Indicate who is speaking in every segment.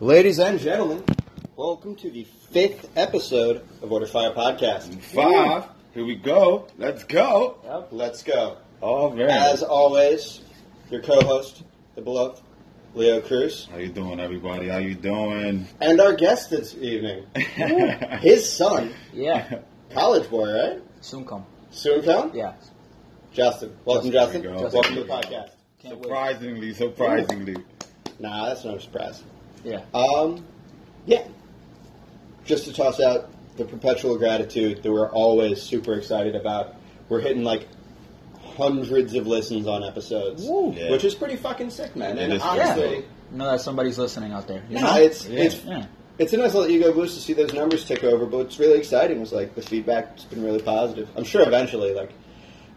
Speaker 1: Ladies and gentlemen, welcome to the fifth episode of Order Fire Podcast.
Speaker 2: Five. Here we go. Let's go.
Speaker 1: Yep, let's go.
Speaker 2: All right.
Speaker 1: As always, your co-host, the beloved Leo Cruz,
Speaker 2: How you doing, everybody? How you doing?
Speaker 1: and our guest this evening, his son,
Speaker 3: Yeah,
Speaker 1: college boy, right?
Speaker 3: soon come.
Speaker 1: Soon come,
Speaker 3: Yeah,
Speaker 1: Justin. Welcome, Justin.
Speaker 2: Justin, there you go.
Speaker 1: Welcome to the
Speaker 2: Justin.
Speaker 1: podcast.
Speaker 3: can't wait.
Speaker 2: surprisingly, surprisingly.
Speaker 1: Nah, that's no surprise.
Speaker 3: Yeah,
Speaker 1: Um, yeah. Just to toss out the perpetual gratitude that we're always super excited about. We're hitting like hundreds of listens on episodes,
Speaker 3: Woo.
Speaker 2: Yeah.
Speaker 1: which is pretty fucking sick, man.
Speaker 2: It
Speaker 1: And
Speaker 2: is pretty
Speaker 1: honestly,
Speaker 2: dope.
Speaker 3: know that somebody's listening out there. You
Speaker 1: no,
Speaker 3: know?
Speaker 1: it's
Speaker 2: Yeah.
Speaker 1: it's
Speaker 3: yeah,
Speaker 1: it's a nice little ego boost to see those numbers tick over. But what's really exciting is like the feedback's been really positive. I'm sure eventually, like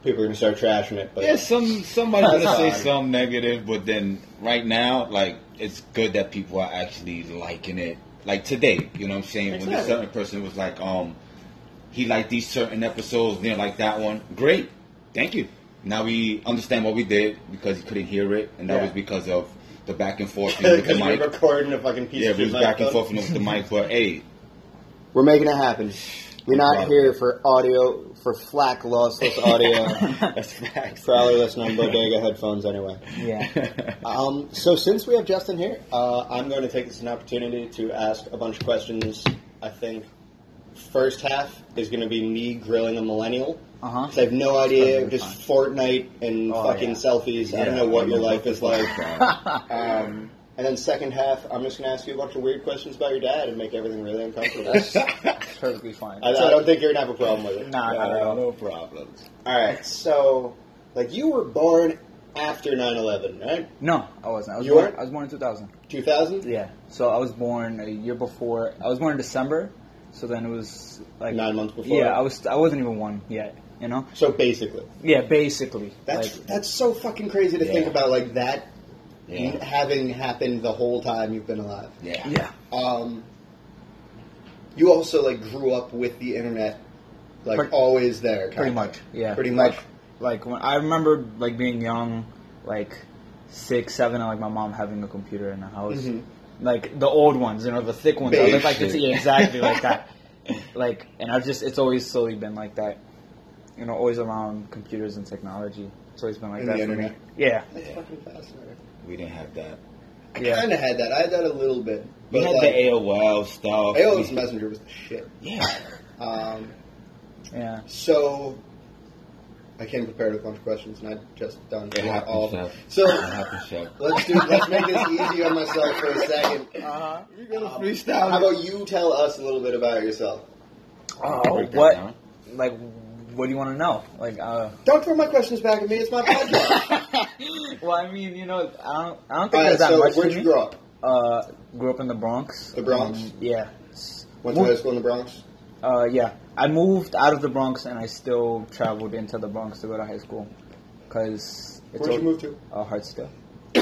Speaker 1: people are gonna start trashing it, but
Speaker 2: Yeah, some somebody's gonna say
Speaker 1: Sorry.
Speaker 2: some negative, but then right now, like it's good that people are actually liking it. Like today, you know what I'm saying? When this
Speaker 1: Exactly.
Speaker 2: certain person was like, um, he liked these certain episodes, didn't like that one. Great, thank you. Now we understand what we did because he couldn't hear it, and that
Speaker 1: Yeah.
Speaker 2: was because of the back and forth with the
Speaker 1: because we're
Speaker 2: mic.
Speaker 1: recording a fucking piece
Speaker 2: Yeah,
Speaker 1: of
Speaker 2: we was
Speaker 1: shit
Speaker 2: back and
Speaker 1: microphone.
Speaker 2: forth with the mic, but hey,
Speaker 1: We're making it happen. We're
Speaker 2: No
Speaker 1: not
Speaker 2: problem.
Speaker 1: here for audio, for flack lossless audio.
Speaker 2: that's facts.
Speaker 1: Probably listening on Bodega headphones anyway.
Speaker 3: yeah.
Speaker 1: Um, so since we have Justin here, uh, I'm going to take this as an opportunity to ask a bunch of questions. I think first half is going to be me grilling a millennial.
Speaker 3: Uh huh.
Speaker 1: 'Cause I have no idea,
Speaker 3: Perfectly
Speaker 1: just Fortnite and
Speaker 3: Oh,
Speaker 1: fucking
Speaker 3: yeah.
Speaker 1: selfies. I don't
Speaker 2: Yeah,
Speaker 1: know what
Speaker 2: I
Speaker 1: your
Speaker 2: know.
Speaker 1: life is like.
Speaker 2: um,
Speaker 1: And then second half, I'm just going to ask you a bunch of weird questions about your dad and make everything really uncomfortable.
Speaker 3: That's perfectly fine.
Speaker 1: I, I don't think you're going to have a problem with it.
Speaker 3: Nah, not at all.
Speaker 2: no problems.
Speaker 1: All right, so like you were born after 9/11, right?
Speaker 3: No, I wasn't. I was
Speaker 1: You
Speaker 3: born.
Speaker 1: weren't?
Speaker 3: I was born in 2000.
Speaker 1: 2000?
Speaker 3: Yeah. So I was born a year before. I was born in December. So then it was like
Speaker 1: Nine months before.
Speaker 3: Yeah, I was. I wasn't even one yet. You know.
Speaker 1: So basically,
Speaker 3: Yeah, basically.
Speaker 1: that's
Speaker 3: like,
Speaker 1: that's so fucking crazy to think
Speaker 2: Yeah.
Speaker 1: about like that
Speaker 2: Yeah.
Speaker 1: having happened the whole time you've been alive.
Speaker 2: Yeah.
Speaker 3: yeah.
Speaker 1: Um you also like grew up with the internet like
Speaker 3: Pretty-
Speaker 1: always there.
Speaker 3: Pretty
Speaker 1: kinda.
Speaker 3: much. Yeah.
Speaker 1: Pretty much.
Speaker 3: like when I remember like being young, like six, seven, and like my mom having a computer in the house,
Speaker 1: Mhm.
Speaker 3: like the old ones, you know, the thick ones. I
Speaker 1: Big
Speaker 3: look like it's
Speaker 2: shit.
Speaker 3: yeah, exactly like that. Like, and I've just it's always slowly been like that, you know, always around computers and technology. It's always been like
Speaker 1: And
Speaker 3: that
Speaker 1: the
Speaker 3: for me.
Speaker 1: internet.
Speaker 3: Yeah,
Speaker 1: That's fucking fascinating.
Speaker 2: We didn't have that.
Speaker 1: I
Speaker 3: Yeah.
Speaker 1: kind of had that. I had that a little bit.
Speaker 2: We
Speaker 1: But
Speaker 2: had
Speaker 1: like,
Speaker 2: the AOL stuff.
Speaker 1: AOL's
Speaker 2: We-
Speaker 1: messenger was the shit.
Speaker 2: Yeah.
Speaker 1: Um
Speaker 3: yeah.
Speaker 1: So, I came prepared with a bunch of questions, and I just done
Speaker 2: It happens,
Speaker 1: all. Oh,
Speaker 2: Chef.
Speaker 1: So
Speaker 2: It happens, Chef.
Speaker 1: let's do. Let's make this easy on myself for a second.
Speaker 3: Uh-huh.
Speaker 2: We're gonna
Speaker 1: Um,
Speaker 2: freestyle.
Speaker 1: How about you tell us a little bit about yourself?
Speaker 3: Oh,
Speaker 2: Break that
Speaker 3: what?
Speaker 2: down.
Speaker 3: Like, what do you want to know? Like, uh,
Speaker 1: Don't throw my questions back at me. It's my podcast.
Speaker 3: well, I mean, you know, I don't, I don't think
Speaker 1: all right.
Speaker 3: there's that
Speaker 1: So,
Speaker 3: much.
Speaker 1: where'd
Speaker 3: to
Speaker 1: you
Speaker 3: me.
Speaker 1: grow up?
Speaker 3: Uh, grew up in the Bronx.
Speaker 1: The Bronx?
Speaker 3: Um, yeah.
Speaker 1: Went to high school in the Bronx.
Speaker 3: Uh, yeah. I moved out of the Bronx and I still traveled into the Bronx to go to high school. Because it's
Speaker 1: Where'd you move
Speaker 3: Uh, Hartsdale.
Speaker 1: to?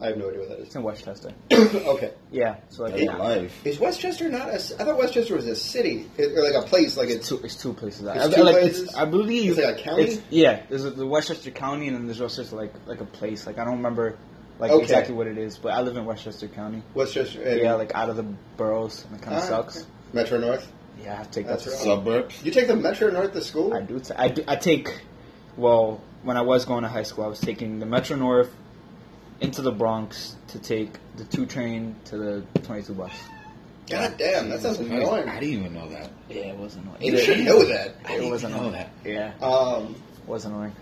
Speaker 1: I have no idea what that
Speaker 3: It's in Westchester.
Speaker 1: is. okay.
Speaker 3: Yeah. So like,
Speaker 2: That's
Speaker 3: yeah.
Speaker 2: life.
Speaker 1: Is Westchester not a? c- I thought Westchester was a city it- or like a place. Like
Speaker 3: It's
Speaker 1: it's
Speaker 3: two, it's two places. I,
Speaker 1: It's two
Speaker 3: like,
Speaker 1: places?
Speaker 3: It's, I believe.
Speaker 1: It's like a county?
Speaker 3: it's- yeah. There's a, the Westchester County and then there's Westchester, like, like a place. Like, I don't remember like
Speaker 1: Okay.
Speaker 3: exactly what it is, but I live in Westchester County.
Speaker 1: Westchester. and-
Speaker 3: Yeah, like out of the boroughs, and it kind
Speaker 1: Ah,
Speaker 3: of sucks.
Speaker 1: okay. Metro North.
Speaker 3: Yeah, I have to take
Speaker 1: That's
Speaker 3: that. to
Speaker 1: right.
Speaker 2: Suburbs.
Speaker 1: You take the Metro North to school.
Speaker 3: I do. T- I do. I take. Well, when I was going to high school, I was taking the Metro North into the Bronx to take the two train to the twenty-two bus.
Speaker 1: God damn, that sounds
Speaker 2: Jesus Christ,
Speaker 1: annoying.
Speaker 2: I didn't even know that.
Speaker 3: Yeah, it was annoying.
Speaker 1: You should know that.
Speaker 2: I didn't
Speaker 3: It was
Speaker 2: even know
Speaker 3: annoying.
Speaker 2: that.
Speaker 3: Yeah,
Speaker 1: Um,
Speaker 3: it was annoying.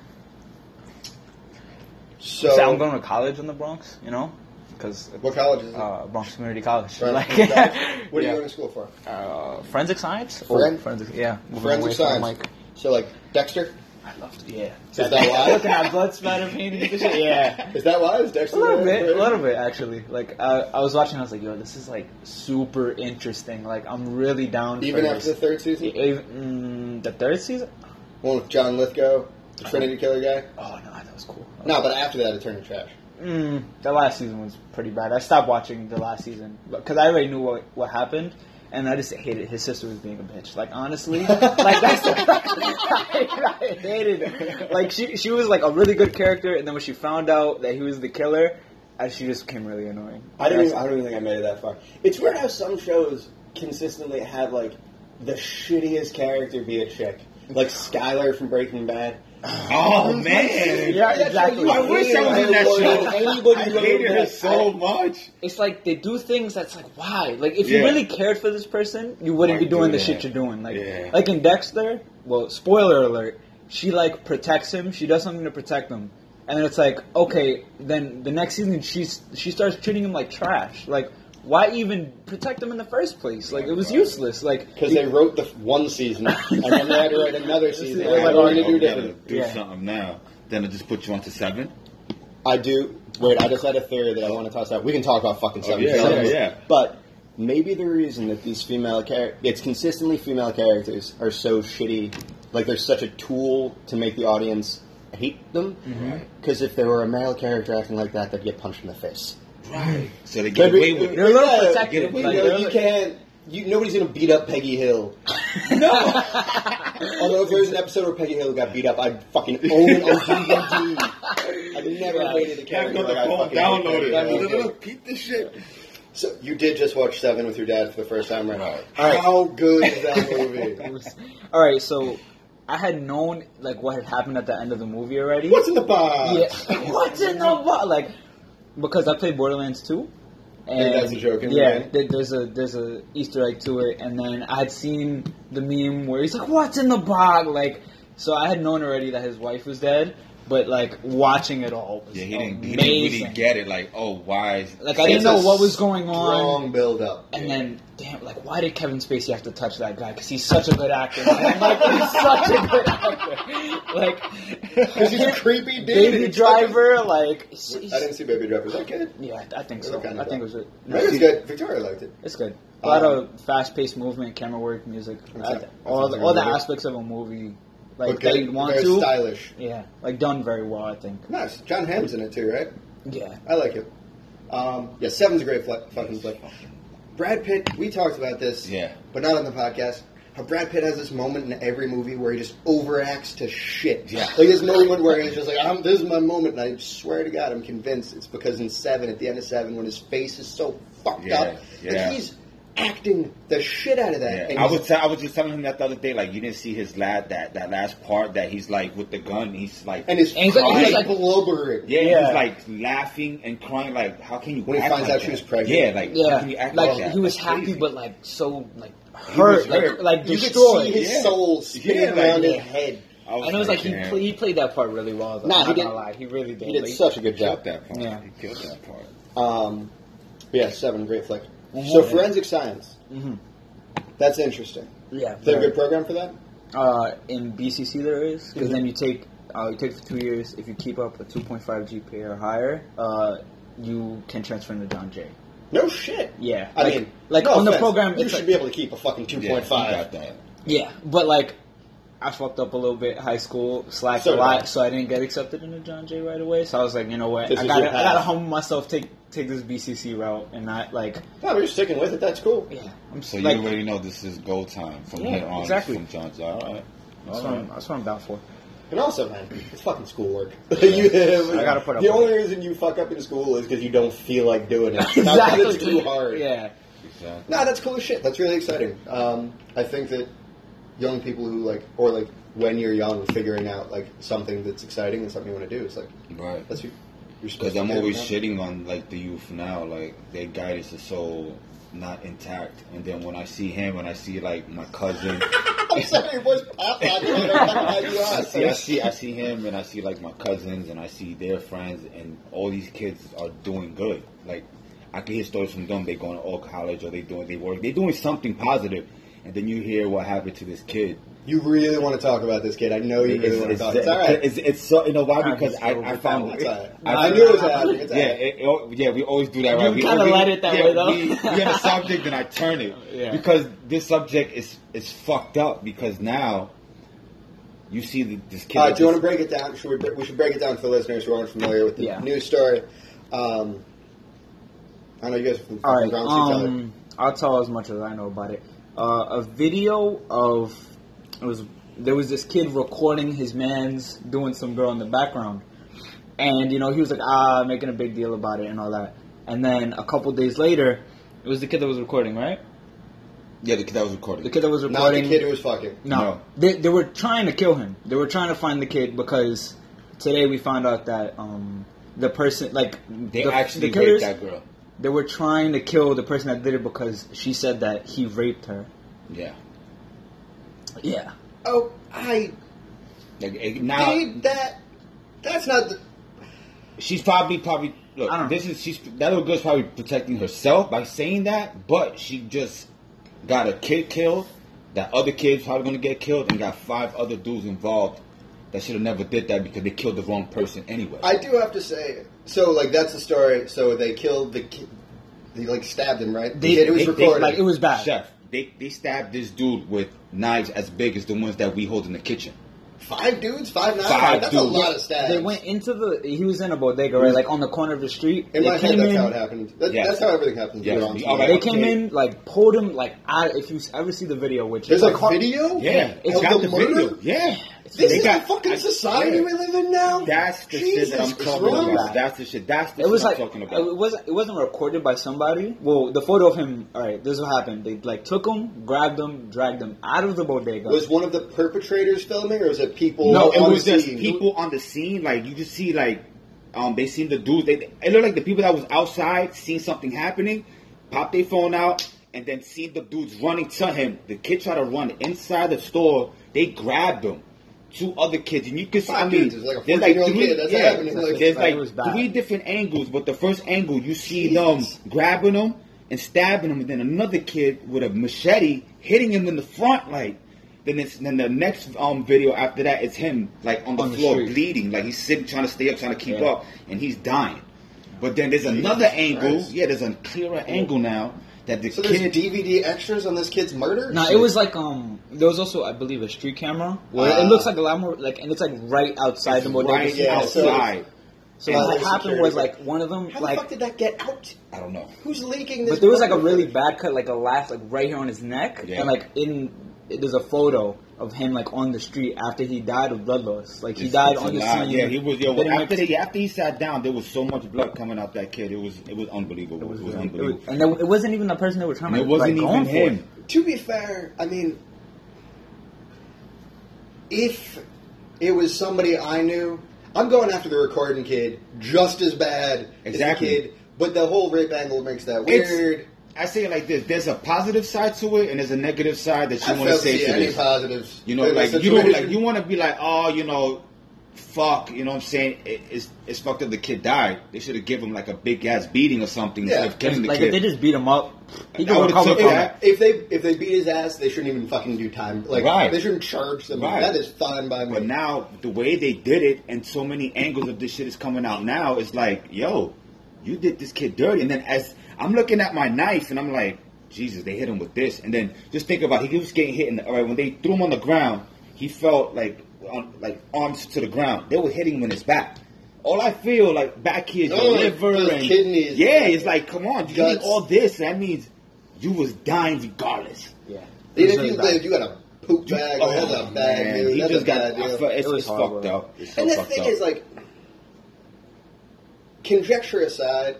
Speaker 1: so,
Speaker 3: So, I'm going to college in the Bronx, you know, because
Speaker 1: what college is it?
Speaker 3: uh, Bronx Community College.
Speaker 1: Right.
Speaker 3: Like,
Speaker 1: what are you
Speaker 3: yeah.
Speaker 1: going to school for?
Speaker 3: Uh, forensic science.
Speaker 1: Foren-
Speaker 3: forensic. Yeah, Moving
Speaker 1: Forensic
Speaker 3: away from,
Speaker 1: science.
Speaker 3: Like,
Speaker 1: So, like Dexter,
Speaker 3: I loved. Yeah,
Speaker 1: Is that why?
Speaker 3: looking at blood spatter paintings. and shit, Yeah.
Speaker 1: is that why? Is Dexter
Speaker 3: A little
Speaker 1: there?
Speaker 3: bit, a little bit actually. Like I I was watching, I was like, "Yo, this is like super interesting. Like I'm really down."
Speaker 1: Even
Speaker 3: for
Speaker 1: after the
Speaker 3: this.
Speaker 1: third season,
Speaker 3: Even- mm, the third season.
Speaker 1: one with John Lithgow, the
Speaker 3: Uh-huh.
Speaker 1: Trinity Killer guy.
Speaker 3: Oh no, that was cool.
Speaker 1: No, but after that, it turned to trash.
Speaker 3: Mm, the last season was pretty bad. I stopped watching the last season because I already knew what what happened. And I just hated his sister was being a bitch. Like honestly, like that's I, I hated. It. Like she she was like a really good character, and then when she found out that he was the killer, I, she just became really annoying.
Speaker 1: I don't. Even, I don't even think I made it that far. It's weird how some shows consistently have like the shittiest character be a chick, like Skylar from Breaking Bad.
Speaker 2: Oh man!
Speaker 3: Yeah, exactly.
Speaker 2: I wish I was in that show.
Speaker 1: Anybody
Speaker 2: I
Speaker 1: wrote
Speaker 2: hated her
Speaker 1: that.
Speaker 2: so much.
Speaker 3: It's like they do things that's like why? Like if you
Speaker 2: Yeah.
Speaker 3: really cared for this person, you wouldn't
Speaker 2: Why
Speaker 3: be doing
Speaker 2: do
Speaker 3: the shit
Speaker 2: that?
Speaker 3: you're doing. Like
Speaker 2: Yeah.
Speaker 3: like in Dexter, well, spoiler alert, she like protects him. She does something to protect him. And then it's like, okay, then the next season she's she starts treating him like trash. Like why even protect him in the first place? Like it was useless. Like
Speaker 1: Because they wrote the f- one season and then they had to write another season.
Speaker 3: They're
Speaker 1: and
Speaker 3: like,
Speaker 1: oh, I'm
Speaker 2: I
Speaker 1: going to
Speaker 2: gotta
Speaker 1: do
Speaker 2: do,
Speaker 1: different.
Speaker 3: Yeah.
Speaker 2: something now. Then I just put you on to seven.
Speaker 1: I do. Wait, I just had a theory that I want to toss out. We can talk about fucking seven.
Speaker 2: Oh, yeah,
Speaker 1: Seasons.
Speaker 2: yeah, yeah.
Speaker 1: But maybe the reason that these female characters—it's consistently female characters—are so shitty, like they're such a tool to make the audience hate them.
Speaker 2: Mm-hmm.
Speaker 1: Because if there were a male character acting like that, they'd get punched in the face.
Speaker 2: Right. So they get away with
Speaker 3: They're
Speaker 2: it.
Speaker 3: a little
Speaker 1: Yeah,
Speaker 3: protective,
Speaker 1: you know,
Speaker 3: like, they're-
Speaker 1: you can't. You, nobody's gonna beat up Peggy Hill.
Speaker 2: No.
Speaker 1: Although if there was an episode where Peggy Hill got beat up, I'd fucking own E a DVD. I've never hated a
Speaker 2: Can't
Speaker 1: character
Speaker 2: go
Speaker 1: like
Speaker 2: to
Speaker 1: I
Speaker 2: phone,
Speaker 1: fucking
Speaker 2: download
Speaker 1: hated
Speaker 2: it.
Speaker 1: Peggy
Speaker 2: Look,
Speaker 1: Hill.
Speaker 2: look, keep this shit.
Speaker 1: So you did just watch Seven with your dad for the first time, right?
Speaker 2: Right.
Speaker 1: How good is that movie?
Speaker 3: all right, so I had known like what had happened at the end of the movie already.
Speaker 1: What's in the box?
Speaker 3: Yeah. What's in the box? Like, because I played Borderlands 2.
Speaker 1: And that's a joke in the
Speaker 3: yeah,
Speaker 1: game.
Speaker 3: there- there's a there's a Easter egg to it, and then I had seen the meme where he's like, "What's in the box?" Like, so I had known already that his wife was dead, but like watching it all was
Speaker 2: Yeah, he
Speaker 3: amazing.
Speaker 2: didn't, he didn't really get it. Like, oh, why? Is,
Speaker 3: like I didn't
Speaker 1: It's
Speaker 3: know
Speaker 1: a
Speaker 3: what was going on,
Speaker 1: Strong build up.
Speaker 3: and then damn, like why did Kevin Spacey have to touch that guy? Because he's such a good actor. man. like he's such a good actor. Like
Speaker 1: Because he's a creepy dude.
Speaker 3: Baby Driver, like he's-
Speaker 1: I didn't see Baby Driver. Is that good?
Speaker 3: Yeah, I I think
Speaker 1: It's
Speaker 3: so.
Speaker 1: okay,
Speaker 3: I think it was
Speaker 1: I think it's good. Victoria liked it.
Speaker 3: It's good. A lot
Speaker 1: Um,
Speaker 3: of fast-paced movement, camera work, music,
Speaker 1: It's
Speaker 3: uh,
Speaker 1: like-
Speaker 3: all
Speaker 1: it's
Speaker 3: the,
Speaker 1: like
Speaker 3: all the
Speaker 1: a movie.
Speaker 3: aspects of a movie, like
Speaker 1: But good,
Speaker 3: that you want
Speaker 1: very
Speaker 3: to.
Speaker 1: stylish.
Speaker 3: Yeah, like done very well, I think.
Speaker 1: Nice. John Hamm's in it too, right?
Speaker 3: Yeah,
Speaker 1: I like it. Um, yeah, Seven's a great fl- fucking flick. Brad Pitt, we talked about this,
Speaker 2: Yeah.
Speaker 1: but not on the podcast. How Brad Pitt has this moment in every movie where he just overacts to shit.
Speaker 2: Yeah.
Speaker 1: Like this moment where he's just like, I'm, this is my moment, and I swear to God, I'm convinced it's because in Seven, at the end of Seven, when his face is so fucked
Speaker 2: Yeah,
Speaker 1: up,
Speaker 2: yeah.
Speaker 1: like he's acting the shit out of that.
Speaker 2: Yeah.
Speaker 1: and
Speaker 2: I
Speaker 1: he's-
Speaker 2: was t- I was just telling him that the other day. Like, you didn't see his lad that that last part that he's like with the gun. He's like,
Speaker 1: and his
Speaker 3: And he's
Speaker 1: face
Speaker 3: like-
Speaker 1: is
Speaker 3: he's
Speaker 1: like
Speaker 3: like-
Speaker 1: blubbering.
Speaker 2: yeah,
Speaker 3: Yeah.
Speaker 2: he's like laughing and crying. Like, how can you?
Speaker 1: When he
Speaker 2: act
Speaker 1: finds
Speaker 2: like
Speaker 1: out she
Speaker 2: that?
Speaker 1: was pregnant.
Speaker 2: Yeah, like, how can you
Speaker 3: yeah.
Speaker 2: act
Speaker 3: Like
Speaker 2: like that?
Speaker 3: he was
Speaker 2: That's
Speaker 3: happy,
Speaker 2: crazy.
Speaker 3: but like so like
Speaker 2: He was
Speaker 3: hurt, like
Speaker 2: hurt.
Speaker 3: like
Speaker 1: You could
Speaker 3: destroyed.
Speaker 1: see his
Speaker 2: Yeah.
Speaker 1: soul spinning
Speaker 2: Yeah, like-
Speaker 1: around his head.
Speaker 2: I
Speaker 3: and it was like he
Speaker 2: damn.
Speaker 3: pla- he played that part really well. Though.
Speaker 1: Nah,
Speaker 3: I'm
Speaker 1: he
Speaker 3: not
Speaker 1: did-
Speaker 3: gonna lie, he really did.
Speaker 1: He did
Speaker 3: Like,
Speaker 1: such a good
Speaker 2: He killed
Speaker 1: job.
Speaker 2: that part.
Speaker 3: Yeah.
Speaker 2: He killed that part.
Speaker 1: Um, yeah, seven, great flick.
Speaker 3: Mhm.
Speaker 1: So forensic science,
Speaker 3: mhm.
Speaker 1: that's interesting.
Speaker 3: Yeah,
Speaker 1: Is there a
Speaker 3: very-
Speaker 1: good program for that?
Speaker 3: uh, in BCC there is because
Speaker 1: Mhm.
Speaker 3: then you take uh, you take for two years. If you keep up a 2.5 GPA or higher, uh, you can transfer into Don J.
Speaker 1: No shit.
Speaker 3: Yeah,
Speaker 1: I
Speaker 3: like,
Speaker 1: mean,
Speaker 3: like
Speaker 1: no
Speaker 3: on the
Speaker 1: offense,
Speaker 3: program,
Speaker 1: you
Speaker 3: it's
Speaker 1: should
Speaker 3: like-
Speaker 1: be able to keep a fucking two
Speaker 2: Yeah,
Speaker 1: point
Speaker 2: he
Speaker 1: five.
Speaker 2: got that.
Speaker 3: yeah, but like I fucked up a little bit high school, slacked
Speaker 1: So
Speaker 3: a
Speaker 1: did I.
Speaker 3: lot, so I didn't get accepted into John J right away. So I was like, you know what,
Speaker 1: This
Speaker 3: I
Speaker 1: is
Speaker 3: gotta,
Speaker 1: your
Speaker 3: I gotta
Speaker 1: path.
Speaker 3: humble myself, take take this BCC route, and not like
Speaker 1: No, we're just sticking with it. That's cool.
Speaker 3: yeah, I'm
Speaker 2: So
Speaker 3: so like
Speaker 2: you already know this is go time from
Speaker 3: Yeah,
Speaker 2: here on.
Speaker 3: exactly.
Speaker 2: From John Jay. All right.
Speaker 3: that's, what I'm, that's what I'm about for.
Speaker 1: And also, man, it's fucking schoolwork.
Speaker 3: I gotta put up
Speaker 1: The
Speaker 3: with
Speaker 1: only reason you fuck up in school is because you don't feel like doing it. Not 'cause
Speaker 3: exactly,
Speaker 1: it's too hard.
Speaker 3: Yeah,
Speaker 2: Exactly.
Speaker 1: No, that's cool as shit. That's really exciting. Um, I think that young people who like, or like when you're young, figuring out like something that's exciting and something you want to do, it's like
Speaker 2: Right.
Speaker 1: that's your. you're supposed
Speaker 2: Because
Speaker 1: to
Speaker 2: I'm
Speaker 1: do it,
Speaker 2: always
Speaker 1: man.
Speaker 2: shitting on like the youth now, like their guidance is so not intact. And then when I see him, when I see like my cousin,
Speaker 1: I'm sorry, it was pop. I don't know how you
Speaker 2: I
Speaker 1: are.
Speaker 2: see, I see, I see him, and I see like my cousins, and I see their friends, and all these kids are doing good. Like I can hear stories from them. They going to all college, or they doing they work, they doing something positive. And then you hear what happened to this kid.
Speaker 1: You really want to talk about this kid. I know you really
Speaker 2: It's-
Speaker 1: want to talk.
Speaker 2: it's-
Speaker 1: It's all right.
Speaker 2: It's, it's so you know why
Speaker 3: Nah,
Speaker 2: because
Speaker 3: just
Speaker 2: I,
Speaker 3: go
Speaker 2: I
Speaker 3: with
Speaker 2: found
Speaker 3: that
Speaker 1: It's all right.
Speaker 3: Nah,
Speaker 1: I knew it was
Speaker 3: nah,
Speaker 1: happening. It's all
Speaker 2: Yeah,
Speaker 1: right.
Speaker 2: it, it- yeah, we always do that.
Speaker 3: You
Speaker 2: right? We
Speaker 3: kinda
Speaker 2: always-
Speaker 3: let it that
Speaker 2: yeah,
Speaker 3: way, though.
Speaker 2: We, we had a subject, and I turn it
Speaker 3: Yeah.
Speaker 2: because this subject is is fucked up because now you see the, this kid.
Speaker 1: Uh,
Speaker 2: that
Speaker 1: do you want
Speaker 2: just-
Speaker 1: to break it down? Should we, bre- we should break it down for the listeners who aren't familiar with the
Speaker 3: Yeah.
Speaker 1: news story. Um, I know you guys are from
Speaker 3: All right.
Speaker 1: from Bronx, each other.
Speaker 3: Um, I'll tell as much as I know about it. Uh, a video of it was there was this kid recording his man's doing some girl in the background, And you know, he was like, ah, making a big deal about it and all that. And then a couple days later, it was the kid that was recording, right?
Speaker 2: Yeah, the kid that was
Speaker 3: The
Speaker 2: recording.
Speaker 3: kid that was
Speaker 1: Not
Speaker 3: recording.
Speaker 1: the kid who was fucking.
Speaker 3: No,
Speaker 2: No.
Speaker 3: They, they were trying to kill him. They were trying to find the kid because today we found out that um, the person, like
Speaker 2: They
Speaker 3: the,
Speaker 2: actually
Speaker 3: the killers,
Speaker 2: raped that girl.
Speaker 3: they were trying to kill the person that did it because she said that he raped her.
Speaker 2: Yeah.
Speaker 3: Yeah.
Speaker 1: Oh, I
Speaker 2: Like, it- now
Speaker 1: hate that. That's not. The,
Speaker 2: she's probably probably look.
Speaker 3: I don't know.
Speaker 2: This is she's that little girl's probably protecting herself by saying that, but she just got a kid killed. That other kid's probably gonna get killed, and got five other dudes involved that should have never did that because they killed the wrong person anyway.
Speaker 1: I do have to say. So, like, that's the story. So they killed the kid. They like stabbed him, right?
Speaker 3: They-
Speaker 1: the kid who was
Speaker 2: they- they-
Speaker 1: recording.
Speaker 3: Like it was bad.
Speaker 2: Chef, they they stabbed this dude with knives as big as the ones that we hold in the kitchen.
Speaker 1: five dudes, five nine.
Speaker 2: Five
Speaker 1: that's
Speaker 2: dudes.
Speaker 1: a lot of stabs.
Speaker 3: They went into the. He was in a bodega, right, like on the corner of the street.
Speaker 1: in
Speaker 3: they
Speaker 1: my head,
Speaker 3: came
Speaker 1: that's
Speaker 3: in, Oh,
Speaker 1: how it happened. That,
Speaker 2: Yeah.
Speaker 1: That's how everything happens.
Speaker 2: Yeah.
Speaker 1: You're on.
Speaker 2: All right.
Speaker 3: They came
Speaker 2: Okay.
Speaker 3: in, like pulled him, like out. If you ever see the video, which
Speaker 1: There's
Speaker 3: is
Speaker 1: a video.
Speaker 2: Yeah,
Speaker 1: Of
Speaker 2: it's got
Speaker 1: the
Speaker 2: the
Speaker 1: murder?
Speaker 2: video. Yeah,
Speaker 1: This
Speaker 2: They
Speaker 1: is
Speaker 2: got-
Speaker 1: the fucking
Speaker 2: I-
Speaker 1: society
Speaker 2: yeah.
Speaker 1: we live in now.
Speaker 2: That's the shit that I'm
Speaker 1: Jesus
Speaker 2: talking
Speaker 1: Christ.
Speaker 2: about. That's the shit. That's the
Speaker 3: It was
Speaker 2: shit
Speaker 3: like uh,
Speaker 2: I'm talking
Speaker 3: it
Speaker 2: about.
Speaker 3: was it wasn't recorded by somebody. Well, the photo of him. All right, this is what happened. They like took him, grabbed him, dragged him out of the bodega.
Speaker 1: Was one of the perpetrators filming, or was it people?
Speaker 2: No, it
Speaker 1: on
Speaker 2: was
Speaker 1: the
Speaker 2: just
Speaker 1: scene?
Speaker 2: people on the scene. Like you just see, like um, they seen the dudes. They it looked like the people that was outside seen something happening, popped their phone out, and then seen the dudes running to him. The kid tried to run inside the store. They grabbed him. Two other kids, and you can see. I
Speaker 1: Five
Speaker 2: mean,
Speaker 1: dudes, it was like a
Speaker 2: there's like
Speaker 1: 14-year-old
Speaker 2: three,
Speaker 1: kid, that's
Speaker 2: yeah,
Speaker 1: happening, like-
Speaker 2: there's
Speaker 3: Like, it
Speaker 2: like
Speaker 3: was bad.
Speaker 2: three different angles, but the first angle you see
Speaker 1: Jesus.
Speaker 2: them grabbing him and stabbing him, and then another kid with a machete hitting him in the front, like. Then it's then the next um video after that is him like on the
Speaker 3: On the
Speaker 2: floor
Speaker 3: street.
Speaker 2: bleeding, like he's sitting trying to stay up, trying to keep
Speaker 3: Yeah.
Speaker 2: up, and he's dying. But then there's another angle.
Speaker 1: Christ.
Speaker 2: Yeah, there's a clearer angle now that the
Speaker 1: So there's
Speaker 2: kid.
Speaker 1: DVD extras on this kid's murder.
Speaker 3: No, it was like um. There was also, I believe, a street camera. Where
Speaker 1: Ah.
Speaker 3: it looks like a lot more like, and it's like right outside the bodega.
Speaker 2: right
Speaker 1: yeah, so-
Speaker 2: outside.
Speaker 3: So
Speaker 1: Yeah,
Speaker 3: what
Speaker 1: it's
Speaker 3: happened
Speaker 1: security.
Speaker 3: was like one of them
Speaker 1: How
Speaker 3: like,
Speaker 1: the fuck did that get out?
Speaker 2: I don't know.
Speaker 1: Who's leaking this?
Speaker 3: but there was like a
Speaker 1: murder
Speaker 3: really
Speaker 1: footage?
Speaker 3: bad cut, like a lash, like right here on his neck,
Speaker 2: Yeah.
Speaker 3: and like in there's a photo of him like on the street after he died of blood loss. Like he
Speaker 2: It's-
Speaker 3: died
Speaker 2: it's
Speaker 3: on
Speaker 2: a
Speaker 3: the
Speaker 2: lie.
Speaker 3: scene.
Speaker 2: Yeah, he was. Yo,
Speaker 3: They didn't
Speaker 2: after,
Speaker 3: make-
Speaker 2: they, after he sat down, there was so much blood coming out that kid. It was it was unbelievable. It was,
Speaker 3: it
Speaker 2: unbelievable.
Speaker 3: was- and that, it wasn't even the person they were trying
Speaker 2: and
Speaker 3: to.
Speaker 2: it wasn't
Speaker 3: like, going
Speaker 2: even him.
Speaker 3: For.
Speaker 1: To be fair, I mean, if it was somebody I knew, I'm going after the recording kid just as bad
Speaker 2: Exactly.
Speaker 1: as the kid. But the whole rape angle makes that
Speaker 2: It's-
Speaker 1: weird.
Speaker 2: I say it like this: there's a positive side to it, and there's a negative side that you
Speaker 1: I
Speaker 2: want to
Speaker 1: don't
Speaker 2: say
Speaker 1: see
Speaker 2: to
Speaker 1: any
Speaker 2: this.
Speaker 1: positives.
Speaker 2: You know,
Speaker 1: in
Speaker 2: like
Speaker 1: this
Speaker 2: you don't like
Speaker 1: situation.
Speaker 2: you want to be like, oh, you know, fuck. You know what I'm saying? It, it's it's fucked up. The kid died. They should have given him like a big ass beating or something
Speaker 1: Yeah.
Speaker 2: instead of killing the
Speaker 3: Like if
Speaker 2: kid.
Speaker 3: they just beat him up, he
Speaker 2: I
Speaker 3: could
Speaker 2: would've
Speaker 3: recover
Speaker 2: took
Speaker 3: from
Speaker 2: that.
Speaker 3: it.
Speaker 1: If they if they beat his ass, they shouldn't even fucking do time. Like
Speaker 2: Right.
Speaker 1: they shouldn't charge them.
Speaker 2: Right.
Speaker 1: That is fine by me.
Speaker 2: but now the way they did it, and so many angles of this shit is coming out now. It's like, yo, you did this kid dirty. And then as I'm looking at my knife, and I'm like, Jesus, they hit him with this. And then just think about he was getting hit. In the, all right, when they threw him on the ground, he felt like on, like arms to the ground. They were hitting him in his back. All I feel like back here is
Speaker 1: Oh,
Speaker 2: your liver
Speaker 1: those
Speaker 2: and
Speaker 1: kidneys.
Speaker 2: Yeah, it's like, come on, you did
Speaker 1: Guts.
Speaker 2: all this. That means you was dying regardless.
Speaker 3: Yeah.
Speaker 1: Dude,
Speaker 3: It was
Speaker 1: if
Speaker 3: really
Speaker 1: you,
Speaker 3: bad.
Speaker 1: like, you got a poop bag.
Speaker 2: Oh,
Speaker 1: that's a bad
Speaker 2: man,
Speaker 1: dude.
Speaker 2: He
Speaker 1: That's
Speaker 2: just
Speaker 1: a
Speaker 2: got.
Speaker 1: bad
Speaker 2: I
Speaker 1: deal.
Speaker 2: feel, it's,
Speaker 3: It was
Speaker 2: it's
Speaker 3: horrible.
Speaker 2: fucked up. It's so
Speaker 1: and the
Speaker 2: fucked
Speaker 1: thing
Speaker 2: up.
Speaker 1: is, like, conjecture aside,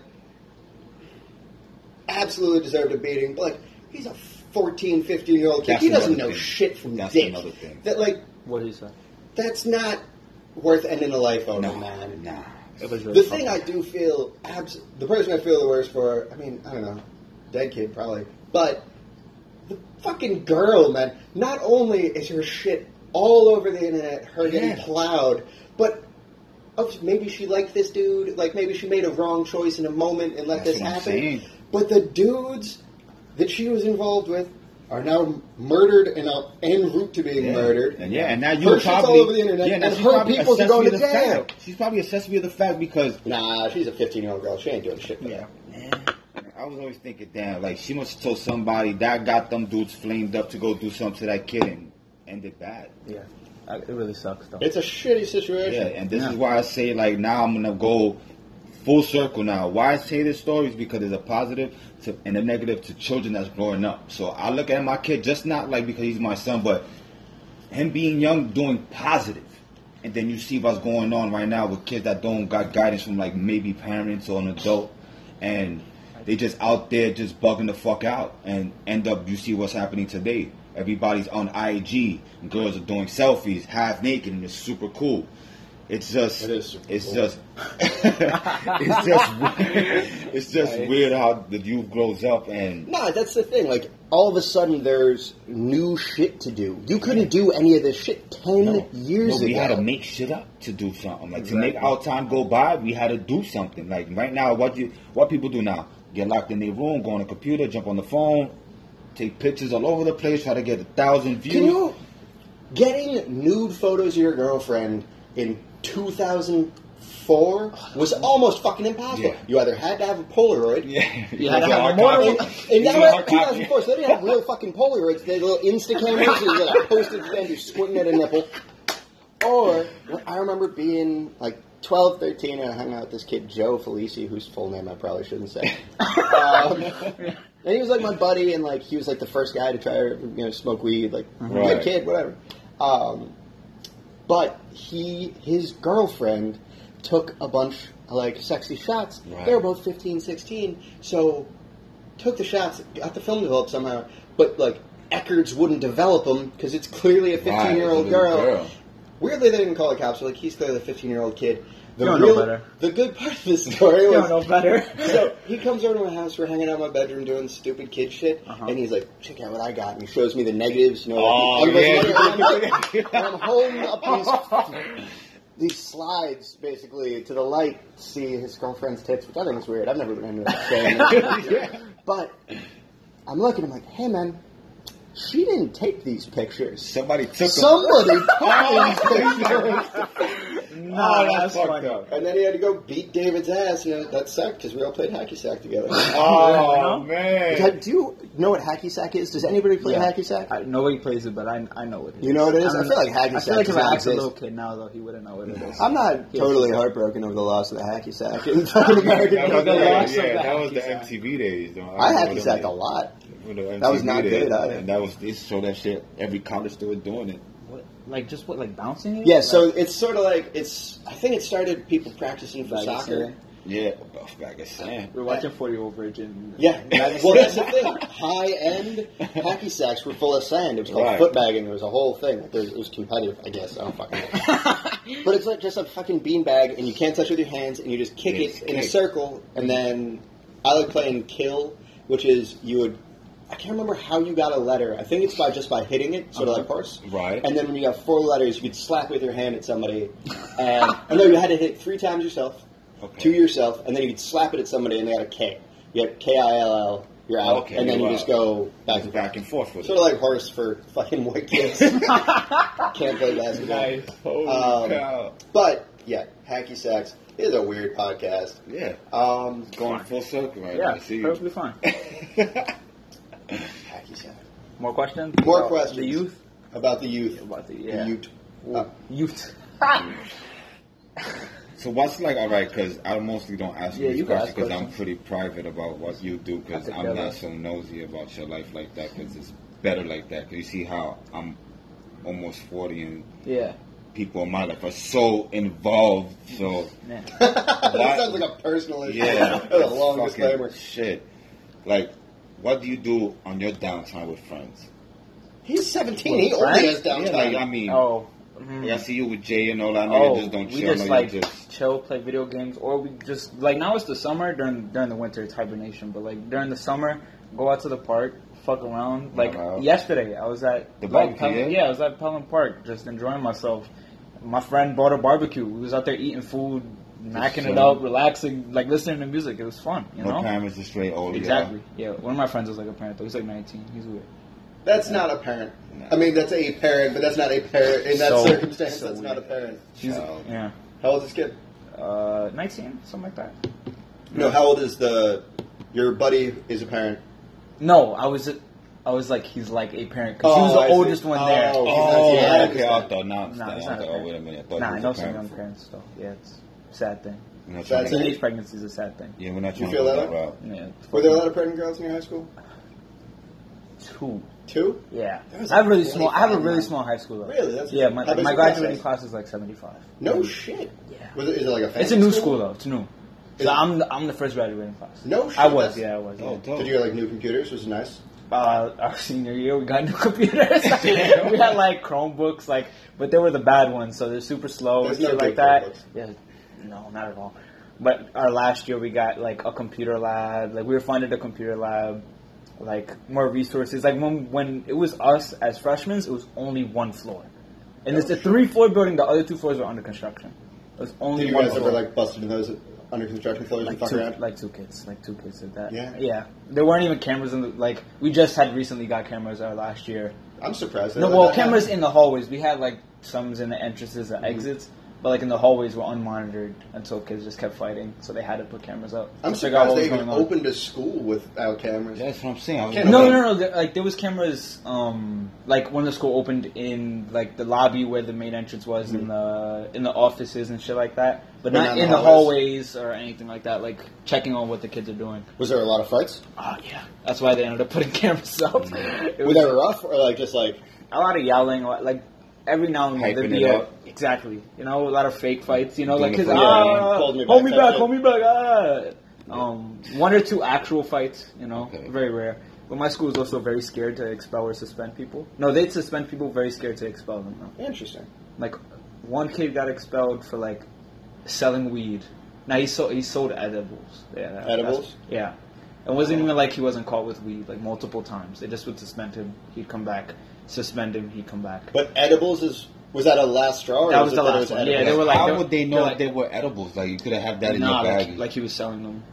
Speaker 1: absolutely deserved a beating. But like, he's a 14, 15 year old kid.
Speaker 2: That's
Speaker 1: he doesn't
Speaker 2: another
Speaker 1: know
Speaker 2: thing.
Speaker 1: shit from
Speaker 2: That's
Speaker 1: dick.
Speaker 2: another thing.
Speaker 1: That like,
Speaker 3: What he said.
Speaker 1: that's not worth ending a life over,
Speaker 2: No,
Speaker 1: oh, man.
Speaker 2: no.
Speaker 3: It was really
Speaker 1: The thing I
Speaker 3: fucked up.
Speaker 1: do feel, abs- the person I feel the worst for, I mean, I don't know, dead kid probably, but the fucking girl, man. Not only is her shit all over the internet, her getting
Speaker 2: Yeah.
Speaker 1: plowed, but oh, maybe she liked this dude, like maybe she made a wrong choice in a moment and let
Speaker 2: That's
Speaker 1: this
Speaker 2: what I'm
Speaker 1: happen.
Speaker 2: saying.
Speaker 1: But the dudes that she was involved with are now murdered and are en route to being
Speaker 2: Yeah.
Speaker 1: murdered.
Speaker 2: And yeah, and now
Speaker 1: Her
Speaker 2: you're
Speaker 1: shit's all
Speaker 2: probably
Speaker 1: over the internet,
Speaker 2: yeah, now
Speaker 1: and
Speaker 2: she's
Speaker 1: her
Speaker 2: probably
Speaker 1: people can
Speaker 2: accessory
Speaker 1: go to
Speaker 2: the
Speaker 1: jail.
Speaker 2: fact. She's probably accessory of the fact because
Speaker 1: Nah, she's a 15 year old girl. She ain't doing shit. For that.
Speaker 2: yeah, man, I was always thinking, damn, like she must have told somebody that got them dudes flamed up to go do something to that kid and ended bad.
Speaker 3: Yeah. I- It really sucks though.
Speaker 1: It's a shitty
Speaker 2: Yeah,
Speaker 1: situation.
Speaker 2: and this
Speaker 3: Yeah.
Speaker 2: is why I say like now I'm gonna go full circle now. Why I say this story is because there's a positive to, and a negative to children that's growing up. So I look at my kid just not like because he's my son, but him being young doing positive. and then you see what's going on right now with kids that don't got guidance from like maybe parents or an adult, and they just out there just bugging the fuck out, and end up you see what's happening today. Everybody's on IG, girls are doing selfies, half naked, and it's super cool. It's just,
Speaker 1: It is super
Speaker 2: it's
Speaker 1: cool.
Speaker 2: just, it's just, it's just weird how the youth grows up and
Speaker 1: No, that's the thing. Like, all of a sudden, there's new shit to do. You couldn't do any of this shit ten
Speaker 2: No.
Speaker 1: years
Speaker 2: No, we
Speaker 1: ago.
Speaker 2: had to make shit up to do something. Like
Speaker 3: Exactly.
Speaker 2: to make our time go by, we had to do something. Like right now, what you what people do now? Get locked in their room, go on the computer, jump on the phone, take pictures all over the place, try to get a thousand views.
Speaker 1: Can you getting nude photos of your girlfriend in 2004 was almost fucking impossible.
Speaker 2: Yeah.
Speaker 1: You either had to have a Polaroid.
Speaker 3: You
Speaker 2: yeah,
Speaker 3: had to
Speaker 2: Yeah,
Speaker 3: have
Speaker 2: I
Speaker 3: more-
Speaker 2: copy.
Speaker 1: And, and that
Speaker 2: You
Speaker 1: was
Speaker 2: are copying.
Speaker 1: 2004, so they didn't have real fucking Polaroids. They had little Insta cameras, you got a postage stamp, you're squinting at a nipple. Or, I remember being like 12, 13, and I hung out with this kid, Joe Felici, whose full name I probably shouldn't say. Um, and he was like my buddy, and like he was like the first guy to try to you know smoke weed, like good
Speaker 2: Mhm. Right.
Speaker 1: kid, whatever. Um, but he, his girlfriend, took a bunch of, like sexy shots.
Speaker 2: Right.
Speaker 1: They were both 15, 16, so took the shots, got the film developed somehow. But like Eckerd's wouldn't develop them because it's clearly a 15
Speaker 2: Right,
Speaker 1: year old
Speaker 2: it's a little
Speaker 1: girl. Weirdly, they didn't call the cops. They're like, he's clearly a 15 year old kid. The
Speaker 3: You don't know better.
Speaker 1: The good part of this story
Speaker 3: You don't
Speaker 1: was
Speaker 3: know better.
Speaker 1: so he comes over to my house. We're hanging out in my bedroom doing stupid kid shit,
Speaker 3: Uh-huh.
Speaker 1: and he's like, "Check out what I got." And he shows me the negatives. You know,
Speaker 2: Oh,
Speaker 1: like, everybody's
Speaker 2: yeah.
Speaker 1: negative, and I'm like- and I'm holding up these these slides basically to the light to see his girlfriend's tits, which I think is weird. I've never been into that. thing. But I'm looking. I'm like, "Hey, man, she didn't take these pictures.
Speaker 2: Somebody took
Speaker 1: Somebody took these
Speaker 2: them.
Speaker 1: pictures."
Speaker 3: Nah,
Speaker 2: Oh,
Speaker 3: that's
Speaker 2: that's fucked
Speaker 3: funny.
Speaker 2: up.
Speaker 1: And then he had to go beat David's ass. You know, that sucked because we all played hacky sack together.
Speaker 2: Oh
Speaker 1: Dad,
Speaker 2: man!
Speaker 1: do you know what hacky sack is? Does anybody play
Speaker 3: Yeah.
Speaker 1: hacky sack?
Speaker 3: I, nobody plays it, but I, I know what it is.
Speaker 1: You know what it is? I
Speaker 3: I'm-
Speaker 1: feel like hacky
Speaker 3: I
Speaker 1: sack
Speaker 3: feel like
Speaker 1: does
Speaker 3: if I
Speaker 1: not
Speaker 3: asked a
Speaker 1: exist.
Speaker 3: little kid now, though, he wouldn't know what it is.
Speaker 1: I'm not totally heartbroken over the loss of the hacky sack in fucking American
Speaker 2: That was,
Speaker 3: The
Speaker 2: the,
Speaker 1: football.
Speaker 3: loss of
Speaker 2: yeah,
Speaker 3: the
Speaker 2: that was the
Speaker 3: hacky sack.
Speaker 2: MTV days. Though.
Speaker 1: I
Speaker 2: remember
Speaker 1: hacky
Speaker 2: them
Speaker 1: sacked
Speaker 2: days.
Speaker 1: a lot.
Speaker 2: With the
Speaker 1: That was
Speaker 2: MTV
Speaker 1: not
Speaker 2: days.
Speaker 1: good either.
Speaker 2: And that was they showed that shit every college they were doing it.
Speaker 3: What, like, just what, like bouncing it?
Speaker 1: Yeah, so
Speaker 3: Like,
Speaker 1: it's sort of like it's. I think it started people practicing for
Speaker 3: Like you
Speaker 1: soccer.
Speaker 3: said.
Speaker 2: Yeah, off back of sand.
Speaker 3: we're watching 40 Year Old Virgin.
Speaker 1: Yeah, well, that's the thing. High end hacky sacks were full of sand. It was called
Speaker 2: Right.
Speaker 1: footbagging. It was a whole thing. Like, there was, it was competitive, I guess. I don't fucking know. But it's like just a fucking beanbag, and you can't touch it with your hands, and you just kick
Speaker 2: Yeah,
Speaker 1: it
Speaker 2: just
Speaker 1: in a
Speaker 2: kick.
Speaker 1: circle, and then I like playing kill, which is you would. I can't remember how you got a letter. I think it's by just by hitting it, sort of like horse.
Speaker 2: Uh-huh. Right.
Speaker 1: And then when you got four letters, you could slap with your hand at somebody, and oh no, you had to hit three times yourself,
Speaker 2: Okay.
Speaker 1: to yourself, and then you could slap it at somebody, and they got a K. You got K I L L. You're out,
Speaker 2: Okay,
Speaker 1: and then you
Speaker 2: you're
Speaker 1: just
Speaker 2: out.
Speaker 1: go back and
Speaker 2: Just back and forth with
Speaker 1: Sort of like horse for fucking white kids. can't play
Speaker 2: it.
Speaker 1: basketball.
Speaker 2: Holy
Speaker 1: Um,
Speaker 2: cow.
Speaker 1: But yeah, hacky sacks is a weird podcast.
Speaker 2: Yeah.
Speaker 1: Um,
Speaker 2: Going full circle right now.
Speaker 3: Yeah,
Speaker 2: I See
Speaker 3: perfectly fine.
Speaker 1: hacky sack
Speaker 3: More questions?
Speaker 1: More
Speaker 3: About
Speaker 1: questions.
Speaker 3: The youth?
Speaker 1: about the youth.
Speaker 3: About the,
Speaker 1: The
Speaker 3: yeah.
Speaker 1: youth. Uh,
Speaker 3: Ooh, youth.
Speaker 2: So what's like, all right, because I mostly don't ask
Speaker 3: Yeah,
Speaker 2: you
Speaker 3: you
Speaker 2: these
Speaker 3: can ask
Speaker 2: questions because I'm
Speaker 3: questions.
Speaker 2: pretty private about what you do
Speaker 3: I
Speaker 2: because
Speaker 3: think
Speaker 2: I'm
Speaker 3: they're
Speaker 2: not
Speaker 3: like-
Speaker 2: so nosy about your life like that because it's better like that. 'Cause you see how I'm almost 40 and
Speaker 3: Yeah.
Speaker 2: people in my life are so involved. So
Speaker 3: Man.
Speaker 1: that sounds like a personal issue.
Speaker 2: yeah,
Speaker 1: That's a long
Speaker 2: fucking
Speaker 1: disclaimer.
Speaker 2: Shit. Like, what do you do on your downtime with friends?
Speaker 1: He's 17. He
Speaker 3: Well,
Speaker 1: only
Speaker 3: Frank-
Speaker 1: has
Speaker 2: Yeah,
Speaker 1: downtime.
Speaker 2: like, I mean,
Speaker 3: Oh. mm.
Speaker 2: like, I see you with Jay and all that. I know
Speaker 3: Oh,
Speaker 2: you just don't
Speaker 3: we
Speaker 2: chill. I
Speaker 3: just
Speaker 2: know you
Speaker 3: like chill, play video games, or we just like now it's the summer during during the winter it's hibernation, but like during the summer, go out to the park, fuck around. Like
Speaker 2: Wow.
Speaker 3: yesterday, I was at
Speaker 2: The
Speaker 3: like,
Speaker 2: barbecue,
Speaker 3: Pelham-
Speaker 2: yeah?
Speaker 3: yeah, I was at Pelham Park, just enjoying myself. My friend bought a barbecue. We was out there eating food, knocking it
Speaker 2: chilling.
Speaker 3: up, relaxing, like listening to music. It was fun, you
Speaker 2: no
Speaker 3: know.
Speaker 2: parents are straight oh, old.
Speaker 3: Exactly. Yeah. one of my friends was like a parent though. He's like 19. He's weird.
Speaker 1: that's not a parent.
Speaker 2: No.
Speaker 1: I mean, that's a parent, but that's not a parent in that
Speaker 3: So-
Speaker 1: circumstance.
Speaker 3: so
Speaker 1: that's not a parent.
Speaker 3: He's
Speaker 2: Child.
Speaker 3: yeah,
Speaker 1: How old is this kid?
Speaker 3: uh, 19, something like that.
Speaker 1: No, how old is the your buddy? Is a parent.
Speaker 3: No, I was, I was like, he's like a parent because he was
Speaker 1: Oh,
Speaker 3: the
Speaker 1: I see.
Speaker 3: oldest one there.
Speaker 1: Oh,
Speaker 2: Oh,
Speaker 1: he's not-
Speaker 2: yeah,
Speaker 1: yeah,
Speaker 2: okay. I thought now.
Speaker 3: Nah,
Speaker 2: I
Speaker 3: it's
Speaker 2: thought,
Speaker 3: not a
Speaker 2: oh,
Speaker 3: parent.
Speaker 2: wait a minute. I thought
Speaker 3: Nah, I
Speaker 2: you
Speaker 3: know
Speaker 2: was a
Speaker 3: some young
Speaker 2: parent.
Speaker 3: parents though. Yeah, it's a sad thing.
Speaker 2: You're not
Speaker 1: That's
Speaker 2: trying to-
Speaker 1: it.
Speaker 3: Teenage pregnancy is a sad thing.
Speaker 2: Yeah, we're not
Speaker 1: You
Speaker 2: trying to
Speaker 1: feel
Speaker 2: go
Speaker 1: that
Speaker 2: that route.
Speaker 3: Yeah.
Speaker 1: Were there a lot of pregnant girls in your high school?
Speaker 3: two?
Speaker 1: Two?
Speaker 3: Yeah,
Speaker 1: That was
Speaker 3: I have really
Speaker 1: like
Speaker 3: small. I have a
Speaker 1: 25
Speaker 3: really
Speaker 1: now.
Speaker 3: small high school. Though.
Speaker 1: Really? That's-
Speaker 3: yeah, my,
Speaker 1: how big's
Speaker 3: my
Speaker 1: your
Speaker 3: graduating
Speaker 1: class
Speaker 3: class? is like seventy five.
Speaker 1: No shit.
Speaker 3: Yeah.
Speaker 1: Was it, is it like a fancy
Speaker 3: It's a new school though. It's new.
Speaker 1: Is-
Speaker 3: So I'm the, I'm the first graduating class.
Speaker 1: No shit,
Speaker 3: I was.
Speaker 1: that's-
Speaker 3: Yeah, I was.
Speaker 2: Oh,
Speaker 3: yeah.
Speaker 2: dope.
Speaker 1: Did you get like new computers? Was it nice?
Speaker 3: Uh, our senior year, we got new computers. we had like Chromebooks, like, but they were the bad ones, so they're super slow
Speaker 1: There's
Speaker 3: and shit
Speaker 1: no
Speaker 3: like
Speaker 1: good
Speaker 3: that.
Speaker 1: Chromebooks.
Speaker 3: Yeah, no, not at all. But our last year, we got like a computer lab. Like we were funded a computer lab, like more resources. Like when when it was us as freshmen, it was only one floor, and it's a three floor building. The other two floors were under construction. It was only
Speaker 1: Did you
Speaker 3: one
Speaker 1: guys
Speaker 3: floor
Speaker 1: ever like busted in those under construction floors and
Speaker 3: like
Speaker 1: fuck
Speaker 3: two,
Speaker 1: around?
Speaker 3: like two kids, like two kids did that.
Speaker 1: Yeah.
Speaker 3: yeah. There weren't even cameras in the like. We just had recently got cameras our last year.
Speaker 1: I'm surprised. they
Speaker 3: No,
Speaker 1: let
Speaker 3: well,
Speaker 1: that Mm-hmm. happen.
Speaker 3: cameras in the hallways. We had like some's in the entrances and exits, but like in the hallways were unmonitored until kids just kept fighting, so they had to put cameras up.
Speaker 1: I'm
Speaker 3: to figure out
Speaker 1: surprised
Speaker 3: what
Speaker 1: they
Speaker 3: was
Speaker 1: even
Speaker 3: going on.
Speaker 1: opened a school without cameras.
Speaker 2: That's what I'm saying. I was
Speaker 1: Can't
Speaker 2: like,
Speaker 3: No, no, no. there- Like there was cameras. Um, like when the school opened in like the lobby where the main entrance was, in the in the offices and shit like that. But
Speaker 1: Mm-hmm. But
Speaker 3: not,
Speaker 1: not
Speaker 3: in the hallways. or anything like that. Like checking on what the kids are doing.
Speaker 1: Was there a lot of fights?
Speaker 3: Oh yeah, that's why they ended up putting cameras up. It
Speaker 1: Were
Speaker 3: was
Speaker 1: they rough or like just like
Speaker 3: Mm-hmm. a lot of yelling, a lot, like every now and then there'd
Speaker 2: Hyping
Speaker 3: be
Speaker 2: it
Speaker 3: a,
Speaker 2: up.
Speaker 3: exactly, you know, a lot of fake fights, you know,
Speaker 2: Doing
Speaker 3: like cause,
Speaker 2: the fight.
Speaker 3: ah,
Speaker 1: Yeah, hold me
Speaker 3: hold
Speaker 1: back
Speaker 3: me back,
Speaker 1: type
Speaker 3: hold me back, ah. Um, one or two actual fights, you know,
Speaker 2: Okay.
Speaker 3: very rare. But my school is also very scared to expel or suspend people. No, they'd suspend people, very scared to expel them. Though.
Speaker 1: interesting?
Speaker 3: Like one kid got expelled for like selling weed. Now he sold he sold edibles. Yeah, that- that's-
Speaker 1: Edibles?
Speaker 3: Yeah, it wasn't even like he wasn't caught with weed like multiple times. They just would suspend him. He'd come back. Suspend him. He'd come back.
Speaker 1: But edibles is was that a last straw? Or
Speaker 3: That was
Speaker 1: it
Speaker 3: the
Speaker 1: it
Speaker 3: last one, yeah, they were like-
Speaker 2: how
Speaker 3: they're-
Speaker 2: would they know
Speaker 3: they're
Speaker 2: if they were edibles? Like you could have had that in
Speaker 3: nah,
Speaker 2: your bag.
Speaker 3: like, like he was selling them,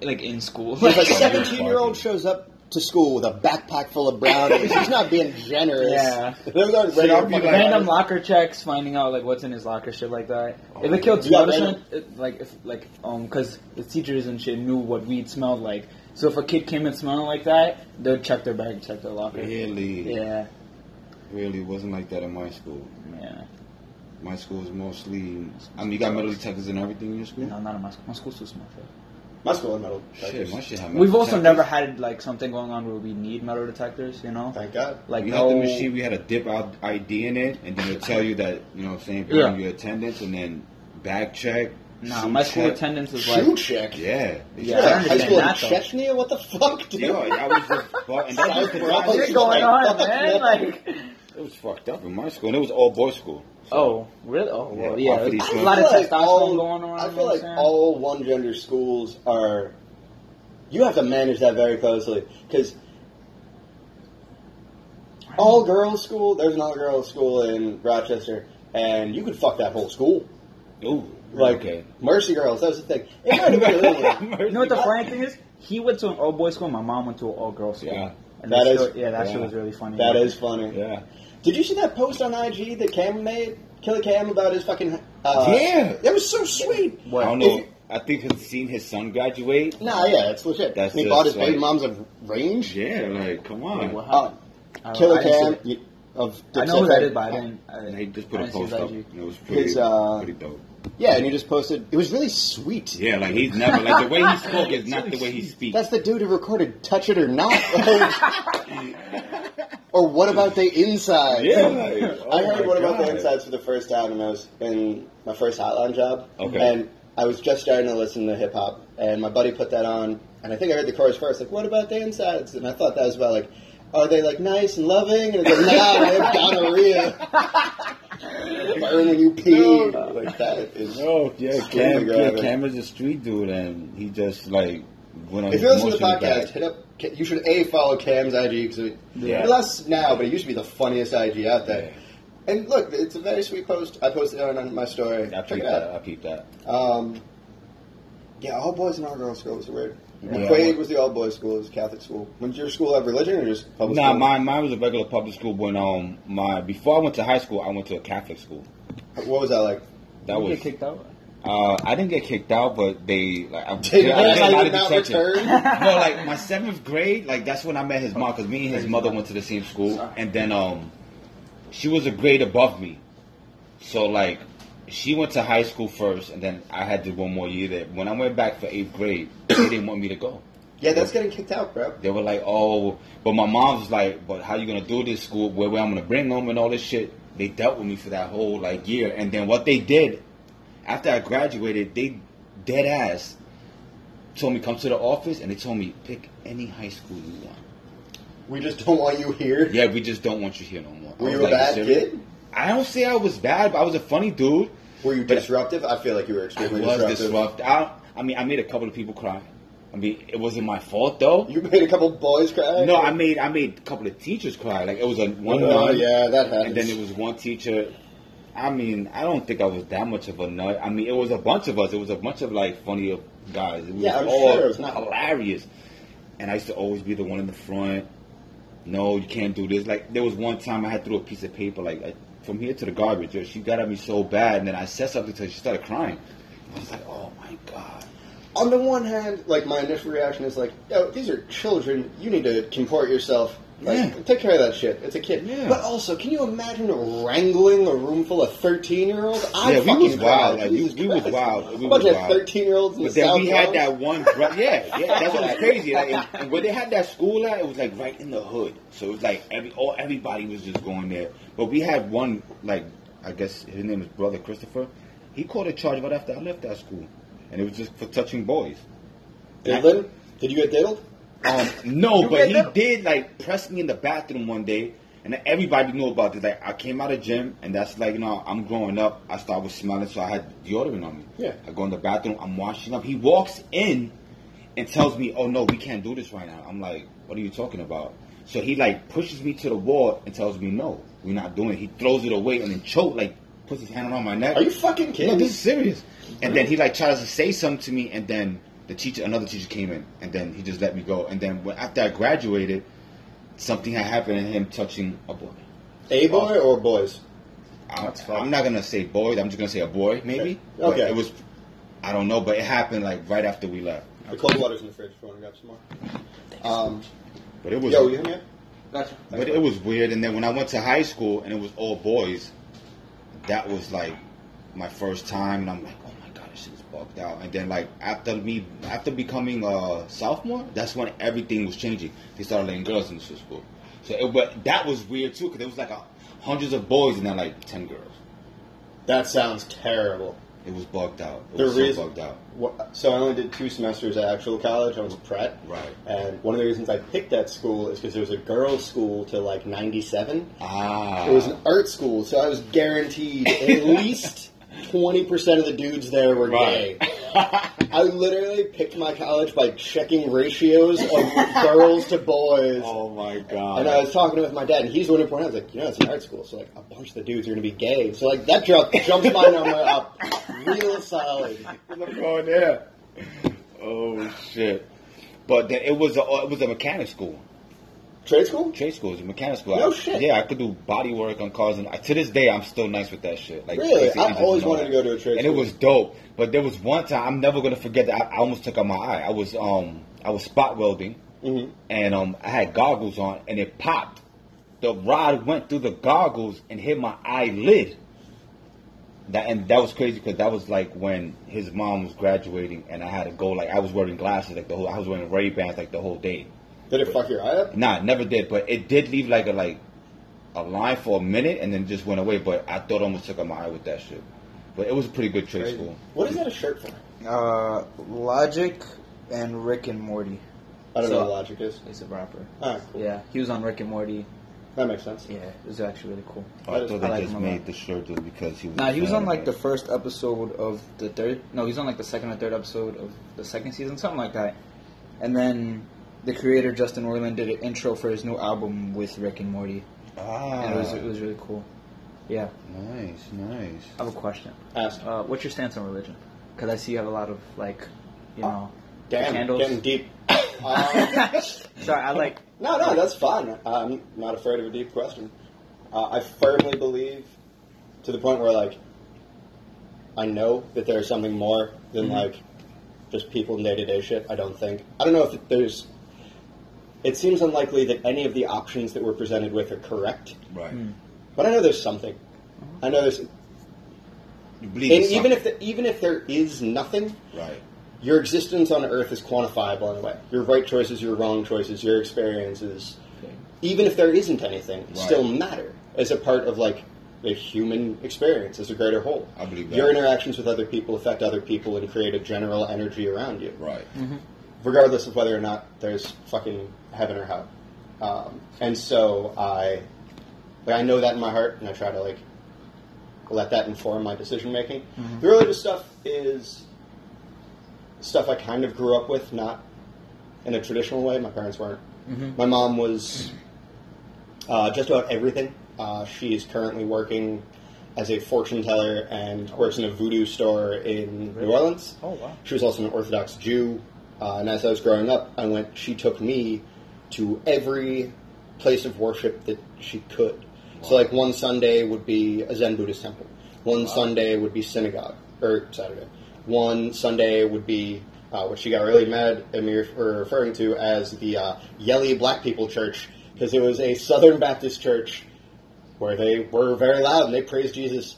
Speaker 3: like in school.
Speaker 1: It's like
Speaker 2: Yeah.
Speaker 1: seventeen year old shows up to school with a backpack full of brownies. He's not being generous.
Speaker 3: Yeah.
Speaker 1: Those aren't
Speaker 2: So
Speaker 1: regular
Speaker 2: I'll
Speaker 1: fucking
Speaker 2: be like-
Speaker 1: brownies.
Speaker 3: random locker checks, finding out like what's in his locker, shit like that. if it
Speaker 1: yeah.
Speaker 3: killed two
Speaker 1: Oh, Yeah,
Speaker 3: others,
Speaker 1: random-
Speaker 3: it- like if like um, because the teachers and shit knew what weed smelled like. So if a kid came in smelling like that, they'd check their bag, check their locker.
Speaker 2: really,
Speaker 3: Yeah,
Speaker 2: really wasn't like that in my school.
Speaker 3: yeah.
Speaker 2: My school was mostly. I mean, you got metal detectors and everything in your school.
Speaker 3: No, not in my school. My school's too small. For that.
Speaker 1: My school had metal.
Speaker 2: Shit, my
Speaker 1: detectors.
Speaker 2: shit had metal
Speaker 3: We've also
Speaker 2: detectors.
Speaker 3: never had like something going on where we need metal detectors. You know,
Speaker 1: Thank God.
Speaker 3: like oh,
Speaker 2: we
Speaker 3: no.
Speaker 2: had the machine. We had a dip out ID in it, and then they'll tell you that you know, what I'm saying, bring
Speaker 3: Yeah.
Speaker 2: your attendance, and then back check.
Speaker 3: Nah,
Speaker 2: shoe
Speaker 3: my school
Speaker 2: check.
Speaker 3: attendance was
Speaker 1: Shoe
Speaker 3: like.
Speaker 1: check.
Speaker 2: Yeah,
Speaker 3: Yeah,
Speaker 1: What,
Speaker 3: I
Speaker 1: high
Speaker 3: understand
Speaker 1: school in
Speaker 3: that, though.
Speaker 1: Chechnya? What the fuck, dude?
Speaker 2: Yo, I was just fuck, and that was the
Speaker 1: Bro,
Speaker 2: time-
Speaker 1: shit going on, man?
Speaker 3: Like,
Speaker 2: It was fucked up in my school, and it was all boys school.
Speaker 3: oh, really? Oh, well, yeah.
Speaker 2: Yeah, off of these
Speaker 3: there's A
Speaker 2: ones.
Speaker 3: lot of
Speaker 1: I feel like
Speaker 3: testosterone
Speaker 1: all-
Speaker 3: going around.
Speaker 1: I
Speaker 3: you know what
Speaker 1: feel
Speaker 3: I'm
Speaker 1: like
Speaker 3: saying?
Speaker 1: all one gender schools are. You have to manage that very closely because all girls school. There's an all girls school in Rochester, and you could fuck that whole school.
Speaker 2: Ooh,
Speaker 1: Like
Speaker 2: okay.
Speaker 1: Mercy Girls, that was the thing. It might have been a little bit-
Speaker 3: You know what the funny thing is? He went to an all boys school. My mom went to an all girls school.
Speaker 2: Yeah.
Speaker 3: and
Speaker 1: That
Speaker 3: that
Speaker 1: is-
Speaker 3: is yeah. That shit
Speaker 2: yeah.
Speaker 3: was really funny.
Speaker 1: That is funny.
Speaker 2: Yeah.
Speaker 1: Did you see that post on IG that Cam made? Killer Cam about his fucking. Uh,
Speaker 2: Yeah.
Speaker 1: that was so sweet.
Speaker 2: I
Speaker 3: What?
Speaker 2: don't know. I think he's seen his son graduate.
Speaker 1: Nah, yeah, it's legit.
Speaker 2: That's
Speaker 1: he
Speaker 2: just
Speaker 1: bought his
Speaker 2: like-
Speaker 1: baby mom's a range.
Speaker 2: Yeah, like come
Speaker 3: Wait, what
Speaker 2: on.
Speaker 1: Uh,
Speaker 3: happened? I don't-
Speaker 1: Killer
Speaker 3: I didn't see
Speaker 1: Cam
Speaker 3: that.
Speaker 1: you- of
Speaker 3: I know who
Speaker 1: Dipset
Speaker 3: that
Speaker 1: fame.
Speaker 3: is, but I didn't. I
Speaker 2: And
Speaker 3: didn't
Speaker 2: he just put a
Speaker 3: I didn't see
Speaker 2: post
Speaker 3: his
Speaker 2: up.
Speaker 3: IG.
Speaker 2: And it was pretty,
Speaker 1: His, uh,
Speaker 2: pretty dope.
Speaker 1: Yeah, and he just posted. It was really sweet.
Speaker 2: Yeah, like he's never like the way he spoke is not the way he speaks.
Speaker 1: That's the dude who recorded "Touch It or Not," or "What About the Inside."
Speaker 2: yeah, like, oh
Speaker 1: I heard
Speaker 2: my
Speaker 1: "What About the
Speaker 2: God.
Speaker 1: Insides" for the first time when I was in my first Hotline job,
Speaker 2: Okay.
Speaker 1: and I was just starting to listen to hip hop, and my buddy put that on, and I think I heard the chorus first, like "What About the Insides," and I thought that was about like, are they like nice and loving, and it's like, nah, they have gonorrhea. Burn when you pee, like that is.
Speaker 2: No, yeah,
Speaker 1: Street
Speaker 2: Cam, yeah,
Speaker 1: guy, man.
Speaker 2: Cam is a street dude, and he just like went on
Speaker 1: If
Speaker 2: his
Speaker 1: you listen to the
Speaker 2: emotions
Speaker 1: podcast,
Speaker 2: back.
Speaker 1: hit up. You should a follow Cam's IG because
Speaker 2: Yeah.
Speaker 1: less now, but it used to be the funniest IG out there.
Speaker 2: Yeah.
Speaker 1: And look, it's a very sweet post. I posted it on my story.
Speaker 2: I
Speaker 1: Check
Speaker 2: peeped
Speaker 1: it
Speaker 2: that. I
Speaker 1: out.
Speaker 2: peeped that.
Speaker 1: Um, yeah, all boys and all girls school was weird.
Speaker 2: Yeah.
Speaker 1: McQuaid was the all boys school. It was a Catholic school. Did your school have religion or just public
Speaker 2: Nah,
Speaker 1: school?
Speaker 2: mine, mine was a regular public school. When um, my before I went to high school, I went to a Catholic school.
Speaker 1: What was that like?
Speaker 2: That
Speaker 3: Did you
Speaker 2: was
Speaker 3: get kicked out.
Speaker 2: Uh, I didn't get kicked out, but they like I,
Speaker 1: Did
Speaker 2: I
Speaker 1: I
Speaker 2: got a lot of
Speaker 1: not
Speaker 2: detention.
Speaker 1: return?
Speaker 2: No, like my seventh grade, like that's when I met his mom because me and his mother went to the same school, and then um, she was a grade above me, so like she went to high school first, and then I had to one more year there. When I went back for eighth grade, they didn't want me to go.
Speaker 1: Yeah, that's getting kicked out, bro.
Speaker 2: They were like, oh, but my mom's like, but how you gonna do this school? Where, where I'm gonna bring them and all this shit? They dealt with me for that whole like year, and then what they did after I graduated, they dead ass told me come to the office, and they told me pick any high school you want.
Speaker 1: We just don't want you here.
Speaker 2: Yeah, we just don't want you here no more. I
Speaker 1: Were
Speaker 2: was
Speaker 1: you a
Speaker 2: like,
Speaker 1: bad
Speaker 2: serious?
Speaker 1: kid?
Speaker 2: I don't say I was bad, but I was a funny dude.
Speaker 1: Were you
Speaker 2: But-
Speaker 1: disruptive? I feel like you were
Speaker 2: I
Speaker 1: extremely
Speaker 2: was
Speaker 1: disruptive.
Speaker 2: disruptive. I, I mean, I made a couple of people cry. I mean, it wasn't my fault though.
Speaker 1: You made a couple boys cry.
Speaker 2: No, I made I made a couple of teachers cry. Like it was a one
Speaker 1: Oh,
Speaker 2: nun,
Speaker 1: yeah, that happens.
Speaker 2: and then it was one teacher. I mean, I don't think I was that much of a nut. I mean, it was a bunch of us. It was a bunch of like funny guys. It was
Speaker 1: Yeah, I'm
Speaker 2: all
Speaker 1: sure. It was not-
Speaker 2: hilarious. And I used to always be the one in the front. No, you can't do this. Like there was one time I had threw a piece of paper like I, from here to the garbage. Yo, She got at me so bad, and then I said something to her. She started crying. I was like, oh my god.
Speaker 1: on the one hand, like my initial reaction is like, "Yo, these are children. You need to comport yourself. Like,
Speaker 2: Yeah.
Speaker 1: take care of that shit. It's a kid."
Speaker 2: Yeah.
Speaker 1: But also, can you imagine wrangling a room full of thirteen-year-olds? I
Speaker 2: Yeah, we
Speaker 1: fucking
Speaker 2: was wild.
Speaker 1: cried.
Speaker 2: Like, we-
Speaker 1: Jesus
Speaker 2: we was
Speaker 1: Christ.
Speaker 2: wild. We
Speaker 1: A
Speaker 2: was
Speaker 1: bunch of
Speaker 2: wild.
Speaker 1: thirteen-year-olds. in
Speaker 2: But
Speaker 1: the
Speaker 2: then we
Speaker 1: South
Speaker 2: had
Speaker 1: Bronx.
Speaker 2: that one brother. Yeah, yeah, that's what was crazy. Like, and, and where they had that school at, it was like right in the hood. So it was like every all everybody was just going there. But we had one like I guess his name is brother Christopher. He caught a charge right after I left that school, and it was just for touching boys.
Speaker 1: Diddling? Did you get diddled?
Speaker 2: Um, no,
Speaker 4: You
Speaker 2: but
Speaker 4: get
Speaker 2: he
Speaker 4: them?
Speaker 2: did like press me in the bathroom one day, and everybody knew about this. Like I came out of gym, and that's like you know I'm growing up. I started smelling, so I had deodorant on me.
Speaker 1: Yeah.
Speaker 2: I go in the bathroom, I'm washing up. He walks in and tells me, "Oh no, we can't do this right now." I'm like, "What are you talking about?" So he like pushes me to the wall and tells me, "No, we're not doing it." He throws it away and then choke like puts his hand around my neck.
Speaker 1: Are you fucking kidding?
Speaker 2: No,
Speaker 1: me?
Speaker 2: this is serious. And then he like tries to say something to me, and then the teacher, another teacher came in, and then he just let me go. And then when, after I graduated, something had happened, and him touching a boy.
Speaker 1: a boy or boys?
Speaker 2: I,
Speaker 4: That's fucked.
Speaker 2: I'm not gonna say boy. I'm just gonna say a boy, maybe.
Speaker 1: Okay.
Speaker 2: But
Speaker 1: Okay.
Speaker 2: It was, I don't know, but it happened like right after we left.
Speaker 1: The cold water's in the fridge. If you want to grab some more. Um,
Speaker 2: But it was.
Speaker 1: yo, you hear me?
Speaker 4: Gotcha.
Speaker 2: But it was weird. And then when I went to high school, and it was all boys, that was like my first time, and I'm like, oh my god, this shit's bugged out. And then like after me, after becoming a sophomore, that's when everything was changing. They started letting girls in the school. So, it, but that was weird too, because it was like a, hundreds of boys and then like ten girls.
Speaker 1: That sounds terrible.
Speaker 2: It was bugged out. It
Speaker 1: The
Speaker 2: was so
Speaker 1: reason-
Speaker 2: bugged out.
Speaker 1: Wha- So I only did two semesters at actual college. I was a prep.
Speaker 2: Right.
Speaker 1: And one of the reasons I picked that school is because there was a girls' school till like '97.
Speaker 2: Ah,
Speaker 1: It was an art school, so I was guaranteed at least twenty percent of the dudes there were
Speaker 2: Right.
Speaker 1: gay. I literally picked my college by checking ratios of girls to boys.
Speaker 2: oh my god.
Speaker 1: And I was talking with my dad, and he's the one who pointed out, I was like, you know, it's an art school, so like a bunch of the dudes are going to be gay. So like that jump jumps my number up real solid.
Speaker 2: What's going there? Oh shit! But then it was a it was a mechanic school,
Speaker 1: Trade school?
Speaker 2: trade school, it was a mechanic school.
Speaker 1: No
Speaker 2: I-
Speaker 1: shit.
Speaker 2: Yeah, I could do body work on cars, and I, to this day I'm still nice with that shit. Like
Speaker 1: Really?
Speaker 2: basically,
Speaker 1: I've
Speaker 2: just
Speaker 1: always
Speaker 2: know
Speaker 1: wanted
Speaker 2: it.
Speaker 1: to go to a trade
Speaker 2: and
Speaker 1: school.
Speaker 2: it was dope. But there was one time I'm never gonna forget that I, I almost took out my eye. I was um I was spot welding,
Speaker 1: Mhm.
Speaker 2: and um I had goggles on, and it popped. The rod went through the goggles and hit my eyelid. That and that was crazy because that was like when his mom was graduating, and I had to go. Like I was wearing glasses, like the whole I was wearing Ray Bans like the whole day.
Speaker 1: Did it fuck your eye up?
Speaker 2: Nah, it never did, but it did leave like a like a line for a minute, and then just went away. But I thought I almost took out my eye with that shit. But it was a pretty good trade school.
Speaker 1: What is that a shirt for?
Speaker 4: Uh, Logic and Rick and Morty
Speaker 1: I don't know
Speaker 4: So-
Speaker 1: what logic is.
Speaker 4: is a rapper.
Speaker 1: Alright, cool.
Speaker 4: Yeah, he was on Rick and Morty.
Speaker 1: That makes sense.
Speaker 4: Yeah, it was actually really cool.
Speaker 2: Oh, I thought
Speaker 4: I
Speaker 2: they
Speaker 4: like
Speaker 2: just
Speaker 4: him a lot.
Speaker 2: made the shirt just because he was.
Speaker 4: Nah,
Speaker 2: a
Speaker 4: he was
Speaker 2: fan
Speaker 4: on
Speaker 2: of
Speaker 4: like
Speaker 2: it.
Speaker 4: the first episode of the third. No, he's on like the second or third episode of the second season, something like that. And then the creator Justin Roiland did an intro for his new album with Rick and Morty,
Speaker 2: Ah,
Speaker 4: and it was it was really cool. Yeah,
Speaker 2: nice, nice.
Speaker 4: I have a question.
Speaker 1: Ask.
Speaker 4: Uh, what's your stance on religion? Because I see you have a lot of like, you know,
Speaker 1: Damn,
Speaker 4: candles.
Speaker 1: getting deep. um,
Speaker 4: Sorry, I like.
Speaker 1: No, no, that's fine. I'm not afraid of a deep question. Uh, I firmly believe to the point where, like, I know that there's something more than,
Speaker 4: Mhm.
Speaker 1: like, just people in day to day shit, I don't think. I don't know if there's. It seems unlikely that any of the options that we're presented with are correct,
Speaker 2: Right.
Speaker 4: Mm.
Speaker 1: but I know there's something.
Speaker 4: Mm-hmm.
Speaker 1: I know there's.
Speaker 2: You
Speaker 1: And
Speaker 2: believe in
Speaker 1: even
Speaker 2: something.
Speaker 1: if, the, even if there is nothing,
Speaker 2: right.
Speaker 1: your existence on Earth is quantifiable in a way. Your right choices, your wrong choices, your experiences, even if there isn't anything, still matter as a part of like the human experience as a greater whole.
Speaker 2: I believe that.
Speaker 1: Your interactions with other people affect other people and create a general energy around you
Speaker 2: Right.
Speaker 1: regardless of whether or not there's fucking heaven or hell. Um, and so I, like, I know that in my heart, and I try to like let that inform my decision making.
Speaker 3: Mm-hmm.
Speaker 1: The religious stuff is stuff I kind of grew up with, not in a traditional way. My parents weren't.
Speaker 3: Mm-hmm.
Speaker 1: My mom was uh, just about everything. Uh, she is currently working as a fortune teller and works in a voodoo store in New Orleans.
Speaker 3: Oh, wow.
Speaker 1: She was also an Orthodox Jew, uh, and as I was growing up, I went. She took me to every place of worship that she could. So, like one Sunday would be a Zen Buddhist temple. One Sunday would be synagogue or Saturday. One Sunday would be uh, what she got really mad at me for referring to as the uh, Yelly Black People Church because it was a Southern Baptist church where they were very loud and they praised Jesus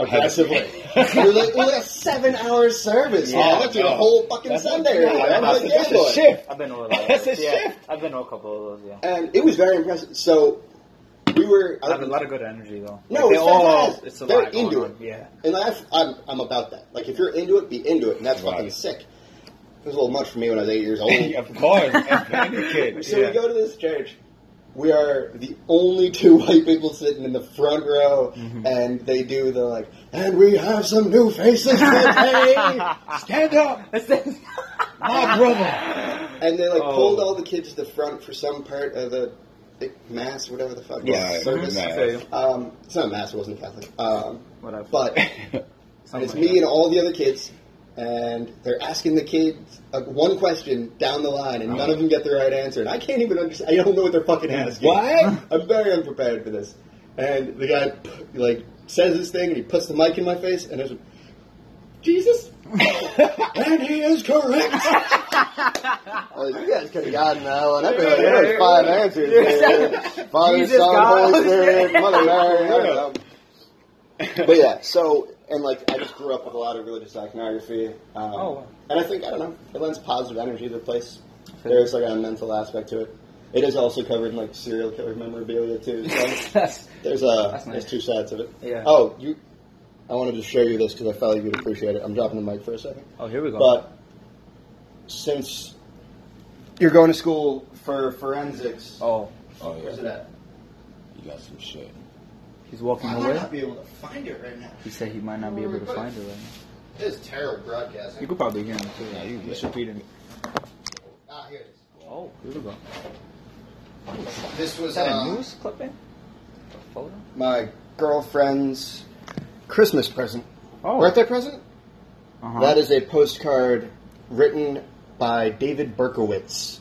Speaker 1: aggressively. it, was like, it was like a seven hour service. Yeah,
Speaker 2: Yeah,
Speaker 1: I went through
Speaker 2: no.
Speaker 1: the whole fucking
Speaker 2: That's-
Speaker 1: Sunday.
Speaker 2: yeah,
Speaker 1: right? I'm
Speaker 2: that's-
Speaker 1: like,
Speaker 2: that's
Speaker 1: yeah,
Speaker 2: a
Speaker 1: boy.
Speaker 2: shift.
Speaker 5: I've been to a lot of
Speaker 2: That's
Speaker 5: those.
Speaker 2: a
Speaker 5: yeah,
Speaker 2: shift.
Speaker 5: I've been to a couple of those. Yeah.
Speaker 1: And it was very impressive. So we were.
Speaker 3: A lot, of, a lot of good energy though.
Speaker 1: No,
Speaker 3: they
Speaker 1: it's
Speaker 3: all-
Speaker 1: fantastic.
Speaker 3: it's a
Speaker 1: They're
Speaker 3: lot going
Speaker 1: into
Speaker 3: on.
Speaker 1: it.
Speaker 3: Yeah,
Speaker 1: and I've, I'm, I'm about that. Like, if you're into it, be into it, and that's
Speaker 2: Right.
Speaker 1: fucking sick. It was a little much for me when I was eight years old.
Speaker 2: of course. I've been a kid.
Speaker 1: So
Speaker 2: Yeah.
Speaker 1: we go to this church. We are the only two white people sitting in the front row, and they do the like, and we have some new faces today.
Speaker 2: Stand up, my brother.
Speaker 1: and they like
Speaker 3: Oh.
Speaker 1: pulled all the kids to the front for some part of the the mass, whatever the fuck.
Speaker 2: Yeah,
Speaker 1: was, service.
Speaker 2: mass.
Speaker 3: I feel you.
Speaker 1: Um, it's not mass. It wasn't Catholic. Um,
Speaker 3: Whatever.
Speaker 1: but
Speaker 3: Something
Speaker 1: it's
Speaker 3: like
Speaker 1: me
Speaker 3: that.
Speaker 1: and all the other kids, and they're asking the kids uh, one question down the line, and none of them get the right answer. And I can't even understand. I don't know what they're fucking asking.
Speaker 2: What?
Speaker 1: I'm very unprepared for this. And the guy like says this thing, and he puts the mic in my face, and I was like, Jesus, and he is correct. I was like, you guys could have gotten that one. I've been like, there's five answers. Here. Father,
Speaker 3: Jesus,
Speaker 1: Son,
Speaker 3: God.
Speaker 1: Holy Spirit, Mother Mary. I don't know but yeah, so and like I just grew up with a lot of religious iconography. Um,
Speaker 3: Oh, wow.
Speaker 1: and I think I don't know, it lends positive energy to the place. There's like a mental aspect to it. It is also covered in like serial killer memorabilia too. So
Speaker 3: That's
Speaker 1: there's a
Speaker 3: That's nice.
Speaker 1: there's two sides of it.
Speaker 3: Yeah.
Speaker 1: Oh, you. I wanted to show you this because I felt like you'd appreciate it. I'm dropping the mic for a second.
Speaker 3: oh here we go.
Speaker 1: But since you're going to school for forensics,
Speaker 3: oh,
Speaker 2: Oh
Speaker 1: where's it
Speaker 2: yeah,
Speaker 1: at?
Speaker 2: you got some shit.
Speaker 3: he's walking
Speaker 1: I might
Speaker 3: away.
Speaker 1: not be able to find it right now.
Speaker 3: He said he might not be able to find it right now.
Speaker 1: This is terrible
Speaker 3: You
Speaker 1: broadcasting.
Speaker 3: could probably hear him too.
Speaker 2: Yeah, you
Speaker 3: He's
Speaker 2: good.
Speaker 3: repeating.
Speaker 1: Ah, here it is.
Speaker 3: Oh, here we go.
Speaker 1: This was
Speaker 3: Is that
Speaker 1: uh,
Speaker 3: a news clipping? A photo?
Speaker 1: my girlfriend's Christmas present,
Speaker 3: Oh.
Speaker 1: birthday present.
Speaker 3: Uh-huh.
Speaker 1: That is a postcard written by David Berkowitz,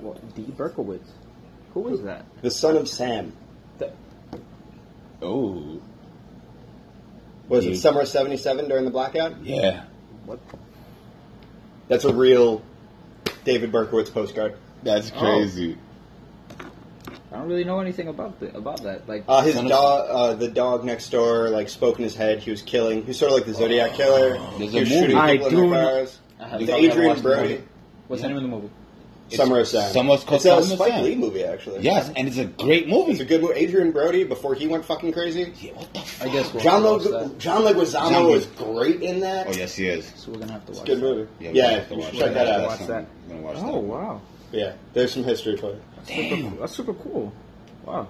Speaker 3: What, D. Berkowitz. Who is that?
Speaker 1: the son of Sam.
Speaker 2: Oh
Speaker 1: Was it
Speaker 2: Yeah.
Speaker 1: summer of '77 during the blackout?
Speaker 2: yeah.
Speaker 3: What?
Speaker 1: That's a real David Berkowitz postcard.
Speaker 2: That's
Speaker 3: crazy. I don't really know anything about the, about that. Like,
Speaker 1: Uh, his
Speaker 2: Son of-
Speaker 1: dog, uh, the dog next door, like spoke in his head. He was killing. He was sort of like the Zodiac killer.
Speaker 2: Oh. There's
Speaker 1: he
Speaker 2: a
Speaker 1: was
Speaker 2: movie.
Speaker 1: shooting
Speaker 3: I
Speaker 1: people
Speaker 3: do
Speaker 1: in their
Speaker 3: know-
Speaker 1: cars.
Speaker 3: I have-
Speaker 1: It's
Speaker 3: I've never
Speaker 1: Adrian
Speaker 3: watched the movie.
Speaker 1: Brody.
Speaker 3: What's the name of the movie?
Speaker 1: Summer of Sam.
Speaker 2: Summer's called
Speaker 1: it's a
Speaker 2: Summer of
Speaker 1: Spike
Speaker 2: Sam.
Speaker 1: Lee movie, actually.
Speaker 2: Yes, and it's a great
Speaker 1: It's a
Speaker 2: movie.
Speaker 1: good movie. Adrian Brody, before he went fucking crazy.
Speaker 2: Yeah, what the
Speaker 3: I
Speaker 2: fuck?
Speaker 3: guess we'll
Speaker 1: John,
Speaker 3: watch
Speaker 1: Legu-
Speaker 3: that.
Speaker 1: John Leguizamo
Speaker 2: John-
Speaker 1: was great in that.
Speaker 2: Oh yes, he is.
Speaker 3: So we're gonna have to watch.
Speaker 1: Good
Speaker 3: that.
Speaker 1: movie. Yeah,
Speaker 2: we have to
Speaker 1: you
Speaker 2: watch
Speaker 1: should check that
Speaker 3: that.
Speaker 1: out.
Speaker 3: Watch
Speaker 2: something.
Speaker 3: that.
Speaker 2: We're gonna watch
Speaker 3: Oh
Speaker 2: that.
Speaker 3: wow,
Speaker 1: Yeah, there's some history for it.
Speaker 2: Damn.
Speaker 3: that's super cool. Wow.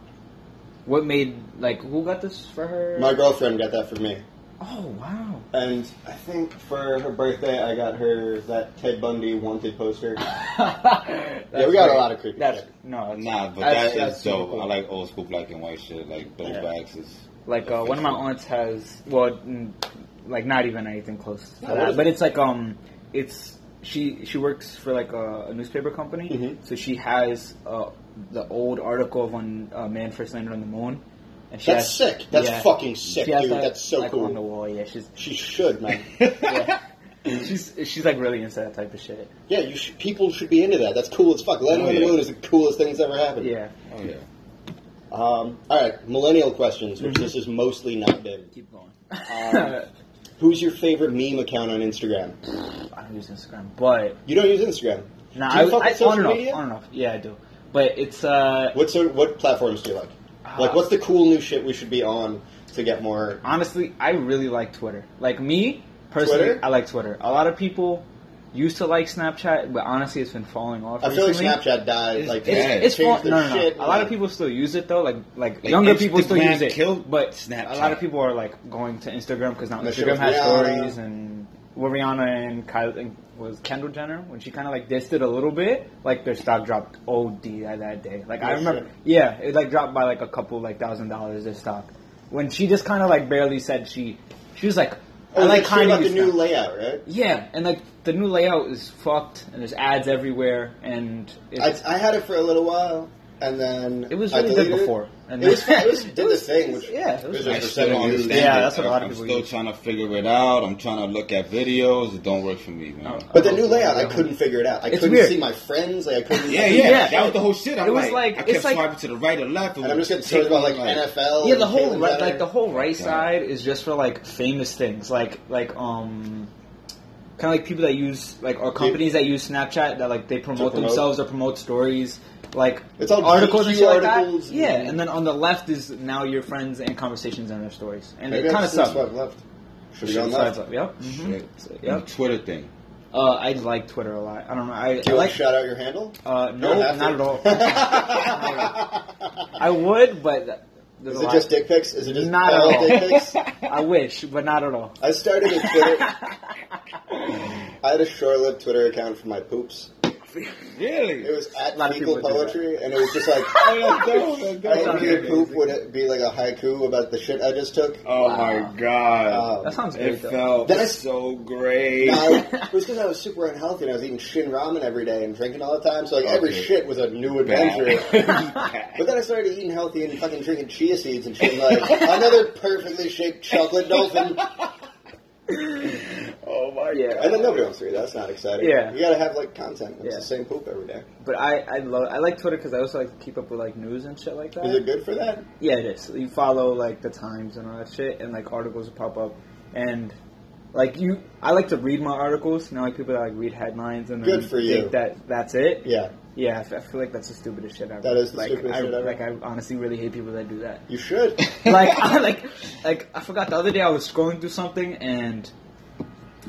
Speaker 3: What made like who got this for her?
Speaker 1: My girlfriend got that for me,
Speaker 3: oh wow.
Speaker 1: and I think for her birthday I got her that Ted Bundy wanted poster.
Speaker 3: yeah,
Speaker 1: we got a lot of creepy
Speaker 3: That's
Speaker 1: shit.
Speaker 3: no, that's,
Speaker 2: Nah, but
Speaker 3: That's-
Speaker 2: that
Speaker 3: that's
Speaker 2: is dope.
Speaker 3: cool.
Speaker 2: I like old school black and white shit, like
Speaker 1: Yeah.
Speaker 2: throwbacks. Is
Speaker 3: like uh, one of my aunts has well mm, like not even anything close to
Speaker 1: No, what
Speaker 3: that
Speaker 1: is
Speaker 3: but
Speaker 1: it?
Speaker 3: it's like um it's she she works for like a, a newspaper company
Speaker 1: Mhm.
Speaker 3: so she has uh, the old article of when uh, man first landed on the moon and she
Speaker 1: That's
Speaker 3: has-
Speaker 1: sick. That's fucking sick,
Speaker 3: She has
Speaker 1: dude.
Speaker 3: that,
Speaker 1: That's so
Speaker 3: like,
Speaker 1: cool.
Speaker 3: on the wall yeah she's
Speaker 1: She should, man.
Speaker 3: yeah. she's she's like really into that type of shit
Speaker 1: yeah, you sh- people should be into that. That's cool as fuck. Landing
Speaker 2: Oh,
Speaker 1: on the
Speaker 2: yeah.
Speaker 1: moon is the coolest thing that's ever happened.
Speaker 3: yeah
Speaker 2: Oh yeah.
Speaker 3: Mm-hmm.
Speaker 1: Um, all right, millennial questions, which this is mostly not been.
Speaker 3: keep going
Speaker 1: Um, Who's your favorite meme account on Instagram?
Speaker 3: I don't use Instagram, but
Speaker 1: You don't use Instagram.
Speaker 3: nah,
Speaker 1: Do you
Speaker 3: I,
Speaker 1: fuck
Speaker 3: I, on
Speaker 1: with
Speaker 3: and
Speaker 1: social
Speaker 3: off,
Speaker 1: media?
Speaker 3: on and off. Yeah, I do. But it's uh,
Speaker 1: What sort? What platforms do you like? Like,
Speaker 3: Ah.
Speaker 1: what's the cool new shit we should be on to get more?
Speaker 3: honestly, I really like Twitter. Like me personally,
Speaker 1: Twitter?
Speaker 3: I like Twitter. A lot of people used to like Snapchat, but honestly, it's been falling off.
Speaker 1: I feel like
Speaker 3: recently.
Speaker 1: Snapchat died.
Speaker 2: It's-
Speaker 1: like,
Speaker 2: it's-
Speaker 1: they
Speaker 3: It's fall-
Speaker 1: changed
Speaker 3: no,
Speaker 1: their
Speaker 3: no, no.
Speaker 1: shit.
Speaker 3: A lot of people still use it though. Like, like,
Speaker 2: Like,
Speaker 3: younger people still
Speaker 2: Instagram
Speaker 3: use it.
Speaker 2: killed
Speaker 3: but
Speaker 2: Snapchat.
Speaker 3: a lot of people are like going to Instagram because now
Speaker 1: And the shit
Speaker 3: Instagram
Speaker 1: with
Speaker 3: has
Speaker 1: Rihanna.
Speaker 3: stories and well, Rihanna and Kyle and was Kendall Jenner when she kind of like dissed it a little bit. Like their stock dropped OD that, that day. Like I
Speaker 1: Yeah,
Speaker 3: remember,
Speaker 1: sure.
Speaker 3: yeah, it like dropped by like a couple like thousand dollars their stock when she just kind of like barely said she she was like.
Speaker 1: Oh,
Speaker 3: I
Speaker 1: is
Speaker 3: like
Speaker 1: that shit
Speaker 3: kind
Speaker 1: about
Speaker 3: of
Speaker 1: the new layout, right?
Speaker 3: yeah, and like the new layout is fucked, and there's ads everywhere, and
Speaker 1: I, I had it for a little while, and then
Speaker 3: It was
Speaker 1: I
Speaker 3: really good
Speaker 1: deleted it.
Speaker 3: before, and
Speaker 1: it was
Speaker 3: then-
Speaker 1: fun. It was, did the thing, which
Speaker 3: yeah, it was
Speaker 1: is
Speaker 2: I
Speaker 1: a
Speaker 2: still
Speaker 1: percent
Speaker 2: don't
Speaker 1: on
Speaker 2: understand.
Speaker 1: YouTube.
Speaker 3: Yeah,
Speaker 2: it.
Speaker 3: that's what a lot of
Speaker 2: I'm
Speaker 3: people
Speaker 2: still
Speaker 3: use.
Speaker 2: trying to figure it out. I'm trying to look at videos. It don't work for me, man.
Speaker 3: Oh.
Speaker 1: But the new layout, I couldn't figure it out. I
Speaker 3: It's
Speaker 1: couldn't
Speaker 3: weird.
Speaker 1: see my friends. Like I couldn't.
Speaker 2: Yeah, yeah,
Speaker 3: Yeah.
Speaker 2: That was the whole shit. I'm
Speaker 3: It was like-
Speaker 2: like, I
Speaker 3: it's
Speaker 2: kept
Speaker 3: like-
Speaker 2: swiping to the right or left.
Speaker 1: And I'm just getting stories about like NFL.
Speaker 3: Yeah, the
Speaker 1: and
Speaker 3: whole
Speaker 1: Caitlyn
Speaker 3: right,
Speaker 1: Jenner.
Speaker 3: like the whole right
Speaker 2: Yeah.
Speaker 3: side is just for like famous things, like like um, kind of like people that use like or companies that use Snapchat that like they promote,
Speaker 1: promote?
Speaker 3: themselves or promote stories, like
Speaker 1: It's all
Speaker 3: articles and
Speaker 1: GQ
Speaker 3: shit like that.
Speaker 1: articles and-
Speaker 3: yeah, and then on the left is now your friends and conversations and their stories, and
Speaker 1: Maybe
Speaker 3: it kind of
Speaker 1: that's-
Speaker 3: sucks.
Speaker 1: that's why I've left. Should have
Speaker 3: Shit
Speaker 1: gone
Speaker 3: slides
Speaker 1: left.
Speaker 3: up, Yep.
Speaker 2: Mm-hmm.
Speaker 3: mhm.
Speaker 2: Yeah.
Speaker 3: Yep.
Speaker 2: Twitter thing.
Speaker 3: Uh, I like Twitter a lot. I don't know. I, I
Speaker 1: Do you want
Speaker 3: like
Speaker 1: to shout out your handle?
Speaker 3: Uh,
Speaker 1: You
Speaker 3: no,
Speaker 1: don't have
Speaker 3: not
Speaker 1: to.
Speaker 3: at all. I would, but there's
Speaker 1: Is
Speaker 3: a
Speaker 1: it
Speaker 3: lot.
Speaker 1: just dick pics? Is it just
Speaker 3: Not at
Speaker 1: all
Speaker 3: all.
Speaker 1: dick pics?
Speaker 3: Oh. I wish, but not at all.
Speaker 1: I started a Twitter. I had a short-lived Twitter account for my poops. It
Speaker 2: Really?
Speaker 1: was at
Speaker 3: A lot of
Speaker 1: fecal
Speaker 3: people do that.
Speaker 1: poetry, and it was just like
Speaker 2: Oh,
Speaker 1: I
Speaker 3: sounds
Speaker 1: didn't need
Speaker 3: amazing.
Speaker 1: a poop would it be like a haiku about the shit I just took.
Speaker 2: Oh
Speaker 3: Wow.
Speaker 2: my god.
Speaker 1: Um,
Speaker 3: That sounds
Speaker 2: it
Speaker 3: great. though.
Speaker 2: felt
Speaker 1: That's-
Speaker 2: so great.
Speaker 1: No, I- it was because I was super unhealthy and I was eating shin ramen every day and drinking all the time. So like every
Speaker 2: Okay.
Speaker 1: shit was a new adventure.
Speaker 2: Bad.
Speaker 1: But then I started eating healthy and fucking drinking chia seeds and shit. And like another perfectly shaped chocolate dolphin.
Speaker 2: oh my
Speaker 3: Yeah.
Speaker 1: And then nobody wants to read that. That's not exciting.
Speaker 3: Yeah.
Speaker 1: you gotta have like content. It's
Speaker 3: Yeah.
Speaker 1: the same poop every day.
Speaker 3: But I, I love I like Twitter because I also like to keep up with like news and shit like that.
Speaker 1: Is it good for that?
Speaker 3: Yeah, it is. You follow like the Times and all that shit, and like articles will pop up, and like you, I like to read my articles. You know, like people that like read headlines and then
Speaker 1: Good for
Speaker 3: think
Speaker 1: you.
Speaker 3: that that's it.
Speaker 1: Yeah,
Speaker 3: Yeah, I f- I feel like that's the stupidest shit ever.
Speaker 1: That is the
Speaker 3: like,
Speaker 1: stupidest
Speaker 3: I,
Speaker 1: shit ever.
Speaker 3: Like I honestly really hate people that do that.
Speaker 1: you should.
Speaker 3: like I like like I forgot the other day I was scrolling through something and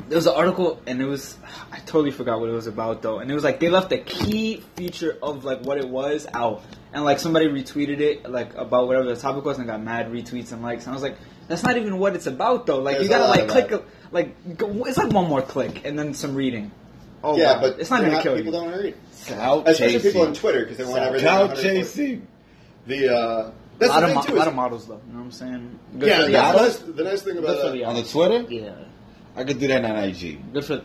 Speaker 3: there was an article and it was I totally forgot what it was about though and it was like they left the key feature of like what it was out and like somebody retweeted it like about whatever the topic was and got mad retweets and likes and I was like that's not even what it's about though like
Speaker 1: There's
Speaker 3: you
Speaker 1: a
Speaker 3: gotta
Speaker 1: lot
Speaker 3: like
Speaker 1: of
Speaker 3: click
Speaker 1: that.
Speaker 3: a, like go, it's like one more click and then some reading oh
Speaker 1: yeah,
Speaker 3: wow.
Speaker 1: but
Speaker 3: it's not
Speaker 1: they're
Speaker 3: gonna kill
Speaker 1: people
Speaker 3: you
Speaker 1: don't read,
Speaker 2: Cloud
Speaker 1: especially people on
Speaker 2: chasing.
Speaker 1: Twitter because they want everything.
Speaker 2: Cloud
Speaker 1: 100%.
Speaker 2: chasing.
Speaker 1: The uh,
Speaker 3: a
Speaker 1: that's
Speaker 3: lot
Speaker 1: the
Speaker 3: of,
Speaker 1: thing
Speaker 3: mo-
Speaker 1: too.
Speaker 3: lot
Speaker 1: is-
Speaker 3: of models though you know what I'm saying Good
Speaker 1: yeah,
Speaker 3: for
Speaker 2: yeah.
Speaker 3: y'all.
Speaker 1: that's, that's the nice thing about.
Speaker 3: Good for
Speaker 1: that.
Speaker 3: the-
Speaker 2: On the Twitter?
Speaker 3: yeah
Speaker 2: I could do that on IG.
Speaker 3: good for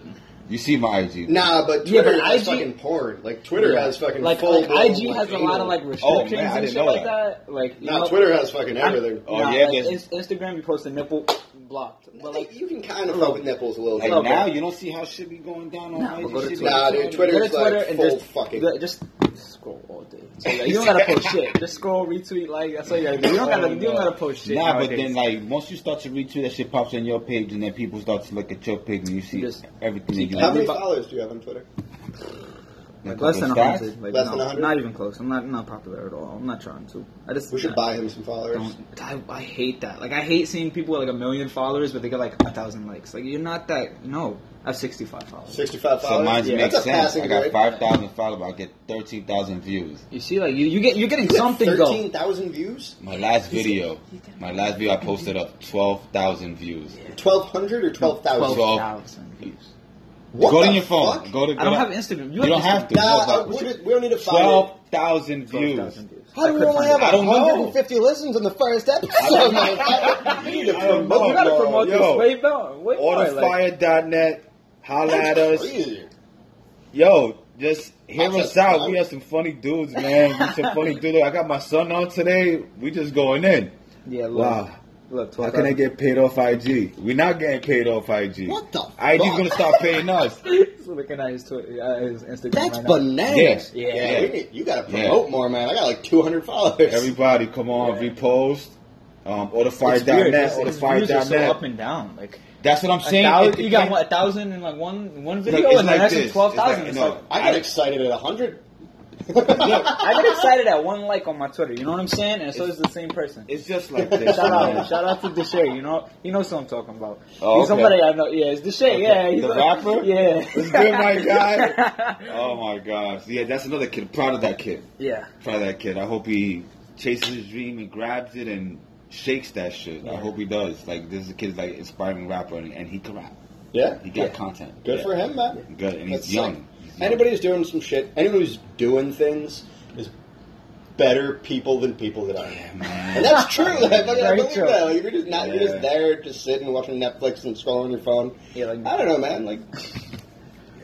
Speaker 2: You see my IG.
Speaker 1: Nah, but
Speaker 3: Yeah,
Speaker 1: Twitter
Speaker 3: but
Speaker 1: has
Speaker 3: IG
Speaker 1: fucking porn. Like Twitter
Speaker 3: Yeah.
Speaker 1: has fucking
Speaker 3: like,
Speaker 1: full
Speaker 3: like
Speaker 1: blown,
Speaker 3: IG has a
Speaker 1: anal.
Speaker 3: lot of like
Speaker 2: Oh, man, I
Speaker 3: restrictions and
Speaker 2: didn't
Speaker 3: shit
Speaker 2: know
Speaker 3: like that. Like you
Speaker 1: No,
Speaker 3: know,
Speaker 1: Twitter has fucking
Speaker 3: I'm-
Speaker 1: everything.
Speaker 2: Oh,
Speaker 3: nah,
Speaker 2: yeah,
Speaker 3: like, Ins-
Speaker 2: there's-
Speaker 3: Instagram you post a nipple blocked, but like
Speaker 1: you can kind of fuck with nipples a little
Speaker 2: Like
Speaker 1: bit.
Speaker 3: Okay.
Speaker 2: now, you don't see how shit be going down on
Speaker 3: Nah,
Speaker 2: IG.
Speaker 3: but go to
Speaker 2: shit be
Speaker 3: Twitter.
Speaker 1: Nah,
Speaker 2: going
Speaker 1: dude,
Speaker 2: down.
Speaker 1: Twitter
Speaker 3: go to
Speaker 1: is like
Speaker 3: Twitter and
Speaker 1: full
Speaker 3: just
Speaker 1: fucking.
Speaker 3: the- just scroll all day. So, like, you don't gotta post shit. Just scroll, retweet, like that's all you gotta do. You don't gotta, you don't gotta post shit.
Speaker 2: Nah, but
Speaker 3: nowadays.
Speaker 2: then like once you start to retweet, that shit pops on your page, and then people start to look at your page, and you see
Speaker 3: Just-
Speaker 2: everything that you
Speaker 1: How many
Speaker 3: everybody-
Speaker 1: followers do you have on Twitter?
Speaker 3: like, less than
Speaker 2: Couple stacks?
Speaker 3: hundred, like
Speaker 1: Less
Speaker 3: no,
Speaker 1: than 100?
Speaker 3: not even close. I'm not I'm not popular at all. I'm not trying to. I just
Speaker 1: We should buy him some followers.
Speaker 3: Don't, I, I hate that. Like I hate seeing people with like a million followers, but they get like a thousand likes. Like you're not that. No, I have sixty five followers.
Speaker 1: Sixty-five
Speaker 2: So
Speaker 1: followers.
Speaker 2: mine
Speaker 1: yeah,
Speaker 2: makes
Speaker 1: that's a
Speaker 2: sense.
Speaker 1: passing
Speaker 2: I got
Speaker 1: grade.
Speaker 2: five thousand followers. I get thirteen thousand views.
Speaker 3: You see, like you, you get you're getting something
Speaker 1: Thirteen
Speaker 3: going.
Speaker 1: thousand views.
Speaker 2: My last video, my last video, I posted up twelve thousand views.
Speaker 1: Twelve hundred or twelve thousand?
Speaker 2: Twelve.
Speaker 3: thousand.
Speaker 1: What
Speaker 2: go
Speaker 1: the
Speaker 2: to your phone.
Speaker 1: fuck?
Speaker 2: Go to. Go
Speaker 3: I don't
Speaker 2: to-
Speaker 3: have Instagram.
Speaker 2: You don't have to.
Speaker 1: Nah, I-
Speaker 2: No,
Speaker 1: we
Speaker 2: but
Speaker 1: don't- we don't need to follow.
Speaker 2: Twelve thousand views.
Speaker 1: How do we only have
Speaker 2: I don't know.
Speaker 1: 150 listens on the first episode? man? We need to
Speaker 2: I
Speaker 1: promote
Speaker 2: don't know.
Speaker 3: You gotta
Speaker 2: Yo,
Speaker 3: promote
Speaker 2: yo.
Speaker 3: this way better. Way more, like,
Speaker 2: Orderfire.net. Holla at
Speaker 1: That's
Speaker 2: us.
Speaker 1: crazy.
Speaker 2: Yo, just hear
Speaker 1: I'm
Speaker 2: us
Speaker 1: just-
Speaker 2: out.
Speaker 1: I'm-
Speaker 2: We have some funny dudes, man. We some funny dudes. I got my son on today. We just going in.
Speaker 3: yeah, look,
Speaker 2: Wow.
Speaker 3: look,
Speaker 2: How
Speaker 3: twelve
Speaker 2: can I
Speaker 3: thousand.
Speaker 2: get paid off IG? We're not getting paid off IG.
Speaker 1: What the
Speaker 2: IG's
Speaker 1: fuck?
Speaker 2: gonna start paying us.
Speaker 3: He's looking at his Twitter, uh, his Instagram.
Speaker 1: That's
Speaker 3: right now.
Speaker 1: bananas.
Speaker 2: Yes.
Speaker 3: Yeah.
Speaker 1: we need- you gotta
Speaker 2: Yeah.
Speaker 1: promote more, man. I got like 200 followers.
Speaker 2: Everybody, come on, repost. Um,
Speaker 3: It's weird.
Speaker 2: orderfire.net,
Speaker 3: His- his views are so up
Speaker 2: orderfire.net.
Speaker 3: and down. Like
Speaker 2: That's what I'm
Speaker 3: A
Speaker 2: saying.
Speaker 3: thou-
Speaker 2: It
Speaker 3: you got
Speaker 2: depends-
Speaker 3: what a thousand in like one one
Speaker 2: Look,
Speaker 3: video,
Speaker 2: it's
Speaker 3: and
Speaker 2: like
Speaker 3: the next
Speaker 2: this.
Speaker 3: is twelve thousand.
Speaker 2: It's
Speaker 3: It's
Speaker 2: like-
Speaker 3: like,
Speaker 2: no,
Speaker 1: I got excited at 100.
Speaker 3: I get excited at one like on my Twitter. You know what I'm saying? And so it's the same person.
Speaker 2: It's just like this.
Speaker 3: Shout
Speaker 2: man.
Speaker 3: out, shout out to Deshay. You know, he knows who I'm talking about.
Speaker 2: Oh,
Speaker 3: he's
Speaker 2: okay.
Speaker 3: somebody I know. Yeah, it's Deshay.
Speaker 2: Okay.
Speaker 3: Yeah, he's
Speaker 2: The
Speaker 3: a-
Speaker 2: rapper?
Speaker 3: Yeah,
Speaker 2: It's been my guy. Oh my gosh. Yeah, that's another kid. Proud of that kid.
Speaker 3: yeah,
Speaker 2: Proud of that kid. I hope he chases his dream and grabs it and shakes that shit. I
Speaker 3: Yeah.
Speaker 2: hope he does. Like this is a kid like inspiring rapper and, and he can rap.
Speaker 1: Yeah,
Speaker 2: He got
Speaker 3: Yeah.
Speaker 2: content.
Speaker 1: good
Speaker 2: Yeah.
Speaker 1: for him, man.
Speaker 2: Good and
Speaker 1: That's sick.
Speaker 2: he's young. He's young.
Speaker 1: Anybody who's doing some shit, anybody who's doing things is better people than people that are.
Speaker 2: Yeah, man.
Speaker 1: And that's true. I fucking I
Speaker 3: Very
Speaker 1: believe
Speaker 3: true.
Speaker 1: that. Like, you're just not you're
Speaker 2: Yeah.
Speaker 1: just there just sitting watching Netflix and scrolling your phone.
Speaker 3: yeah. Like
Speaker 1: I don't know, man. Like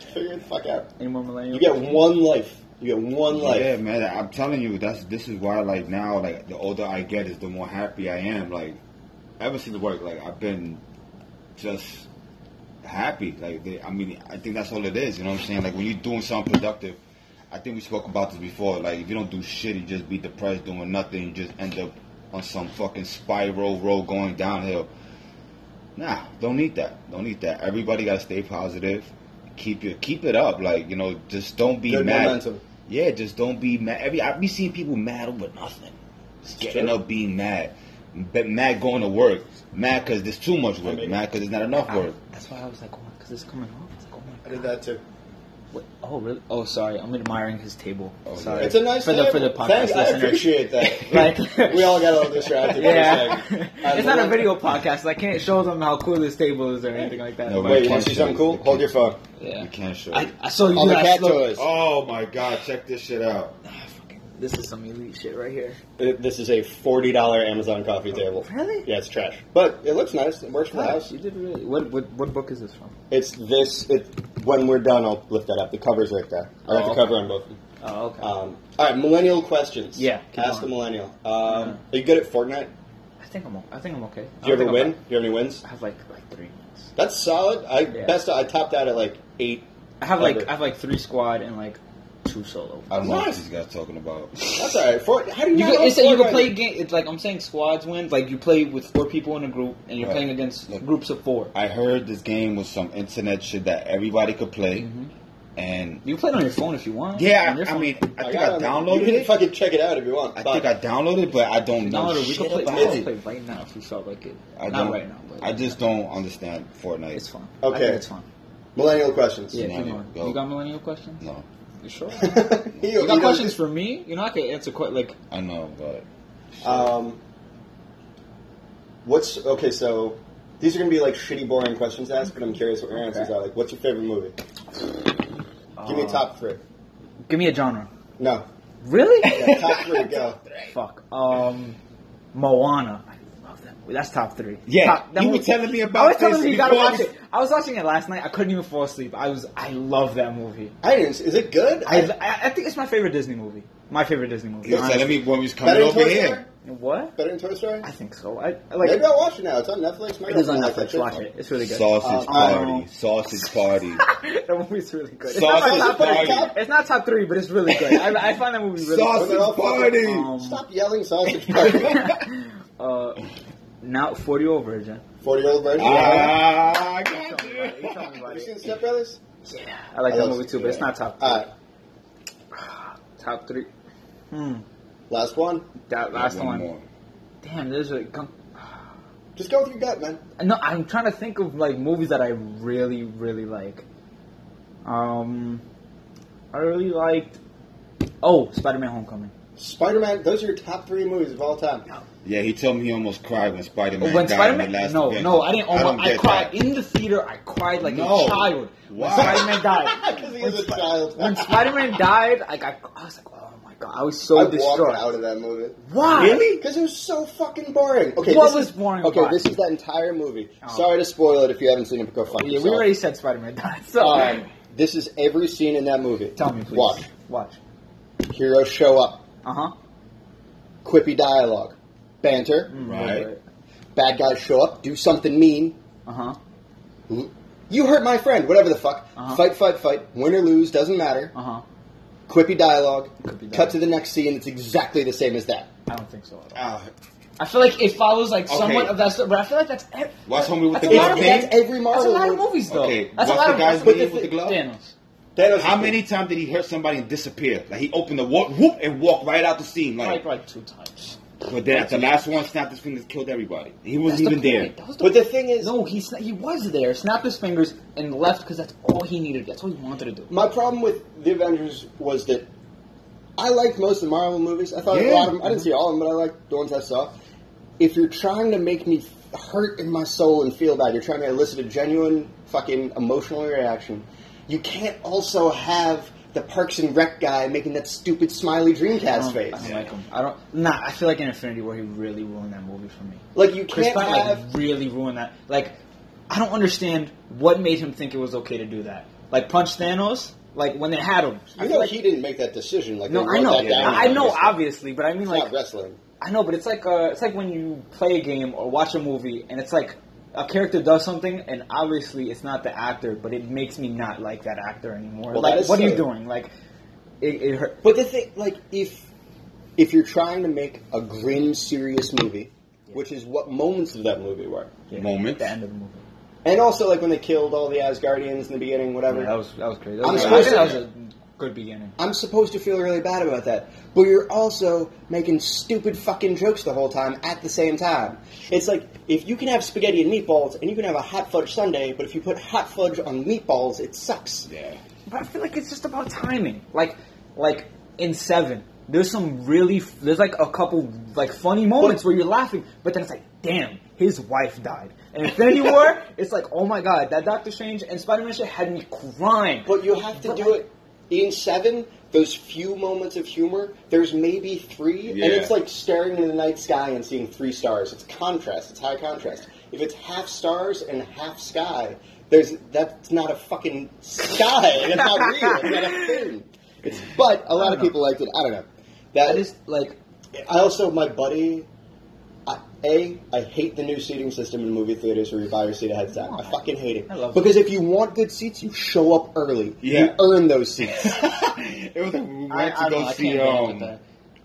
Speaker 1: figure the fuck out.
Speaker 3: any more millennials?
Speaker 1: You get one life. You get one life.
Speaker 2: Yeah, man. I'm telling you, that's this is why. Like now, like the older I get, is the more happy I am. Like ever since work, like I've been just happy. Like they, I mean, I think that's all it is. You know what I'm saying? Like when you're doing something productive, I think we spoke about this before. Like if you don't do shit, you just be depressed doing nothing. You just end up on some fucking spiral road going downhill. Nah, don't need that. Don't need that. Everybody gotta stay positive. Keep your keep it up. Like you know, just don't be
Speaker 1: Good
Speaker 2: mad.
Speaker 1: momentum.
Speaker 2: Yeah, just don't be mad. Every I be seeing people mad over nothing. Just getting
Speaker 1: true.
Speaker 2: up, being mad, but mad going to work, mad because there's too much work,
Speaker 1: mean-
Speaker 2: mad because there's not enough work.
Speaker 3: That's why I was like, oh, because it's coming off. It's like, oh my
Speaker 1: I did that too.
Speaker 3: What? Oh really? Oh sorry, I'm admiring his table.
Speaker 2: Oh,
Speaker 3: sorry,
Speaker 1: It's a nice
Speaker 3: for the for the
Speaker 1: table.
Speaker 3: podcast
Speaker 1: Thanks, I
Speaker 3: listeners.
Speaker 1: appreciate that.
Speaker 3: Like-
Speaker 1: we all got a little distracted.
Speaker 3: Yeah,
Speaker 1: For a second. I
Speaker 3: it's not a
Speaker 1: love-
Speaker 3: video podcast. I can't show them how cool this table is or anything like that.
Speaker 2: No,
Speaker 3: but-
Speaker 1: Wait, you want to see something cool? Hold your phone.
Speaker 2: You
Speaker 3: yeah,
Speaker 2: can't show.
Speaker 3: I,
Speaker 2: it.
Speaker 3: I saw you
Speaker 1: All
Speaker 3: do
Speaker 1: the
Speaker 3: that
Speaker 1: cat
Speaker 3: slow-
Speaker 1: toys.
Speaker 2: Oh my god, check this shit out.
Speaker 3: Ah, fucking- This is some elite shit right here.
Speaker 1: Th- This is a forty dollar Amazon coffee table.
Speaker 3: Really?
Speaker 1: Yeah, it's trash, but it looks nice. It works for the
Speaker 3: Gosh,
Speaker 1: house.
Speaker 3: you did really. What, what what book is this from?
Speaker 1: It's this. It, when we're done, I'll lift that up. The cover's right there. I got
Speaker 3: Oh,
Speaker 1: the
Speaker 3: okay.
Speaker 1: cover on both. of them.
Speaker 3: Oh, okay.
Speaker 1: Um, all right, millennial questions.
Speaker 3: Yeah, keep
Speaker 1: ask the
Speaker 3: going.
Speaker 1: millennial. Um, Are you good at Fortnite?
Speaker 3: I think I'm. o- I think I'm okay.
Speaker 1: Do you
Speaker 3: I think
Speaker 1: ever
Speaker 3: I'm
Speaker 1: win?
Speaker 3: okay.
Speaker 1: Do you have any wins?
Speaker 3: I have like like three months.
Speaker 1: That's solid. I
Speaker 3: Yeah.
Speaker 1: best. I topped out at like eight.
Speaker 3: I
Speaker 2: Oh,
Speaker 3: have like
Speaker 1: Ever.
Speaker 3: I have like three squad and like two solo.
Speaker 2: I don't know what
Speaker 1: Nice.
Speaker 2: these guys talking about.
Speaker 1: That's all right. Fort, how do you?
Speaker 3: You
Speaker 1: not
Speaker 3: can,
Speaker 1: know
Speaker 3: it's, you
Speaker 1: Fortnite?
Speaker 3: can play game. It's like I'm saying squads wins. Like you play with four people in a group and you're
Speaker 2: Right.
Speaker 3: playing against
Speaker 2: Look.
Speaker 3: groups of four.
Speaker 2: I heard this game was some internet shit that everybody could play,
Speaker 3: Mhm.
Speaker 2: and
Speaker 3: You can play it on your phone if you want. On
Speaker 2: yeah,
Speaker 3: your
Speaker 2: I, I
Speaker 3: phone.
Speaker 2: mean, I think I
Speaker 1: got it.
Speaker 2: downloaded
Speaker 1: You can
Speaker 2: it.
Speaker 1: fucking check it out if you want.
Speaker 2: I
Speaker 1: but
Speaker 2: think I downloaded, but I don't know
Speaker 3: download it. We
Speaker 2: shit
Speaker 3: could play. We
Speaker 2: about
Speaker 3: could
Speaker 2: it.
Speaker 3: play right now if we felt like it.
Speaker 2: I
Speaker 3: Not
Speaker 2: don't-
Speaker 3: right now. But
Speaker 2: I just don't understand Fortnite.
Speaker 3: It's fun. I
Speaker 1: Okay.
Speaker 3: think it's fun.
Speaker 1: millennial questions.
Speaker 3: Yeah,
Speaker 2: Millennial.
Speaker 3: keep going.
Speaker 2: Go.
Speaker 3: You got millennial questions?
Speaker 2: no,
Speaker 3: You sure?
Speaker 1: you,
Speaker 3: You got
Speaker 1: you
Speaker 3: questions for me? You know, I could answer quite like
Speaker 2: I know, but
Speaker 1: Um, what's okay? So these are gonna be like shitty, boring questions to ask, but I'm curious what your answers
Speaker 3: Okay.
Speaker 1: are. Like, what's your favorite movie? Give me a
Speaker 3: uh,
Speaker 1: top three.
Speaker 3: Give me a genre.
Speaker 1: No,
Speaker 3: Really?
Speaker 1: yeah, top three. Go.
Speaker 3: Fuck. Um, Moana. I love that. movie. That's top three.
Speaker 2: Yeah,
Speaker 3: Top- that
Speaker 2: you
Speaker 3: movie-
Speaker 2: were telling me
Speaker 3: I
Speaker 2: about
Speaker 3: was telling
Speaker 2: this
Speaker 3: you, you gotta
Speaker 2: before
Speaker 3: watch
Speaker 2: we-
Speaker 3: it. I was watching it last night. I couldn't even fall asleep. I was. I love that movie.
Speaker 1: I didn't. Is it good?
Speaker 3: I, I, I think it's my favorite Disney movie. My favorite Disney movie.
Speaker 2: You're
Speaker 3: honestly.
Speaker 2: telling me when we was coming
Speaker 1: better than
Speaker 2: over
Speaker 1: Toy
Speaker 2: here.
Speaker 1: Story.
Speaker 3: What?
Speaker 1: Better than Toy Story.
Speaker 3: I think so. I I like.
Speaker 1: Maybe I'll watch it now. It's on Netflix. My
Speaker 3: It is on
Speaker 1: girlfriend likes
Speaker 3: Netflix.
Speaker 1: that
Speaker 3: Watch
Speaker 1: shit.
Speaker 3: it. It's really good. um,
Speaker 2: Sausage
Speaker 1: Uh,
Speaker 2: party. Sausage party.
Speaker 3: that movie's really good. It's not, my
Speaker 2: Sausage
Speaker 3: top,
Speaker 1: party.
Speaker 3: it's not top three, but it's really good. I, I find that movie really
Speaker 1: Well,
Speaker 2: Sausage
Speaker 1: they're all
Speaker 2: party.
Speaker 1: fucking-
Speaker 3: Um,
Speaker 1: Stop yelling sausage party.
Speaker 3: uh, now, 40 year old virgin.
Speaker 1: Forty year old version.
Speaker 2: ah, I
Speaker 3: You
Speaker 2: got
Speaker 3: tell me about it. You
Speaker 2: you.
Speaker 3: tell me about
Speaker 1: You seen
Speaker 3: it.
Speaker 1: Step Brothers?
Speaker 3: Yeah, I like
Speaker 1: I
Speaker 3: that
Speaker 1: love-
Speaker 3: movie too, but it's not top
Speaker 1: All right.
Speaker 3: top three. Hmm.
Speaker 1: Last one.
Speaker 3: That last one.
Speaker 2: more.
Speaker 3: Damn, there's a. com-
Speaker 1: Just go with your gut, man.
Speaker 3: No, I'm trying to think of like movies that I really, really like. Um, I really liked. Oh, Spider-Man: Homecoming.
Speaker 1: Spider Man. Those are your top three movies of all time.
Speaker 2: Yeah, he told me he almost cried when Spider Man
Speaker 3: when
Speaker 2: died in
Speaker 3: Spider-Man,
Speaker 2: the last
Speaker 3: no,
Speaker 2: event.
Speaker 3: no, I didn't. Oh,
Speaker 2: don't
Speaker 3: I,
Speaker 2: get
Speaker 3: cried
Speaker 2: that.
Speaker 3: in the theater. I cried like
Speaker 2: No.
Speaker 3: a child when
Speaker 2: Wow.
Speaker 3: Spider-Man died.
Speaker 1: Because he
Speaker 3: When
Speaker 1: is a
Speaker 3: Spi-
Speaker 1: child.
Speaker 3: when Spider-Man died, I got. I was like, oh my god, I was so
Speaker 1: I
Speaker 3: distraught.
Speaker 1: walked out of that movie.
Speaker 3: Why?
Speaker 1: Because it was so fucking boring. Okay,
Speaker 3: What
Speaker 1: this
Speaker 3: was
Speaker 1: is,
Speaker 3: boring
Speaker 1: Okay,
Speaker 3: about it?
Speaker 1: this is that entire movie.
Speaker 3: Oh.
Speaker 1: Sorry to spoil it if you haven't seen it. But go fuck
Speaker 3: Yeah, we
Speaker 1: yourself.
Speaker 3: already said Spider-Man died. So
Speaker 1: Um, this is every scene in that movie.
Speaker 3: tell me, please.
Speaker 1: Watch
Speaker 3: Watch.
Speaker 1: heroes show up,
Speaker 3: Uh huh.
Speaker 6: Uh-huh.
Speaker 1: quippy dialogue, banter.
Speaker 3: Mm-hmm.
Speaker 2: Right.
Speaker 1: Bad guys show up, do something mean.
Speaker 3: Uh
Speaker 6: Uh-huh.
Speaker 3: huh.
Speaker 1: L- You hurt my friend, whatever the fuck.
Speaker 3: Uh-huh.
Speaker 1: Fight, fight, fight. Win or lose, doesn't matter.
Speaker 3: Uh
Speaker 6: Uh-huh.
Speaker 3: huh.
Speaker 1: Quippy dialogue.
Speaker 3: Quippy
Speaker 1: Cut
Speaker 3: dialogue.
Speaker 1: to the next scene. It's exactly the same as that.
Speaker 3: I don't think so at all.
Speaker 2: Ah,
Speaker 6: I feel like it follows like
Speaker 2: Okay.
Speaker 6: somewhat of that stuff, but I feel like that's ev-
Speaker 2: What's homie with
Speaker 6: That's
Speaker 2: the
Speaker 6: a lot
Speaker 2: glove
Speaker 6: of
Speaker 2: name?
Speaker 1: That's every
Speaker 6: that's a
Speaker 1: Marvel.
Speaker 6: lot of movies though.
Speaker 2: Okay,
Speaker 6: That's a
Speaker 2: what's
Speaker 6: lot
Speaker 2: the
Speaker 6: of
Speaker 2: guy's
Speaker 6: movies.
Speaker 2: name with the glove?
Speaker 6: Thanos.
Speaker 1: Thanos is
Speaker 2: How
Speaker 1: the-
Speaker 2: many times did he hurt somebody and disappear? Like he opened the walk, whoop, and walked right out the scene.
Speaker 6: Like
Speaker 2: Like,
Speaker 6: like two times.
Speaker 2: but then at the last one, snapped his fingers, killed everybody. He
Speaker 6: That's
Speaker 2: wasn't
Speaker 6: the
Speaker 2: even there.
Speaker 6: point. That was the
Speaker 1: But the thing is,
Speaker 6: No, he sna- he was there. Snapped his fingers and left because that's all he needed. That's all he wanted to do.
Speaker 1: my problem with the Avengers was that I liked most of the Marvel movies. I thought a
Speaker 2: Yeah.
Speaker 1: lot of them. I didn't see all of them, but I liked the ones I saw. If you're trying to make me hurt in my soul and feel bad, you're trying to elicit a genuine fucking emotional reaction. You can't also have the Parks and Rec guy making that stupid smiley
Speaker 3: I
Speaker 1: Dreamcast
Speaker 3: don't, I
Speaker 1: face.
Speaker 3: don't like him. I don't. Nah, I feel like in Infinity War he really ruined that movie for me.
Speaker 1: Like you
Speaker 3: Chris
Speaker 1: can't
Speaker 3: Pine
Speaker 1: have.
Speaker 3: like really ruined that. Like, I don't understand what made him think it was okay to do that. Like punch Thanos. Like when they had him. I feel
Speaker 1: You know
Speaker 3: like,
Speaker 1: he didn't make that decision. Like
Speaker 3: no,
Speaker 1: they
Speaker 3: I
Speaker 1: wrote
Speaker 3: know.
Speaker 1: That down
Speaker 3: I, I know,
Speaker 1: It's not
Speaker 3: obviously, but I mean, like,
Speaker 1: wrestling.
Speaker 3: I know, but it's like uh, it's like when you play a game or watch a movie, and it's like a character does something, and obviously it's not the actor, but it makes me not like that actor anymore.
Speaker 1: Well, that
Speaker 3: like,
Speaker 1: is
Speaker 3: what are you
Speaker 1: fair.
Speaker 3: doing? Like, it, it hurt.
Speaker 1: But the thing, like, if if you're trying to make a grim, serious movie, which is what moments of that movie were,
Speaker 3: Yeah,
Speaker 2: Moments.
Speaker 3: The end of the movie.
Speaker 1: and also like when they killed all the Asgardians in the beginning, whatever.
Speaker 3: Yeah, that was that was crazy. That
Speaker 1: I'm
Speaker 3: was, I
Speaker 1: supposed
Speaker 3: think that was
Speaker 1: to-
Speaker 3: a good beginning.
Speaker 1: I'm supposed to feel really bad about that, but you're also making stupid fucking jokes the whole time at the same time. It's like if you can have spaghetti and meatballs, and you can have a hot fudge sundae, but if you put hot fudge on meatballs, it sucks.
Speaker 2: Yeah.
Speaker 3: But I feel like it's just about timing. Like, like in Seven, there's some really there's like a couple like funny moments where you're laughing, but then it's like, damn, his wife died. And Infinity War, it's like, oh my god, that Doctor Strange and Spider Man shit had me crying.
Speaker 1: But you have to do it in seven. Those few moments of humor, there's maybe three,
Speaker 2: Yeah.
Speaker 1: and it's like staring in the night sky and seeing three stars. It's contrast. It's high contrast. If it's half stars and half sky, there's that's not a fucking sky. It's not real. It's not a thing. It's but a lot of people liked it. I don't know.
Speaker 3: I
Speaker 1: That is
Speaker 3: just like
Speaker 1: I also, my buddy, I, a, I hate the new seating system in movie theaters where you buy your seat ahead of time. I fucking hate it
Speaker 3: I love it.
Speaker 1: because if you want good seats, you show up early. You
Speaker 2: Yeah.
Speaker 1: earn those seats.
Speaker 2: it was like we went
Speaker 3: I- I
Speaker 2: to
Speaker 3: don't
Speaker 2: go
Speaker 3: know, I
Speaker 2: see
Speaker 3: can't get with
Speaker 2: um,
Speaker 3: that.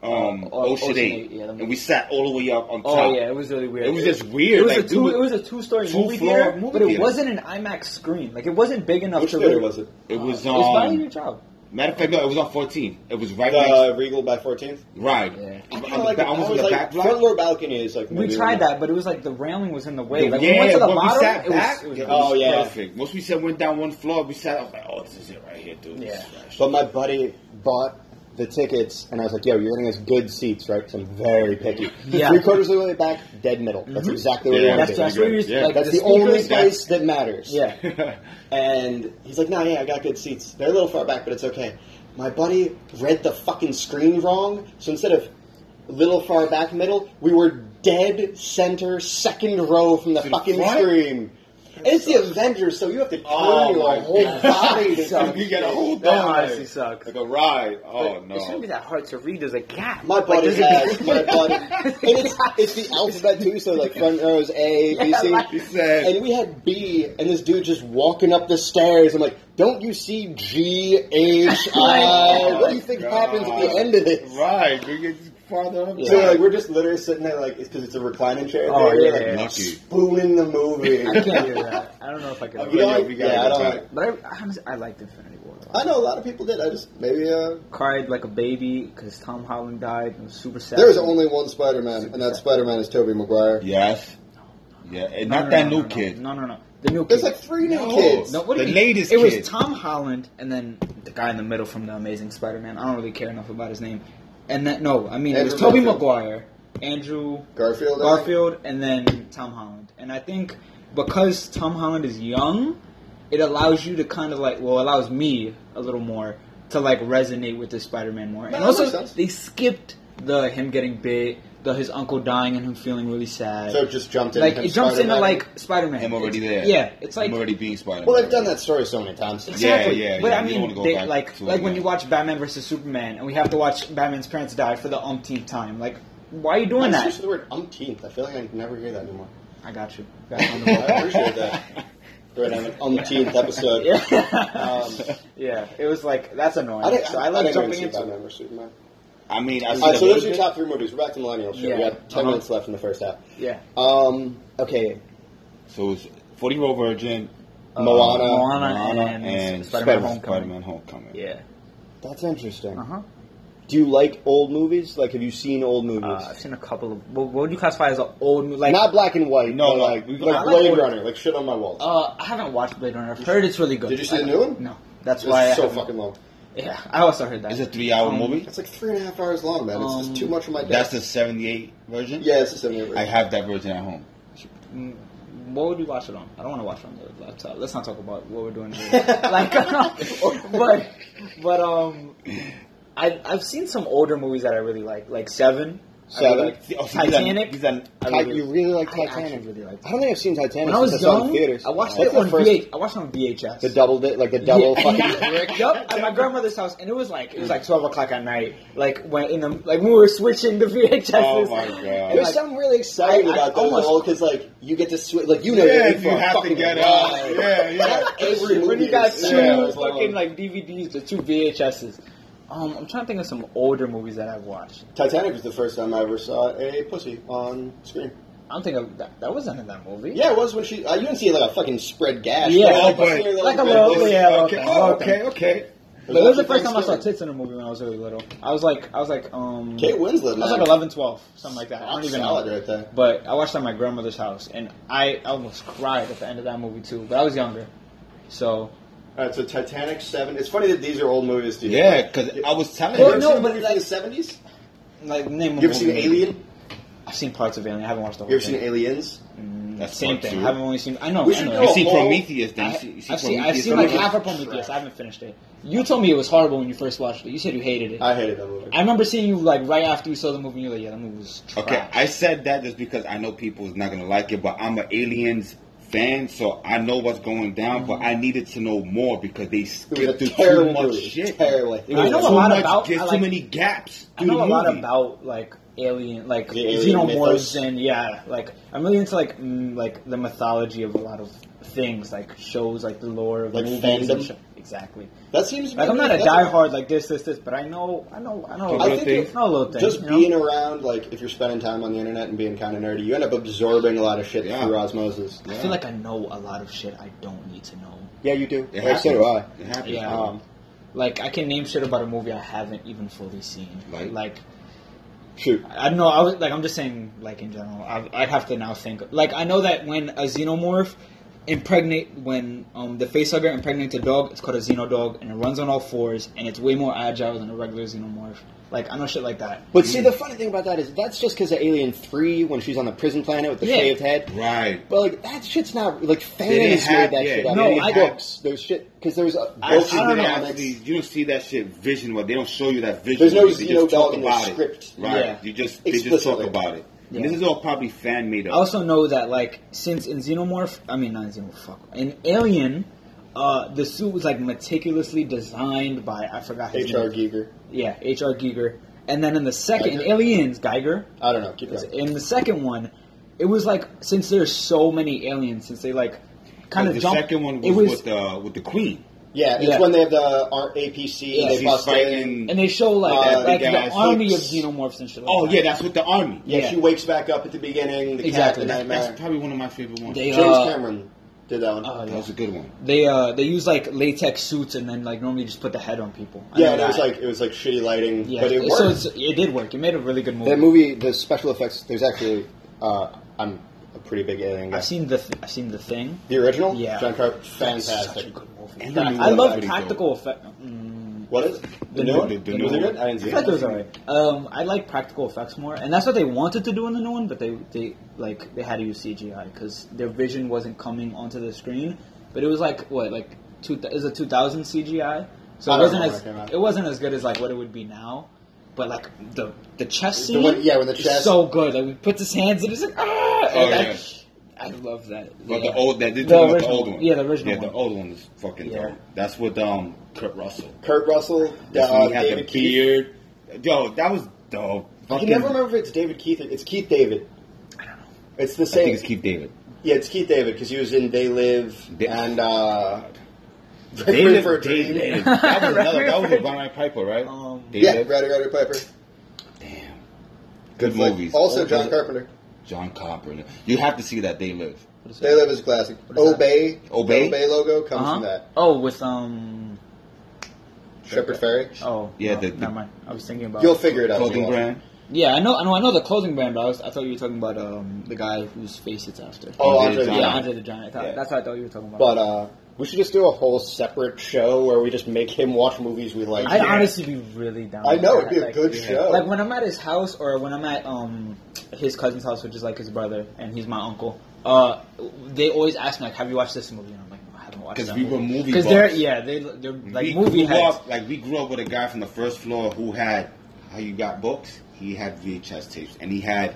Speaker 2: um
Speaker 3: Oh,
Speaker 2: Ocean,
Speaker 3: Ocean
Speaker 2: Eight,
Speaker 3: Eight, yeah, the
Speaker 2: and we sat all the way up on top.
Speaker 3: oh yeah, it was really weird.
Speaker 2: It was just
Speaker 3: It
Speaker 2: weird.
Speaker 3: was,
Speaker 2: like,
Speaker 3: a two,
Speaker 2: dude,
Speaker 3: it was a two-story
Speaker 2: two
Speaker 3: movie
Speaker 2: floor
Speaker 3: theater,
Speaker 2: movie
Speaker 3: but it
Speaker 2: theater.
Speaker 3: wasn't an IMAX screen. Like it wasn't big enough
Speaker 1: Which
Speaker 3: to
Speaker 1: theater
Speaker 3: really-
Speaker 1: was it?
Speaker 2: It was,
Speaker 3: it was by
Speaker 2: um,
Speaker 3: your job.
Speaker 2: Matter of fact, no, it was on 14. It was right
Speaker 1: The uh, Regal by 14th.
Speaker 2: next right.
Speaker 3: Yeah.
Speaker 1: I
Speaker 2: On
Speaker 1: kinda
Speaker 2: the
Speaker 1: like
Speaker 2: back-
Speaker 1: it.
Speaker 2: almost
Speaker 1: I
Speaker 2: on the
Speaker 1: was
Speaker 2: back
Speaker 1: like,
Speaker 2: block.
Speaker 1: front door balcony is like.
Speaker 3: We
Speaker 1: maybe
Speaker 3: tried
Speaker 1: one.
Speaker 3: that, but it was like the railing was in the way. Like
Speaker 2: yeah,
Speaker 3: we went to the
Speaker 2: when
Speaker 3: bottom,
Speaker 2: we sat
Speaker 3: it was,
Speaker 2: back,
Speaker 3: it was
Speaker 1: Oh, yeah.
Speaker 2: perfect. Once we said went down one floor, we sat. I was like, oh, this is it right here, dude. This is
Speaker 3: Yeah.
Speaker 2: fresh.
Speaker 1: But my buddy bought the tickets, and I was like, "Yo, you're getting us good seats, right? Because I'm very picky.
Speaker 3: Yeah. Mm-hmm.
Speaker 1: Three quarters of the way back, dead middle. That's exactly where
Speaker 2: Yeah,
Speaker 1: you want
Speaker 3: That's
Speaker 1: to
Speaker 2: Okay,
Speaker 1: be.
Speaker 3: just
Speaker 2: good.
Speaker 3: where you're
Speaker 2: Yeah.
Speaker 3: like
Speaker 1: That's the,
Speaker 3: speakers-
Speaker 1: only place that matters.
Speaker 3: Yeah.
Speaker 1: And he's like, no, yeah, I got good seats. They're a little far back, but it's okay. My buddy read the fucking screen wrong, so instead of little far back middle, we were dead center second row from the
Speaker 2: To the
Speaker 1: fucking
Speaker 2: front?
Speaker 1: screen. And it's the Avengers, so you have to turn
Speaker 2: Oh my
Speaker 1: your whole
Speaker 2: God.
Speaker 1: body to
Speaker 3: Sucks.
Speaker 2: you got a whole
Speaker 3: That
Speaker 2: dog,
Speaker 3: honestly
Speaker 2: like-
Speaker 3: sucks.
Speaker 2: Like a ride. Oh
Speaker 3: But
Speaker 2: no.
Speaker 3: It shouldn't be that hard to read. There's a gap.
Speaker 1: My
Speaker 3: Like,
Speaker 1: buddy
Speaker 3: there's a
Speaker 1: has my
Speaker 3: gap.
Speaker 1: buddy, and it's, it's the alphabet too. So like front rows A, B, C,
Speaker 2: He said-
Speaker 1: and we had B, and this dude just walking up the stairs. I'm like, don't you see G H I? What do you think
Speaker 2: God.
Speaker 1: happens at the end of this?
Speaker 2: Right, we get farther up.
Speaker 1: So
Speaker 2: there.
Speaker 1: like we're just literally sitting there like because it's a reclining chair.
Speaker 3: Oh,
Speaker 1: thing, we're,
Speaker 3: yeah,
Speaker 1: like,
Speaker 3: yeah.
Speaker 2: Lucky.
Speaker 1: spooning the movie.
Speaker 3: I can't do that. I don't know if I
Speaker 2: I'm
Speaker 1: You
Speaker 3: can.
Speaker 1: know,
Speaker 2: like,
Speaker 1: like,
Speaker 2: we gotta
Speaker 1: yeah, I
Speaker 2: go
Speaker 1: don't.
Speaker 2: back.
Speaker 1: Like,
Speaker 3: But I, honestly, I liked Infinity War. a lot.
Speaker 1: I know a lot of people did. I just maybe uh,
Speaker 3: Cried like a baby because Tom Holland died. and It was super sad.
Speaker 1: there's only one Spider-Man, and that Spider-Man is Tobey Maguire.
Speaker 2: Yes. Yeah, and
Speaker 3: No,
Speaker 2: not
Speaker 3: no,
Speaker 2: that
Speaker 3: no,
Speaker 2: new
Speaker 3: no, no.
Speaker 2: kid.
Speaker 3: No, no, no. The new
Speaker 1: There's
Speaker 3: kid.
Speaker 1: like three new
Speaker 2: No.
Speaker 1: kids.
Speaker 3: no, what do
Speaker 2: the
Speaker 3: you-
Speaker 2: latest
Speaker 3: It
Speaker 2: kid.
Speaker 3: was Tom Holland and then the guy in the middle from the Amazing Spider-Man. I don't really care enough about his name. And then no, I mean it was
Speaker 1: Andrew
Speaker 3: Tobey
Speaker 1: Garfield.
Speaker 3: Maguire, Andrew
Speaker 1: Garfield. I think.
Speaker 3: Garfield and then Tom Holland. And I think because Tom Holland is young, it allows you to kind of like, well, allows me a little more to like resonate with this Spider-Man more. And
Speaker 1: No, that makes
Speaker 3: also,
Speaker 1: sense.
Speaker 3: they skipped the him getting bit, the his uncle dying, and him feeling really sad.
Speaker 1: So it just jumped in.
Speaker 3: like
Speaker 1: and
Speaker 3: it jumps into
Speaker 1: Spider-Man.
Speaker 3: like Spider-Man.
Speaker 2: Him already
Speaker 3: It's-
Speaker 2: there.
Speaker 3: Yeah, it's like
Speaker 2: I'm already being Spider.
Speaker 1: Well, they've done that story so many times.
Speaker 3: Exactly.
Speaker 2: Yeah, yeah,
Speaker 3: but
Speaker 2: yeah.
Speaker 3: I
Speaker 2: You don't
Speaker 3: mean,
Speaker 2: wanna go
Speaker 3: they,
Speaker 2: back
Speaker 3: like
Speaker 2: to
Speaker 3: like
Speaker 2: it,
Speaker 3: when
Speaker 2: yeah.
Speaker 3: you watch Batman versus Superman, and we have to watch Batman's parents die for the umpteenth time. Like, why are you doing
Speaker 1: I
Speaker 3: that?
Speaker 1: switched to the word umpteenth. I feel like I never hear that anymore.
Speaker 3: I got you. Back on the
Speaker 1: I
Speaker 3: ball.
Speaker 1: appreciate that. Right on an umpteenth episode.
Speaker 3: yeah.
Speaker 1: Um,
Speaker 3: yeah, it was like that's annoying.
Speaker 1: I, didn't,
Speaker 3: so I like
Speaker 1: didn't
Speaker 3: jumping
Speaker 1: even see
Speaker 3: into.
Speaker 1: Batman vs Superman.
Speaker 2: I mean, I see
Speaker 1: All right,
Speaker 2: the
Speaker 1: so those are
Speaker 2: little
Speaker 1: your
Speaker 2: bit.
Speaker 1: top three movies. We're back to millennial shit. We
Speaker 3: Yeah.
Speaker 1: got 10
Speaker 2: Uh-huh.
Speaker 1: minutes left in the first half.
Speaker 3: Yeah.
Speaker 1: Um, okay,
Speaker 2: So it's 40 Year Old Virgin,
Speaker 3: Uh,
Speaker 1: Moana,
Speaker 3: Moana, and, Spider-Man
Speaker 1: Spider-Man.
Speaker 3: Homecoming.
Speaker 2: Spider-Man Homecoming.
Speaker 3: Yeah.
Speaker 1: that's interesting.
Speaker 3: Uh-huh.
Speaker 1: Do you like old movies? Like, have you seen old movies?
Speaker 3: Uh, I've seen a couple of. What, what would you classify as an old movie? Like,
Speaker 1: Not black and white.
Speaker 2: No,
Speaker 1: but
Speaker 2: no,
Speaker 1: like,
Speaker 2: we-
Speaker 1: like
Speaker 2: I like
Speaker 1: Blade
Speaker 2: old-
Speaker 1: Runner, like shit on my wall.
Speaker 7: Uh, I haven't watched Blade Runner. I've heard it's really good.
Speaker 1: Did you see the
Speaker 7: I-
Speaker 1: new one?
Speaker 7: No. That's
Speaker 1: it's
Speaker 7: why. I
Speaker 1: so
Speaker 7: haven't-
Speaker 1: fucking long.
Speaker 7: Yeah, I also heard that.
Speaker 2: It's a three-hour
Speaker 7: Um,
Speaker 2: movie.
Speaker 1: It's like three and a half hours long, man. It's
Speaker 7: Um,
Speaker 1: just too much of my day.
Speaker 2: That's the 78 version?
Speaker 1: yeah, it's the seven
Speaker 2: I have that version at home.
Speaker 7: Mm, What would you watch it on? I don't want to watch it on the
Speaker 3: uh,
Speaker 7: laptop. Let's not talk about what we're doing. Here. like,
Speaker 3: but but um, I I've seen some older movies that I really like, like Seven. I really
Speaker 1: Seven?
Speaker 3: like.
Speaker 2: See, oh, see,
Speaker 3: Titanic.
Speaker 2: He's on,
Speaker 3: I
Speaker 1: Ti-
Speaker 3: really-
Speaker 1: you really like
Speaker 7: I
Speaker 1: Titanic?
Speaker 7: actually really liked
Speaker 1: I don't think I've seen Titanic
Speaker 7: When I
Speaker 1: since
Speaker 7: was
Speaker 1: saw it in
Speaker 7: young,
Speaker 1: theaters.
Speaker 7: I watched
Speaker 1: That's
Speaker 7: it
Speaker 1: the
Speaker 7: on
Speaker 1: first-
Speaker 7: VH. I watched it on VHS.
Speaker 1: The double, di- like the double fucking.
Speaker 3: Yup, at my grandmother's house, and it was like it was like twelve o'clock at night. Like when in the like when we were switching the VHSs.
Speaker 2: Oh my God.
Speaker 1: There's
Speaker 3: And, like,
Speaker 1: something really exciting
Speaker 3: I- I
Speaker 1: about those
Speaker 3: almost-
Speaker 1: because like you get to switch, like you know,
Speaker 2: yeah,
Speaker 1: you're in for
Speaker 2: you
Speaker 1: a
Speaker 2: have to
Speaker 1: fucking
Speaker 2: get up.
Speaker 1: ride.
Speaker 2: Yeah, yeah.
Speaker 1: Every
Speaker 3: when
Speaker 1: movie
Speaker 3: you got
Speaker 1: is
Speaker 3: two
Speaker 2: Yeah,
Speaker 1: so long.
Speaker 3: fucking like DVDs, the two VHSs. Um, I'm trying to think of some older movies that I've watched.
Speaker 1: Titanic was the first time I ever saw a pussy on screen.
Speaker 3: I'm thinking of that, that wasn't in that movie.
Speaker 1: Yeah, it was when she. Uh, you didn't see like a fucking spread gash.
Speaker 3: Yeah,
Speaker 1: like,
Speaker 2: but-
Speaker 1: you see her
Speaker 3: like a
Speaker 1: bit
Speaker 3: little-
Speaker 1: pussy.
Speaker 3: yeah,
Speaker 2: okay,
Speaker 3: okay,
Speaker 2: oh,
Speaker 3: okay.
Speaker 2: okay, okay.
Speaker 3: But that was the
Speaker 1: Lucky
Speaker 3: first time I saw
Speaker 1: Thanksgiving.
Speaker 3: tits in a movie when I was really little. I was like, I was like, um,
Speaker 1: Kate Winslet.
Speaker 3: I was
Speaker 1: man.
Speaker 3: like 11, 12, something like that. I don't
Speaker 1: Rock
Speaker 3: even
Speaker 1: solid
Speaker 3: know.
Speaker 1: right there.
Speaker 3: But I watched it at my grandmother's house, and I almost cried at the end of that movie too. But I was younger, so
Speaker 1: All right, so Titanic Seven. It's funny that these are old movies, dude.
Speaker 2: Yeah, because I was telling
Speaker 1: Have you
Speaker 3: Well,
Speaker 1: ever
Speaker 2: you.
Speaker 3: no,
Speaker 1: seen a
Speaker 3: but
Speaker 1: movie from
Speaker 3: like-
Speaker 1: the seventies?
Speaker 3: like name. a
Speaker 1: You ever seen
Speaker 3: movie.
Speaker 1: Alien?
Speaker 3: I've seen parts of Alien. I haven't watched the whole
Speaker 1: You ever
Speaker 3: thing.
Speaker 1: seen Aliens?
Speaker 3: Mm,
Speaker 2: That's
Speaker 3: same
Speaker 2: part
Speaker 3: thing.
Speaker 2: two.
Speaker 3: I haven't only seen. I know.
Speaker 1: We
Speaker 3: I
Speaker 1: should
Speaker 3: know.
Speaker 1: do a
Speaker 2: You see
Speaker 1: whole-
Speaker 2: Prometheus, then
Speaker 3: I,
Speaker 2: you see, you see
Speaker 3: I've seen, I've
Speaker 2: Prometheus.
Speaker 3: seen like
Speaker 1: Prometheus.
Speaker 3: half of Prometheus. I haven't finished it. You told me it was horrible when you first watched it. You said you hated it. I,
Speaker 1: I hated that movie.
Speaker 3: remember seeing you like right after you saw the movie. and You're like, yeah, that movie was trash.
Speaker 2: Okay, I said that just because I know people is not gonna like it, but I'm an Aliens fan, so I know what's going down.
Speaker 3: Mm-hmm.
Speaker 2: But I needed to know more because they
Speaker 1: It was
Speaker 2: skipped
Speaker 1: a
Speaker 2: through
Speaker 1: terrible
Speaker 2: too much
Speaker 1: movie.
Speaker 2: shit.
Speaker 1: Terrible. It
Speaker 3: I
Speaker 1: was
Speaker 3: know
Speaker 1: so
Speaker 3: a lot
Speaker 2: much,
Speaker 3: about-
Speaker 2: There's
Speaker 3: I
Speaker 2: too
Speaker 3: like-
Speaker 2: many gaps.
Speaker 3: I
Speaker 2: through
Speaker 3: know a
Speaker 2: the
Speaker 3: lot
Speaker 2: movie.
Speaker 3: about like alien, like
Speaker 1: The alien mythos.
Speaker 3: xenomorphs, and yeah, like I'm really into like mm, like the mythology of a lot of things, like shows, like the lore of
Speaker 1: Like
Speaker 3: movies
Speaker 1: fandom?
Speaker 3: And sh- exactly.
Speaker 1: That seems. to
Speaker 3: Like
Speaker 1: be-
Speaker 3: I'm not a
Speaker 1: that's
Speaker 3: diehard like this, this, this, but I know, I know, I know.
Speaker 2: I
Speaker 3: little
Speaker 2: think
Speaker 3: things.
Speaker 2: it-
Speaker 3: I know little things.
Speaker 1: Just
Speaker 3: you know?
Speaker 1: being around, like, if you're spending time on the internet and being kind of nerdy, you end up absorbing a lot of shit
Speaker 2: Yeah.
Speaker 1: through osmosis.
Speaker 3: I feel like I know a lot of shit I don't need to know.
Speaker 1: Yeah, you do.
Speaker 2: It
Speaker 1: Like,
Speaker 2: happens.
Speaker 1: so do I.
Speaker 2: It happens.
Speaker 3: Yeah.
Speaker 1: Um,
Speaker 3: Like I can name shit about a movie I haven't even fully seen.
Speaker 2: Like?
Speaker 3: like
Speaker 1: shoot.
Speaker 3: I don't know. I was like, I'm just saying, like in general, I, I'd have to now think. Like, I know that when a xenomorph impregnate when um, the facehugger impregnates a dog, it's called a xenodog, and it runs on all fours, and it's way more agile than a regular xenomorph. Like, I know shit like that.
Speaker 1: But see, the funny thing about that is that's just because of Alien 3 when she's on the prison planet with the
Speaker 3: Yeah.
Speaker 1: shaved head.
Speaker 2: Right.
Speaker 1: But, like, that shit's not. Like, fans
Speaker 2: didn't
Speaker 1: made
Speaker 2: have-
Speaker 1: that
Speaker 2: yeah,
Speaker 1: shit up.
Speaker 3: no,
Speaker 1: They made
Speaker 3: I-
Speaker 1: books. There's shit. Because there's a
Speaker 2: I,
Speaker 1: books
Speaker 2: I
Speaker 1: and
Speaker 2: don't know.
Speaker 1: comics.
Speaker 2: Actually, you don't see that shit visual. but They don't show you that visual.
Speaker 1: There's no
Speaker 2: They just talk
Speaker 1: Xenodog in the
Speaker 2: about it.
Speaker 1: script.
Speaker 2: Right.
Speaker 3: Yeah.
Speaker 2: You just they just talk
Speaker 1: Explicitly.
Speaker 2: about it. And
Speaker 3: Yeah.
Speaker 2: this is all probably fan made
Speaker 3: I
Speaker 2: up.
Speaker 3: also know that, like, since in Xenomorph, I mean, not in Xenomorph, fuck, in Alien, uh, the suit was like meticulously designed by I forgot his
Speaker 1: H.R.
Speaker 3: name.
Speaker 1: Giger.
Speaker 3: Yeah, H.R. Giger. And then in the second, in
Speaker 1: Geiger?
Speaker 3: Aliens, Geiger.
Speaker 1: I don't know. Keep
Speaker 3: Because
Speaker 1: going.
Speaker 3: in the second one, it was like since there's so many aliens, since they like kind
Speaker 2: Like
Speaker 3: of
Speaker 2: the
Speaker 3: jumped.
Speaker 2: second one was,
Speaker 3: it was,
Speaker 2: with the with the queen.
Speaker 1: Yeah, it's
Speaker 3: Yeah.
Speaker 1: when they have the uh, R- APC
Speaker 3: Yeah,
Speaker 1: and they
Speaker 2: she's
Speaker 1: bust in.
Speaker 2: fighting-
Speaker 3: and they show like
Speaker 1: Uh,
Speaker 3: like
Speaker 2: the
Speaker 3: the
Speaker 2: guys,
Speaker 3: army of
Speaker 1: hooks.
Speaker 3: xenomorphs and shit. Like
Speaker 2: Oh
Speaker 3: that.
Speaker 2: yeah, that's with the army.
Speaker 1: Yeah,
Speaker 3: Yeah.
Speaker 1: she wakes back up at the beginning. The
Speaker 3: Exactly.
Speaker 1: Cat, the
Speaker 2: That's,
Speaker 1: nightmare.
Speaker 2: that's probably one of my favorite ones.
Speaker 3: They,
Speaker 1: James
Speaker 3: uh,
Speaker 1: Cameron did that one.
Speaker 3: Oh,
Speaker 2: that was a good one.
Speaker 3: They uh they use like latex suits and then like normally just put the head on people. I
Speaker 1: yeah,
Speaker 3: know
Speaker 1: and it was
Speaker 3: that.
Speaker 1: like it was like shitty lighting,
Speaker 3: yeah.
Speaker 1: but it worked.
Speaker 3: so it's, it did work. It made a really good movie.
Speaker 1: that movie, the special effects. There's actually, uh, I'm a pretty big alien guy.
Speaker 3: I've seen the th- I've seen the thing.
Speaker 1: the original.
Speaker 3: Yeah.
Speaker 1: John Carpenter,
Speaker 3: That's Such a
Speaker 1: fantastic.
Speaker 3: good movie.
Speaker 2: And the new
Speaker 3: I
Speaker 2: one
Speaker 3: love
Speaker 2: pretty dope.
Speaker 3: practical effects. Mm,
Speaker 1: What is
Speaker 2: The
Speaker 1: new
Speaker 2: new-
Speaker 1: one?
Speaker 2: the- the
Speaker 1: was
Speaker 2: new
Speaker 1: it
Speaker 2: one.
Speaker 1: good? I didn't see
Speaker 3: I
Speaker 1: it.
Speaker 3: thought it was alright. Um, I like practical effects more, and that's what they wanted to do in the new one, but they they like they had to use CGI because their vision wasn't coming onto the screen. But it was like what like two is a two thousand CGI, so
Speaker 1: I
Speaker 3: it
Speaker 1: don't
Speaker 3: wasn't
Speaker 1: know when it came
Speaker 3: as
Speaker 1: out.
Speaker 3: it wasn't as good as like what it would be now. But like the the chest
Speaker 1: The
Speaker 3: scene,
Speaker 1: one- yeah, with the
Speaker 3: is
Speaker 1: chest.
Speaker 3: so good. Like he puts his hands in, it's like ah.
Speaker 2: Oh,
Speaker 3: and I-
Speaker 2: yeah.
Speaker 3: I, love that.
Speaker 2: But
Speaker 3: Yeah.
Speaker 2: the old that they're
Speaker 3: The
Speaker 2: talking about the
Speaker 3: original
Speaker 2: old
Speaker 3: one.
Speaker 2: one.
Speaker 3: Yeah, the original
Speaker 2: Yeah, the
Speaker 3: one.
Speaker 2: old one is fucking
Speaker 3: Yeah.
Speaker 2: dope. That's with um Kurt Russell.
Speaker 1: Kurt Russell,
Speaker 2: That's
Speaker 1: uh,
Speaker 2: when he had
Speaker 1: David
Speaker 2: the
Speaker 1: Keith.
Speaker 2: beard. Yo, that was dope.
Speaker 1: I can never remember if it's David Keith. Or, it's Keith David. It's the
Speaker 2: I
Speaker 1: same.
Speaker 2: think it's Keith David.
Speaker 1: Yeah, it's Keith David because he was in They Live
Speaker 2: They-
Speaker 1: and uh,
Speaker 2: David,
Speaker 1: for a Dream.
Speaker 2: David. That was another. That was with Brian Piper, right?
Speaker 3: Um,
Speaker 1: Yeah, Ryder Ryder Piper.
Speaker 2: Good
Speaker 1: It's like-
Speaker 2: movies.
Speaker 1: also,
Speaker 2: Old
Speaker 1: John
Speaker 2: Blood-
Speaker 1: Carpenter.
Speaker 2: John Carpenter. You have to see that they live.
Speaker 3: What is
Speaker 1: They Live is a classic.
Speaker 3: is that?
Speaker 1: Obey.
Speaker 2: Obey?
Speaker 1: Obey logo comes
Speaker 3: Uh-huh.
Speaker 1: from that.
Speaker 3: Oh, with um.
Speaker 1: Shepard Ferry.
Speaker 3: Oh,
Speaker 2: Yeah,
Speaker 3: no,
Speaker 2: the- the-
Speaker 3: never mind. I was thinking about.
Speaker 1: You'll figure it out. if you
Speaker 2: Clothing
Speaker 1: want.
Speaker 2: brand.
Speaker 3: yeah, I know, I know, I know the clothing brand. But I was, I thought you were talking about um the guy whose face it's after.
Speaker 1: Oh,
Speaker 2: He
Speaker 1: Andre
Speaker 2: did
Speaker 1: the
Speaker 2: it.
Speaker 3: yeah,
Speaker 1: Giant.
Speaker 3: Andre the Giant. I thought,
Speaker 2: Yeah.
Speaker 3: That's what I thought you were talking about.
Speaker 8: But uh, we should just do a whole separate show where we just make him watch movies we like.
Speaker 3: I'd honestly be really down.
Speaker 1: I
Speaker 3: with
Speaker 1: know
Speaker 3: that,
Speaker 1: it'd be a
Speaker 3: like-
Speaker 1: good show.
Speaker 3: Like when I'm at his house or when I'm at um his cousin's house, which is like his brother and he's my uncle. Uh, they always ask me like, "Have you watched this movie?" And I'm like, "No, I haven't watched."
Speaker 2: Because
Speaker 3: that
Speaker 2: we were
Speaker 3: movie."
Speaker 2: movie
Speaker 3: they're
Speaker 2: buffs.
Speaker 3: yeah they they're like
Speaker 2: we
Speaker 3: movie
Speaker 2: grew
Speaker 3: heads.
Speaker 2: up, like we grew up with a guy from the first floor who had how you got books. He had VHS tapes, and he had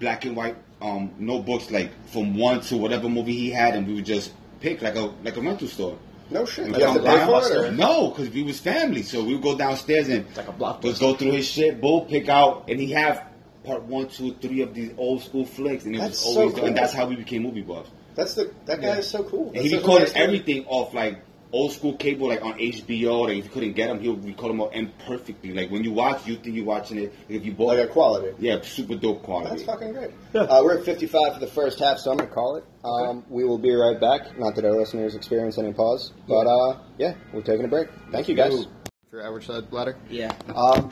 Speaker 2: black and white um, notebooks, like from one to whatever movie he had, and we would just pick like a like a rental store.
Speaker 1: No shit.
Speaker 2: We
Speaker 1: You have to
Speaker 2: come
Speaker 1: pay
Speaker 2: down-
Speaker 1: for it. Or?
Speaker 2: No, because we was family, so we would go downstairs and
Speaker 3: It's like a blockbuster.
Speaker 2: just go through his shit, bull pick out, and he have part one, two, three of these old school flicks, and it
Speaker 1: That's
Speaker 2: was
Speaker 1: so
Speaker 2: always
Speaker 1: cool.
Speaker 2: and that's how we became movie buffs.
Speaker 1: That's the that guy is so cool.
Speaker 2: And he
Speaker 1: That's
Speaker 2: recorded
Speaker 1: so cool.
Speaker 2: everything off like old school cable, like on HBO. Like if you couldn't get him, he would record them all imperfectly. Like when you watch, you think you're watching it. If you bought
Speaker 1: Like a quality.
Speaker 2: yeah, super dope quality.
Speaker 1: That's fucking great.
Speaker 3: Yeah.
Speaker 1: Uh, we're at 55 for the first half, so I'm going to call it. Um, We will be right back. Not that our listeners experience any pause, but uh, yeah, we're taking a break. Thank you, guys. For Average Side Bladder.
Speaker 3: yeah.
Speaker 1: Um,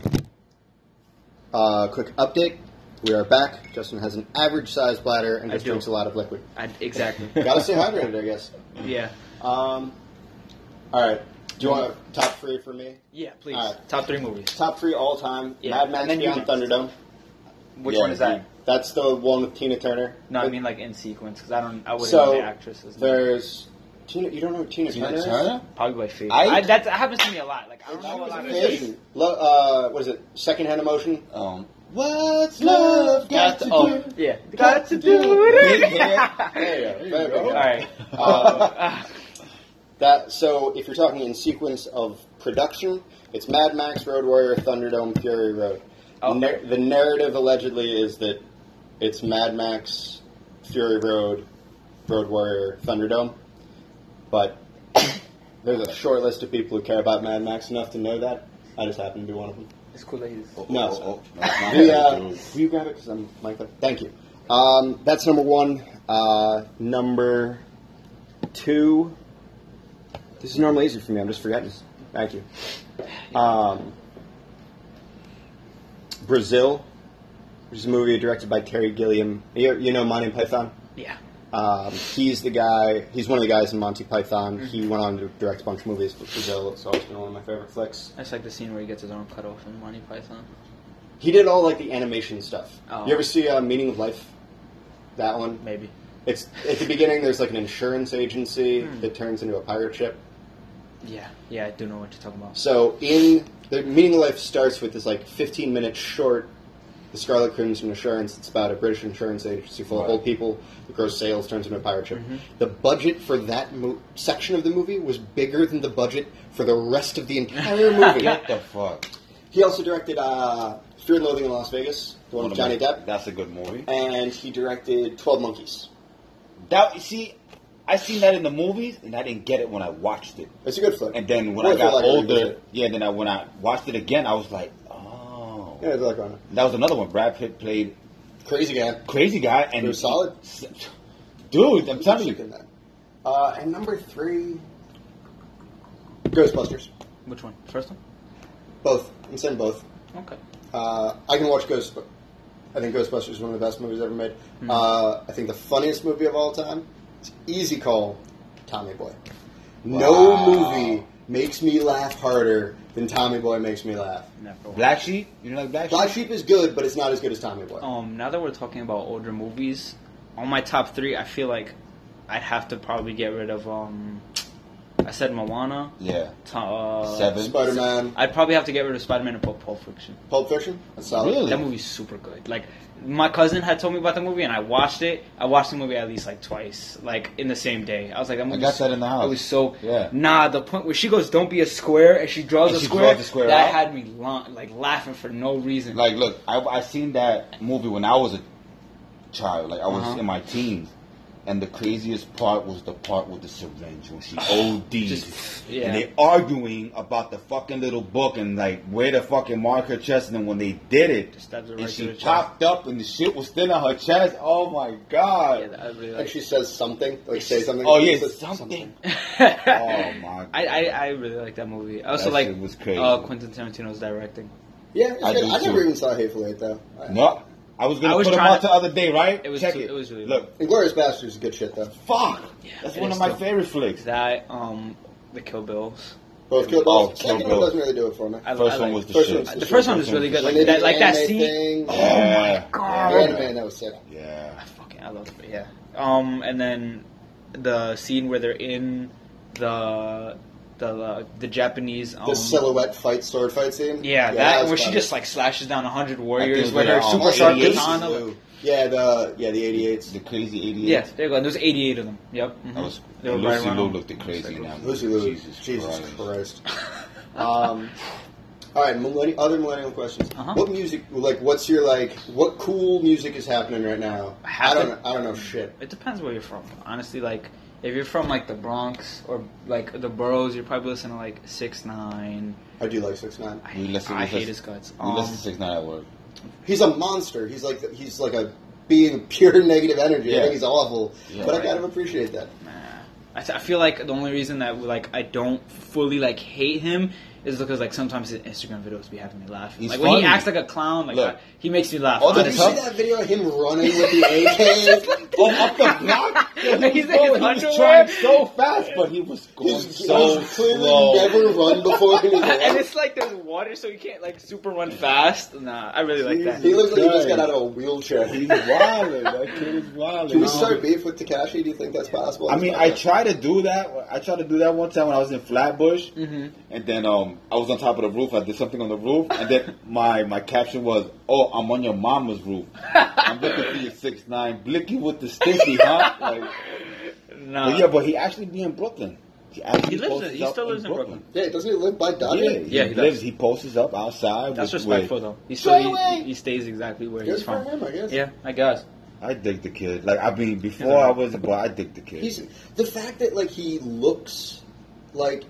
Speaker 1: uh, quick update. We are back. Justin has an average sized bladder and
Speaker 3: I
Speaker 1: just
Speaker 3: do.
Speaker 1: drinks a lot of liquid.
Speaker 3: I, exactly.
Speaker 1: Gotta stay hydrated, I guess.
Speaker 3: yeah.
Speaker 1: Um, all right. Do you want a top three for me?
Speaker 3: Yeah. Please.
Speaker 1: All right.
Speaker 3: Top three movies.
Speaker 1: Top three all time.
Speaker 3: Yeah,
Speaker 1: Mad
Speaker 3: and
Speaker 1: Max
Speaker 3: then you
Speaker 1: Beyond
Speaker 3: next.
Speaker 1: Thunderdome.
Speaker 3: Which
Speaker 2: Yeah,
Speaker 3: one is that?
Speaker 1: That's the one with Tina Turner.
Speaker 3: No, I
Speaker 1: But
Speaker 3: mean like in sequence because I don't. I wouldn't know
Speaker 1: so
Speaker 3: the actresses.
Speaker 1: there's Tina. You don't know who Tina,
Speaker 2: Tina
Speaker 1: Turner? is?
Speaker 2: Turner?
Speaker 3: Probably by fate.
Speaker 2: I-
Speaker 3: I, that's, that happens to me a lot. Like I don't know a lot of.
Speaker 1: Hey, lo- uh, what is it? Secondhand emotion.
Speaker 2: Um, what's love got, to
Speaker 3: oh,
Speaker 2: do?
Speaker 3: yeah. Got to do
Speaker 2: Big
Speaker 3: with
Speaker 2: hair.
Speaker 3: it.
Speaker 1: There you go. Very
Speaker 3: All
Speaker 1: good.
Speaker 3: right.
Speaker 1: Uh,
Speaker 3: Uh,
Speaker 1: that so if you're talking in sequence of production, it's Mad Max, Road Warrior, Thunderdome, Fury Road.
Speaker 3: Oh.
Speaker 1: Nar- the narrative allegedly is that it's Mad Max, Fury Road, Road Warrior, Thunderdome, but there's a short list of people who care about Mad Max enough to know that. I just happen to be one of them.
Speaker 3: it's cool that he's.
Speaker 2: Oh,
Speaker 1: No.
Speaker 2: oh, oh, no, it's not
Speaker 1: The,
Speaker 2: that,
Speaker 1: uh,
Speaker 2: dude.
Speaker 1: will you grab it? Because I'm Mike. Thank you. Um, that's number one. Uh, number two. This is normally easy for me. I'm just forgetting. Thank you. Um, Brazil, which is a movie directed by Terry Gilliam. You, you know Monty Python?
Speaker 3: Yeah.
Speaker 1: Um, he's the guy. He's one of the guys in Monty Python. He went on to direct a bunch of movies, but Brazil has always been one of my favorite flicks.
Speaker 3: That's like the scene where he gets his arm cut off in Monty Python.
Speaker 1: He did all like the animation stuff.
Speaker 3: Oh.
Speaker 1: You ever see uh, Meaning of Life? That one.
Speaker 3: Maybe.
Speaker 1: It's at the beginning. There's like an insurance agency
Speaker 3: Hmm.
Speaker 1: that turns into a pirate ship.
Speaker 3: Yeah. Yeah, I do know what you're talking about.
Speaker 1: So in the Meaning of Life starts with this like 15 minute short, The Scarlet Crimson Insurance. It's about a British insurance agency full of
Speaker 2: Right.
Speaker 1: old people. that grows sales, turns into a pirate ship.
Speaker 3: Mhm.
Speaker 1: The budget for that mo- section of the movie was bigger than the budget for the rest of the entire movie.
Speaker 2: What the fuck?
Speaker 1: He also directed uh, Fear and Loathing in Las Vegas, the one with Johnny Depp.
Speaker 2: That's a good movie.
Speaker 1: and he directed Twelve Monkeys.
Speaker 2: That you see, I seen that in the movies, and I didn't get it when I watched it.
Speaker 1: It's a good flick.
Speaker 2: And then when
Speaker 1: Well,
Speaker 2: I got
Speaker 1: like
Speaker 2: older,
Speaker 1: it.
Speaker 2: yeah, then I, when I watched it again, I was like, oh.
Speaker 1: yeah, it's like on it.
Speaker 2: That was another one. Brad Pitt played
Speaker 1: Crazy guy.
Speaker 2: crazy guy, and
Speaker 1: He was solid.
Speaker 2: Dude, I'm telling you,
Speaker 1: Uh, and number three, Ghostbusters.
Speaker 3: Which one? First one?
Speaker 1: Both. I'm saying both.
Speaker 3: Okay.
Speaker 1: Uh, I can watch Ghost. I think Ghostbusters is one of the best movies ever made.
Speaker 2: Hmm.
Speaker 1: Uh, I think the funniest movie of all time. It's easy call, Tommy Boy.
Speaker 2: Wow.
Speaker 1: No movie makes me laugh harder than Tommy Boy makes me laugh.
Speaker 3: Never.
Speaker 2: Black Sheep. You know, like Black Sheep.
Speaker 1: Black Sheep is good, but it's not as good as Tommy Boy.
Speaker 3: Um, now that we're talking about older movies, on my top three, I feel like I'd have to probably get rid of. um I said Moana.
Speaker 2: Yeah,
Speaker 3: To, uh,
Speaker 2: Seven.
Speaker 1: Spider Man,
Speaker 3: I'd probably have to get rid of Spider Man and put Pulp Fiction.
Speaker 1: Pulp Fiction. That's solid.
Speaker 2: Really?
Speaker 3: That movie's super good. Like my cousin had told me about the movie, and I watched it. I watched the movie at least like twice, like in the same day. I was like, that
Speaker 2: I
Speaker 3: movie.
Speaker 2: got that in the
Speaker 3: It
Speaker 2: house.
Speaker 3: was so.
Speaker 2: Yeah.
Speaker 3: Nah, the point where she goes, "Don't be a square," and she draws
Speaker 2: And
Speaker 3: a
Speaker 2: she
Speaker 3: square.
Speaker 2: draws a square
Speaker 3: that
Speaker 2: out.
Speaker 3: had me la- like laughing for no reason.
Speaker 2: Like, look, I, I seen that movie when I was a child. Like, I was
Speaker 3: Uh-huh.
Speaker 2: in my teens. And the craziest part was the part with the syringe when she OD'd.
Speaker 3: Just- yeah.
Speaker 2: And they arguing about the fucking little book and like where to fucking mark her chest. And then when they did it,
Speaker 3: Stabbed her
Speaker 2: and
Speaker 3: right
Speaker 2: she
Speaker 3: through the chest.
Speaker 2: popped up and the shit was still on her chest. Oh my god.
Speaker 3: Yeah, that- I really
Speaker 1: Like
Speaker 3: like.
Speaker 1: she says something, like say something.
Speaker 2: Oh
Speaker 1: she
Speaker 2: yeah,
Speaker 1: says
Speaker 2: something.
Speaker 3: I,
Speaker 2: Oh my. God.
Speaker 3: I I really like that movie. I also
Speaker 2: That
Speaker 3: like
Speaker 2: shit was crazy.
Speaker 3: Uh, Quentin Tarantino's directing.
Speaker 1: Yeah, it's
Speaker 2: I
Speaker 1: good.
Speaker 2: do
Speaker 1: I, never
Speaker 2: too.
Speaker 1: even saw Hateful Eight though.
Speaker 2: No, I was gonna
Speaker 3: I was
Speaker 2: put them
Speaker 3: trying
Speaker 2: out
Speaker 3: to-
Speaker 2: the other day, right?
Speaker 3: It was
Speaker 2: Check
Speaker 3: too-
Speaker 2: it.
Speaker 3: it was really
Speaker 2: Look,
Speaker 1: Inglorious Bastards is good shit though.
Speaker 2: fuck. That's
Speaker 3: it
Speaker 2: one
Speaker 3: is
Speaker 2: of my
Speaker 3: dope.
Speaker 2: favorite flicks.
Speaker 3: That um, the Kill Bills.
Speaker 1: Both Kill
Speaker 2: Oh,
Speaker 1: Bill. Second one
Speaker 2: Kill Bill.
Speaker 1: doesn't really do it for me.
Speaker 3: I,
Speaker 2: First
Speaker 3: I
Speaker 2: one
Speaker 3: like-
Speaker 2: was the
Speaker 1: First
Speaker 2: shit.
Speaker 1: one's
Speaker 3: the first one was really good.
Speaker 1: When they
Speaker 3: Like that,
Speaker 1: did the
Speaker 3: like that
Speaker 1: anime
Speaker 3: scene.
Speaker 1: Thing,
Speaker 2: Oh
Speaker 1: yeah.
Speaker 2: my
Speaker 1: The anime,
Speaker 2: god.
Speaker 1: that was sick.
Speaker 2: Yeah.
Speaker 3: Fucking, I love it. Yeah. Um, and then the scene where they're in the the uh, the Japanese um,
Speaker 1: The silhouette fight, sword fight scene.
Speaker 3: Yeah, that
Speaker 1: was
Speaker 3: where she
Speaker 1: fun.
Speaker 3: just like slashes down hundred
Speaker 2: I
Speaker 3: warriors
Speaker 2: think
Speaker 3: with
Speaker 2: they
Speaker 3: her
Speaker 2: are all
Speaker 3: super
Speaker 1: Oh,
Speaker 3: sharp
Speaker 1: 88s.
Speaker 3: katana.
Speaker 1: Yeah, the yeah the eighty eights.
Speaker 2: The crazy idiot.
Speaker 3: Yes, there you go. And There's 88 of them. Yep. mhm.
Speaker 2: That was
Speaker 3: They were right
Speaker 2: Lucy
Speaker 3: around
Speaker 2: Lou
Speaker 3: them.
Speaker 2: looked crazy now.
Speaker 1: Lucy Lou.
Speaker 2: Jesus, Christ.
Speaker 1: Christ. um, all right, millenni- other millennial questions.
Speaker 3: Uh-huh.
Speaker 1: What music? Like, what's your like? What cool music is happening right now? I
Speaker 3: Happen-
Speaker 1: don't. I don't know shit.
Speaker 3: It depends where you're from. Honestly, like if you're from like the Bronx or like the boroughs, you're probably listening to like Six Nine.
Speaker 1: I do like Six Nine.
Speaker 3: I,
Speaker 2: We listen-
Speaker 3: I
Speaker 2: we
Speaker 3: hate
Speaker 2: listen-
Speaker 3: his guts.
Speaker 2: We
Speaker 3: Um,
Speaker 2: listened to Six Nine at work.
Speaker 1: He's a monster. He's like he's like a being of pure negative energy. I
Speaker 2: Yeah.
Speaker 1: think he's awful,
Speaker 2: Yeah,
Speaker 1: but I
Speaker 2: right.
Speaker 1: kind of appreciate that.
Speaker 3: Nah. I, th- I feel like the only reason that like I don't fully like hate him is because like sometimes his Instagram videos be having me laugh.
Speaker 2: He's
Speaker 3: like when he
Speaker 2: funny.
Speaker 3: acts like a clown, like
Speaker 2: Look.
Speaker 3: I- he makes me laugh.
Speaker 2: All the
Speaker 1: Did you
Speaker 3: honestly.
Speaker 1: see that
Speaker 2: tough-
Speaker 1: video of him running with the AK?
Speaker 2: Oh, up the block! Yeah,
Speaker 3: He's in
Speaker 2: he,
Speaker 3: his
Speaker 2: was going, he was
Speaker 3: underwear.
Speaker 2: trying so fast, but he was going
Speaker 1: He's
Speaker 2: so
Speaker 1: he's clearly
Speaker 2: slow.
Speaker 1: never run before in his
Speaker 3: and
Speaker 1: life.
Speaker 3: it's like there's water, so you can't like super run fast. Nah, I really like that.
Speaker 1: He looks like he just
Speaker 2: Right.
Speaker 1: got out of a wheelchair.
Speaker 2: He's wilding. That kid is wilding.
Speaker 1: Can we start beef with Takashi? Do you think that's possible?
Speaker 2: I mean, I tried to do that. I tried to do that one time when I was in Flatbush,
Speaker 3: Mhm.
Speaker 2: and then um, I was on top of the roof. I did something on the roof, and then my my caption was, "Oh, I'm on your mama's roof. I'm looking for your six nine blicky with the sticky, huh?" Like,
Speaker 3: Nah.
Speaker 2: but yeah, but he actually be in Brooklyn. He, actually
Speaker 3: Uh-huh. He lives
Speaker 2: posts
Speaker 3: in- he
Speaker 2: up
Speaker 3: still lives in Brooklyn.
Speaker 1: Yeah, doesn't he live by
Speaker 2: Yeah,
Speaker 1: Dodger?
Speaker 2: he,
Speaker 3: Yeah, he does.
Speaker 2: lives. He posts up outside.
Speaker 3: That's
Speaker 2: with-
Speaker 3: respectful
Speaker 2: with-
Speaker 3: though. He
Speaker 1: Stay
Speaker 3: still
Speaker 1: away.
Speaker 3: he, he stays exactly where
Speaker 1: Good
Speaker 3: he's
Speaker 1: for
Speaker 3: from.
Speaker 1: him, I guess.
Speaker 3: Yeah, I guess.
Speaker 2: I dig the kid. Like I mean, before I was, but I dig the kid.
Speaker 1: He's the fact that like he looks like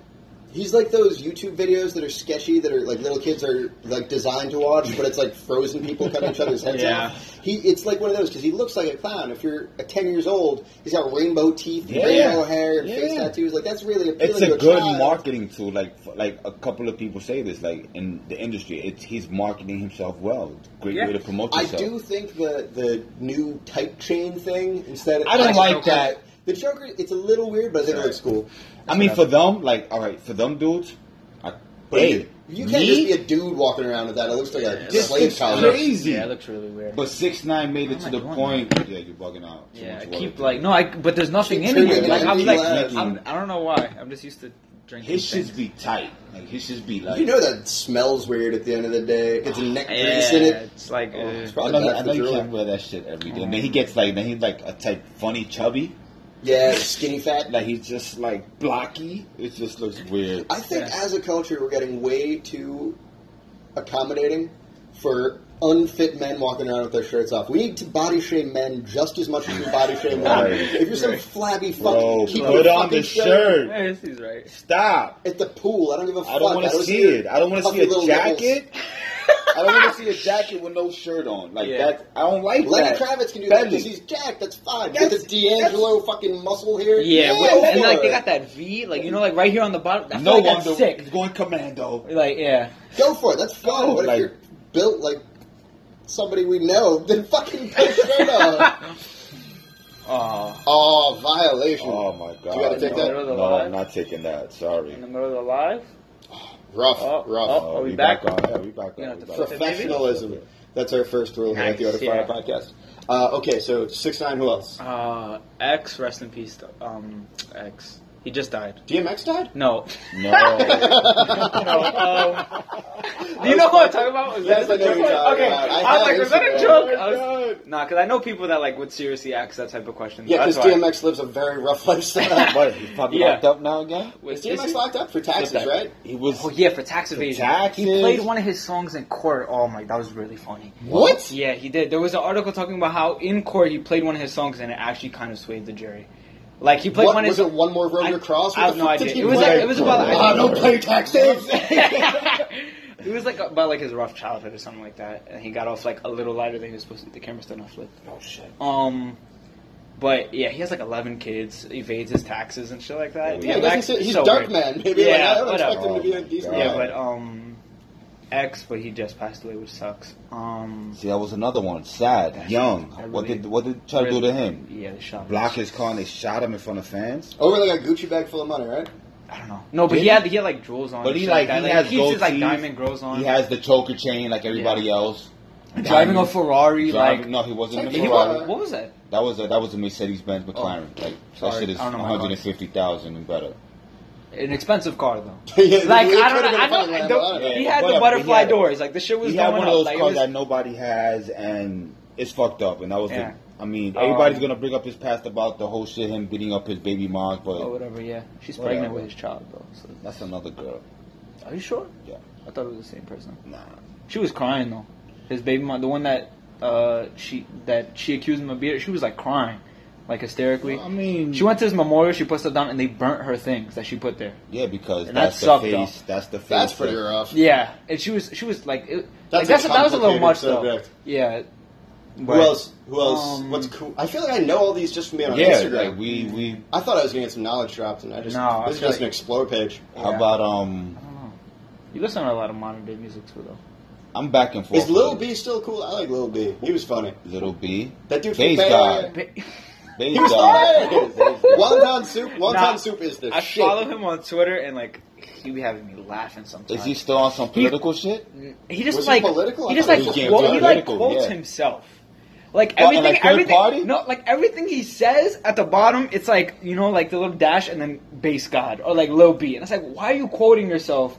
Speaker 1: he's like those YouTube videos that are sketchy that are like little kids are like designed to watch, but it's like frozen people cutting each other's heads
Speaker 3: Yeah.
Speaker 1: off. He it's like one of those because he looks like a clown. If you're a ten years old, he's got rainbow teeth, and
Speaker 2: Yeah.
Speaker 1: rainbow hair, and face
Speaker 2: Yeah.
Speaker 1: tattoos. Like that's really appealing.
Speaker 2: It's
Speaker 1: to
Speaker 2: a good
Speaker 1: child.
Speaker 2: marketing tool. Like f- like a couple of people say this. Like in the industry, it's he's marketing himself well. Great
Speaker 3: Yeah.
Speaker 2: way to promote
Speaker 1: I
Speaker 2: yourself.
Speaker 1: do think the the new tight chain thing instead. Of,
Speaker 2: I don't like that.
Speaker 1: The Joker, it's a little weird, but I think it looks cool.
Speaker 2: I mean, for them, like all right, for them dudes, I,
Speaker 1: But
Speaker 2: hey,
Speaker 1: you, you can't
Speaker 2: me?
Speaker 1: just be a dude walking around with that. It looks like a
Speaker 3: This
Speaker 1: slave
Speaker 2: is
Speaker 1: collar.
Speaker 2: crazy. Easy.
Speaker 3: Yeah, it looks really weird.
Speaker 2: but six nine made
Speaker 3: Why
Speaker 2: it
Speaker 3: am
Speaker 2: to
Speaker 3: I
Speaker 2: the
Speaker 3: doing
Speaker 2: point. Yeah, you're bugging out. Too
Speaker 3: yeah,
Speaker 2: much
Speaker 3: I
Speaker 2: water,
Speaker 3: keep
Speaker 2: too
Speaker 3: like
Speaker 2: much.
Speaker 3: no, I but there's nothing in
Speaker 1: Dude,
Speaker 3: here. Like I'm
Speaker 1: dude,
Speaker 3: like
Speaker 1: dude.
Speaker 3: I'm, I don't know why. I'm just used to drinking.
Speaker 2: his should
Speaker 3: things.
Speaker 2: be tight. Like his should be like.
Speaker 1: You know that smells weird at the end of the day. It's a neck grease
Speaker 3: yeah,
Speaker 1: in it.
Speaker 3: it's like
Speaker 1: Oh, it's
Speaker 3: uh,
Speaker 2: I
Speaker 1: probably
Speaker 2: know, he-
Speaker 1: bad
Speaker 2: I
Speaker 1: for Oh,
Speaker 2: know
Speaker 1: the
Speaker 2: you
Speaker 1: drooler.
Speaker 2: can't wear that shit every day. And then he gets like, then he's like a type funny chubby.
Speaker 1: Yeah, skinny fat.
Speaker 2: Like he's just like blocky. It just looks weird.
Speaker 1: I think
Speaker 3: Yeah.
Speaker 1: as a culture, we're getting way too accommodating for unfit men walking around with their shirts off. We need to body shame men just as much as we body shame women.
Speaker 2: Right.
Speaker 1: If you're some
Speaker 3: Right.
Speaker 1: flabby fuck,
Speaker 2: Bro,
Speaker 1: keep
Speaker 2: put
Speaker 1: your
Speaker 2: on
Speaker 1: fucking
Speaker 2: the shirt.
Speaker 3: yeah, he's right.
Speaker 2: Stop.
Speaker 1: At the pool, I don't give a fuck.
Speaker 2: I don't want to see it. I don't want to see
Speaker 1: puffy little
Speaker 2: a jacket. I don't want to see a jacket with no shirt on. Like
Speaker 3: Yeah.
Speaker 2: that. I don't like
Speaker 1: Lenny
Speaker 2: that.
Speaker 1: Kravitz can do that
Speaker 2: Belly.
Speaker 1: because he's jacked. That's fine.
Speaker 2: That's-
Speaker 1: With the D'Angelo fucking muscle here.
Speaker 3: Yeah,
Speaker 1: what
Speaker 3: well, and like they got that V, like you know, like right here on the bottom. That's
Speaker 2: no
Speaker 3: like,
Speaker 2: wonder
Speaker 3: that's sick.
Speaker 2: he's going commando.
Speaker 3: Like yeah,
Speaker 1: Go for it. That's fine.
Speaker 3: Oh,
Speaker 2: Go,
Speaker 1: but if
Speaker 2: like-
Speaker 1: you're built like somebody we know, then fucking put a shirt on.
Speaker 3: oh,
Speaker 1: oh, violation.
Speaker 2: Oh my god!
Speaker 1: You gotta take
Speaker 2: no,
Speaker 1: that?
Speaker 2: No, I'm not taking that. Sorry.
Speaker 3: in the middle of the live.
Speaker 1: rough,
Speaker 3: Oh,
Speaker 1: rough.
Speaker 3: oh, are we
Speaker 2: we
Speaker 3: back?
Speaker 2: on. Yeah, we back
Speaker 3: You
Speaker 2: on.
Speaker 3: have
Speaker 2: We
Speaker 3: to
Speaker 2: back
Speaker 3: flip
Speaker 2: on.
Speaker 3: it, maybe?
Speaker 1: Professionalism. That's our first rule here at the
Speaker 3: Nice,
Speaker 1: Other Fire
Speaker 3: yeah.
Speaker 1: podcast. Uh, okay, so six nine. Who else?
Speaker 3: Uh, X, rest in peace. though. Um, X. He just died.
Speaker 1: DMX died?
Speaker 3: No.
Speaker 2: No.
Speaker 3: um, Do you know who I'm talking about? Is
Speaker 1: Yes, I
Speaker 3: that a
Speaker 1: know
Speaker 3: joke?
Speaker 1: who you're talking
Speaker 3: Okay.
Speaker 1: about. I
Speaker 3: I, was
Speaker 1: have
Speaker 3: like, was that a
Speaker 1: Instagram.
Speaker 3: joke?
Speaker 1: Oh my
Speaker 3: I was, nah, because I know people that like would seriously ask that type of question.
Speaker 1: Yeah, because
Speaker 3: That's why.
Speaker 1: DMX lives a very rough lifestyle.
Speaker 2: what? He probably
Speaker 3: Yeah.
Speaker 2: locked up now again.
Speaker 1: Is
Speaker 3: Was- is
Speaker 1: DMX
Speaker 3: he-
Speaker 1: locked up for taxes, right?
Speaker 2: He was.
Speaker 3: Oh yeah, for tax evasion.
Speaker 2: taxes.
Speaker 3: He played one of his songs in court. Oh my, that was really funny.
Speaker 1: What?
Speaker 3: Yeah, he did. There was an article talking about how in court he played one of his songs and it actually kind of swayed the jury. Like he played
Speaker 1: What
Speaker 3: one of
Speaker 1: was
Speaker 3: his.
Speaker 1: it? One more road
Speaker 3: I-
Speaker 1: to cross?
Speaker 3: I
Speaker 1: What
Speaker 3: have
Speaker 1: the
Speaker 3: no
Speaker 1: fuck did
Speaker 3: idea.
Speaker 1: he
Speaker 3: It was
Speaker 1: play?
Speaker 3: like- it was about-
Speaker 1: Ah, don't pay taxes.
Speaker 3: it was like about like his rough childhood or something like that, and he got off like a little lighter than he was supposed to. The camera's still not flipped.
Speaker 1: oh shit!
Speaker 3: Um, but yeah, he has like eleven kids, evades his taxes and shit like that.
Speaker 1: Oh, Yeah,
Speaker 3: DMX
Speaker 1: he doesn't say- he's
Speaker 3: so
Speaker 1: dark
Speaker 3: weird.
Speaker 1: man. Maybe like,
Speaker 3: Yeah,
Speaker 1: I don't expect
Speaker 3: whatever.
Speaker 1: him to be a decent
Speaker 2: Yeah,
Speaker 3: Yeah,
Speaker 1: guy.
Speaker 3: but um, X, but he just passed away, which sucks. Um,
Speaker 2: See, that was another one. Sad, young.
Speaker 3: I
Speaker 2: what
Speaker 3: really-
Speaker 2: did what did try to do to him?
Speaker 3: Yeah, they shot him.
Speaker 2: Block his car and they shot him in front of fans.
Speaker 1: Over like a Gucci bag full of money, right?
Speaker 3: I don't know. No, but
Speaker 2: Did
Speaker 3: he
Speaker 2: he?
Speaker 3: had he had like jewels on.
Speaker 2: But
Speaker 3: and
Speaker 2: he
Speaker 3: shit
Speaker 2: like,
Speaker 3: that.
Speaker 2: he has
Speaker 3: he keeps his, like
Speaker 2: gold teeth.
Speaker 3: diamond grows on.
Speaker 2: He has the choker chain like everybody else.
Speaker 3: driving a Ferrari
Speaker 2: Driving-
Speaker 3: like.
Speaker 2: no, he wasn't. in a
Speaker 1: He
Speaker 2: Ferrari.
Speaker 1: was-
Speaker 3: What was that?
Speaker 2: That was a that was a Mercedes Benz McLaren. like that
Speaker 3: Oh, Sorry,
Speaker 2: shit is
Speaker 3: I don't know
Speaker 2: one
Speaker 3: my
Speaker 2: hundred and fifty thousand and better.
Speaker 3: An expensive car though.
Speaker 1: Yeah, it
Speaker 3: Like
Speaker 1: could've
Speaker 3: I don't,
Speaker 1: been a
Speaker 3: I
Speaker 1: fucking
Speaker 3: don't, I
Speaker 1: Lambo,
Speaker 3: don't-
Speaker 1: I don't
Speaker 3: He
Speaker 1: know.
Speaker 3: had
Speaker 2: Whatever,
Speaker 3: the butterfly
Speaker 2: he had-
Speaker 3: doors. Like the shit was
Speaker 2: he had
Speaker 3: going
Speaker 2: one of those
Speaker 3: up. Like, it
Speaker 2: cars
Speaker 3: was-
Speaker 2: that nobody has, and it's fucked up. And that was,
Speaker 3: Yeah.
Speaker 2: the, I mean,
Speaker 3: Um,
Speaker 2: everybody's gonna bring up his past about the whole shit, him beating up his baby mom, but
Speaker 3: or Oh, whatever. Yeah, she's
Speaker 2: Whatever.
Speaker 3: pregnant with his child though. So.
Speaker 2: that's another girl.
Speaker 3: Are you sure?
Speaker 2: Yeah.
Speaker 3: I thought it was the same person.
Speaker 2: Nah,
Speaker 3: She was crying though. His baby mom, the one that uh she that she accused him of beating, her, she was like crying, like hysterically.
Speaker 2: I mean,
Speaker 3: She went to his memorial. She put stuff down, and they burnt her things that she put there.
Speaker 2: yeah, because
Speaker 3: And that
Speaker 2: that's the
Speaker 3: sucked,
Speaker 2: face. That's the face.
Speaker 1: That's
Speaker 2: that-
Speaker 1: pretty rough.
Speaker 3: Yeah, and she was she was like, it,
Speaker 1: That's
Speaker 3: that's like that's,
Speaker 1: a
Speaker 3: that was a little
Speaker 1: complicated
Speaker 3: much
Speaker 1: subject.
Speaker 3: though. Yeah. But,
Speaker 1: Who else? Who else?
Speaker 3: Um,
Speaker 1: What's cool? I feel like I know all these just from being on
Speaker 2: Yeah,
Speaker 1: Instagram.
Speaker 2: like we we.
Speaker 1: I thought I was gonna get some knowledge dropped, and I just
Speaker 3: No, I
Speaker 1: this is
Speaker 3: feel
Speaker 1: just
Speaker 3: like-
Speaker 1: an explore page.
Speaker 2: How
Speaker 3: Yeah.
Speaker 2: about um?
Speaker 3: I don't know. You listen to a lot of modern day music too, though.
Speaker 2: I'm back and forth.
Speaker 1: Is Lil
Speaker 2: with
Speaker 1: B still cool? I like Lil B. He was funny.
Speaker 2: Little B.
Speaker 1: That dude
Speaker 2: Bass
Speaker 1: from Bay
Speaker 2: guy.
Speaker 1: Area.
Speaker 2: Bass
Speaker 1: He was
Speaker 2: guy. Bass guy.
Speaker 1: funny. Wonton soup. Wonton
Speaker 3: Nah,
Speaker 1: soup is the
Speaker 3: I
Speaker 1: shit.
Speaker 3: follow him on Twitter, and like he be having me laughing sometimes.
Speaker 2: Is he still on some political shit?
Speaker 3: He just
Speaker 1: Was it
Speaker 3: like
Speaker 1: political?
Speaker 3: he
Speaker 1: I
Speaker 3: just
Speaker 1: thought
Speaker 3: like
Speaker 1: it
Speaker 2: was getting
Speaker 3: quote, he like
Speaker 2: political,
Speaker 3: quotes
Speaker 2: yeah.
Speaker 3: himself. Like
Speaker 2: What,
Speaker 3: everything,
Speaker 2: like third
Speaker 3: everything.
Speaker 2: party?
Speaker 3: No, like everything he says at the bottom, it's like you know, like the little dash and then base god or like low B, and it's like, why are you quoting yourself?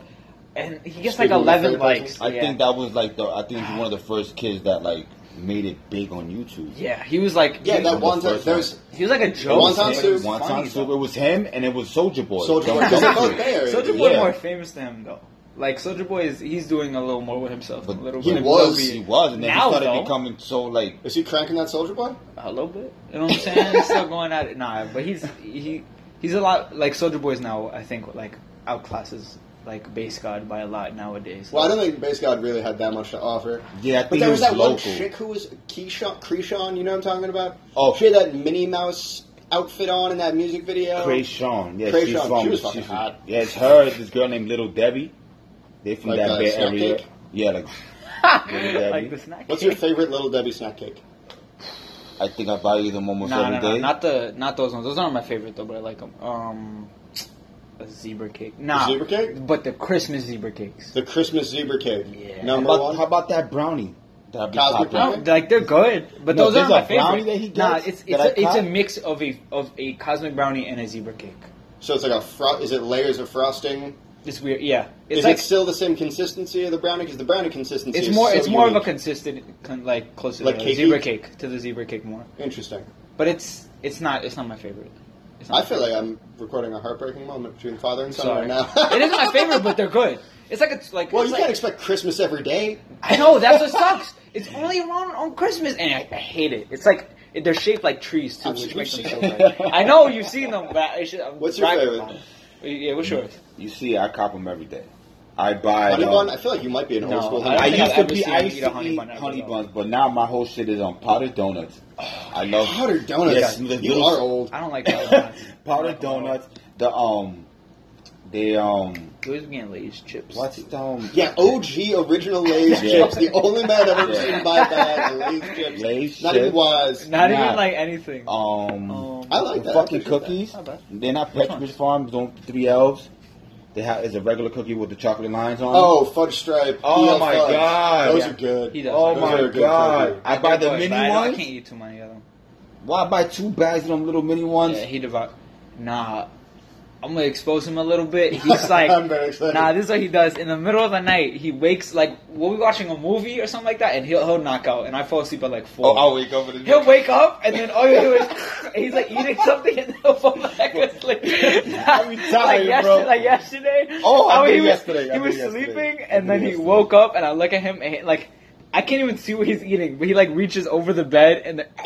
Speaker 3: And he gets
Speaker 1: Speaking
Speaker 3: like
Speaker 1: in
Speaker 3: eleven
Speaker 1: third person?
Speaker 3: likes.
Speaker 2: I
Speaker 3: yeah.
Speaker 2: think that was like the. I think he's one of the first kids that like made it big on YouTube.
Speaker 3: yeah, he was like
Speaker 1: Yeah,
Speaker 3: he,
Speaker 1: that
Speaker 2: the
Speaker 1: one time
Speaker 2: first
Speaker 1: there
Speaker 2: one.
Speaker 1: was
Speaker 3: he was like a joke.
Speaker 1: Wonton
Speaker 3: but it was
Speaker 1: soup.
Speaker 2: Wonton
Speaker 3: funny,
Speaker 2: soup.
Speaker 3: though.
Speaker 2: It was him, and it was Soldier Boy.
Speaker 1: Soulja Boy.
Speaker 2: Dumb
Speaker 1: They're
Speaker 2: Dumb
Speaker 1: both
Speaker 2: Boy.
Speaker 1: Bay Area.
Speaker 3: Soldier Boy
Speaker 2: Yeah.
Speaker 3: more famous than him though. Like Soldier Boy is he's doing a little more with himself.
Speaker 2: But
Speaker 3: a little
Speaker 1: he
Speaker 3: bit.
Speaker 1: was-
Speaker 2: He was, and then
Speaker 3: Now,
Speaker 2: he started
Speaker 3: though.
Speaker 2: becoming so like.
Speaker 1: Is he cranking that soldier boy?
Speaker 3: a little bit. You know what I'm saying? he's still going at it. Nah, but he's he he's a lot like Soldier Boy's now. I think like outclasses like Base God by a lot nowadays.
Speaker 1: Well, I don't think Base God really had that much to offer.
Speaker 2: Yeah, I
Speaker 1: But
Speaker 2: think
Speaker 1: there
Speaker 2: he
Speaker 1: was,
Speaker 2: was,
Speaker 1: that
Speaker 2: local.
Speaker 1: one chick who was Keyshawn, Creeshawn, you know what I'm talking about?
Speaker 2: Oh.
Speaker 1: She had that Minnie Mouse outfit on in that music video.
Speaker 2: Krayshawn. Yeah,
Speaker 1: Krayshawn,
Speaker 2: she's from.
Speaker 1: she was
Speaker 2: she's
Speaker 1: fucking
Speaker 2: from-
Speaker 1: hot.
Speaker 2: Yeah, it's her. This girl named Little Debbie. They from
Speaker 1: Like,
Speaker 2: that
Speaker 1: uh,
Speaker 2: Bay
Speaker 1: snack
Speaker 2: Area.
Speaker 1: cake?
Speaker 2: Yeah, like Little Debbie.
Speaker 3: like the snack.
Speaker 1: What's your favorite Little Debbie snack cake?
Speaker 2: I think I buy you them almost
Speaker 3: Nah,
Speaker 2: every
Speaker 3: nah,
Speaker 2: day.
Speaker 3: nah, not the not those ones. Those aren't my favorite though, but I like them. Um, a zebra cake. Nah,
Speaker 1: Zebra cake?
Speaker 3: But the Christmas zebra cakes.
Speaker 1: The Christmas zebra cake.
Speaker 3: Yeah.
Speaker 2: How
Speaker 1: Number
Speaker 2: about, how
Speaker 1: one.
Speaker 2: about that brownie? That
Speaker 1: Cosby brownie?
Speaker 3: No, like they're good, but
Speaker 2: No,
Speaker 3: those
Speaker 2: there's
Speaker 3: aren't my
Speaker 2: a brownie
Speaker 3: favorite.
Speaker 2: that he gets
Speaker 3: nah, it's it's
Speaker 2: that I
Speaker 3: a, it's a
Speaker 2: caught?
Speaker 3: mix of a of a cosmic brownie and a zebra cake.
Speaker 1: So it's like a fro- is it layers of frosting?
Speaker 3: It's weird. Yeah, it's
Speaker 1: is
Speaker 3: like
Speaker 1: it still the same consistency of the brownie? Because the brownie consistency
Speaker 3: It's
Speaker 1: is
Speaker 3: more.
Speaker 1: so
Speaker 3: it's more of a
Speaker 1: unique.
Speaker 3: consistent, con, like closer
Speaker 1: Like
Speaker 3: to
Speaker 1: cakey?
Speaker 3: the zebra cake to the zebra cake more.
Speaker 1: Interesting.
Speaker 3: But it's it's not it's not my favorite. It's not
Speaker 1: I
Speaker 3: my
Speaker 1: feel
Speaker 3: favorite.
Speaker 1: like I'm recording a heartbreaking moment between father and son
Speaker 3: Sorry.
Speaker 1: right now.
Speaker 3: it is my favorite, but they're good. It's like it's like.
Speaker 1: Well,
Speaker 3: it's
Speaker 1: you
Speaker 3: like,
Speaker 1: can't expect Christmas every day.
Speaker 3: I know that's what sucks. It's only around on Christmas, and I, I hate it. It's like it, they're shaped like trees too,
Speaker 1: I've
Speaker 3: which
Speaker 1: seen-
Speaker 3: makes them
Speaker 1: we've
Speaker 3: so
Speaker 1: seen
Speaker 3: good. I know you've seen them, but I should, I'm
Speaker 1: What's your
Speaker 3: bragging
Speaker 1: favorite?
Speaker 3: about it. Yeah, what's yours?
Speaker 2: You see, I cop them every day. I buy.
Speaker 1: Honey
Speaker 2: um,
Speaker 1: bun. I feel like you might be an
Speaker 3: No,
Speaker 1: old school.
Speaker 3: I
Speaker 2: I
Speaker 1: honey
Speaker 3: don't
Speaker 1: bun.
Speaker 3: think I've
Speaker 2: used
Speaker 3: ever seen
Speaker 2: to be. I
Speaker 3: you
Speaker 2: used
Speaker 3: eat
Speaker 2: to
Speaker 3: a honey
Speaker 2: eat
Speaker 3: bun ever,
Speaker 2: honey
Speaker 3: though.
Speaker 2: buns, but now my whole shit is on powdered donuts. I love
Speaker 1: Oh, powdered donuts.
Speaker 2: Yes, the
Speaker 1: you
Speaker 2: little-
Speaker 1: are old.
Speaker 3: I don't like that.
Speaker 2: powdered donuts. The um, they um,
Speaker 3: You always be getting Lay's chips.
Speaker 2: what's the um,
Speaker 1: Yeah, OG original Lay's
Speaker 2: Yeah.
Speaker 1: chips. The only man I've ever
Speaker 2: Yeah.
Speaker 1: seen buy that Lay's chips.
Speaker 2: Lay's
Speaker 1: Not
Speaker 2: chips.
Speaker 1: even wise.
Speaker 3: Not
Speaker 2: Nah.
Speaker 3: even like anything.
Speaker 2: um,
Speaker 3: Um,
Speaker 1: I like that.
Speaker 2: the fucking
Speaker 1: I appreciate
Speaker 2: cookies.
Speaker 3: Not bad.
Speaker 2: They're not Petridge Farms. Don't three elves. They have is a regular cookie with the chocolate lines on.
Speaker 1: that.
Speaker 2: it.
Speaker 1: Oh, fudge stripe.
Speaker 2: Oh
Speaker 1: EL
Speaker 2: my
Speaker 1: fudge.
Speaker 2: God.
Speaker 1: those
Speaker 2: Yeah.
Speaker 1: are good.
Speaker 3: He does.
Speaker 2: Oh
Speaker 1: Those are
Speaker 2: my
Speaker 1: good
Speaker 2: god!
Speaker 1: cookies.
Speaker 2: I buy the
Speaker 3: But
Speaker 2: mini
Speaker 3: I, I
Speaker 2: ones.
Speaker 3: can't eat too many of them.
Speaker 2: Um, Why buy two bags of them little mini ones?
Speaker 3: Yeah, he devour. Nah, I'm gonna expose him a little bit. He's like,
Speaker 2: Um,
Speaker 1: I'm very excited.
Speaker 3: Nah, this is what he does. In the middle of the night, he wakes like we'll be watching a movie or something like that, and he'll he'll knock out, and I fall asleep at like four.
Speaker 1: oh, I'll wake up and
Speaker 3: He'll wake up and then all you do is he's like eating something and he'll fall back asleep.
Speaker 1: I'm
Speaker 3: like,
Speaker 1: tired,
Speaker 3: yes-
Speaker 1: bro.
Speaker 3: like yesterday.
Speaker 1: Oh, I
Speaker 3: how
Speaker 1: did
Speaker 3: he was,
Speaker 1: yesterday, I
Speaker 3: He
Speaker 1: did
Speaker 3: was
Speaker 1: yesterday.
Speaker 3: sleeping
Speaker 1: I
Speaker 3: and
Speaker 1: did
Speaker 3: then he
Speaker 1: yesterday.
Speaker 3: woke up and I look at him and he, like I can't even see what he's eating, but he like reaches over the bed and then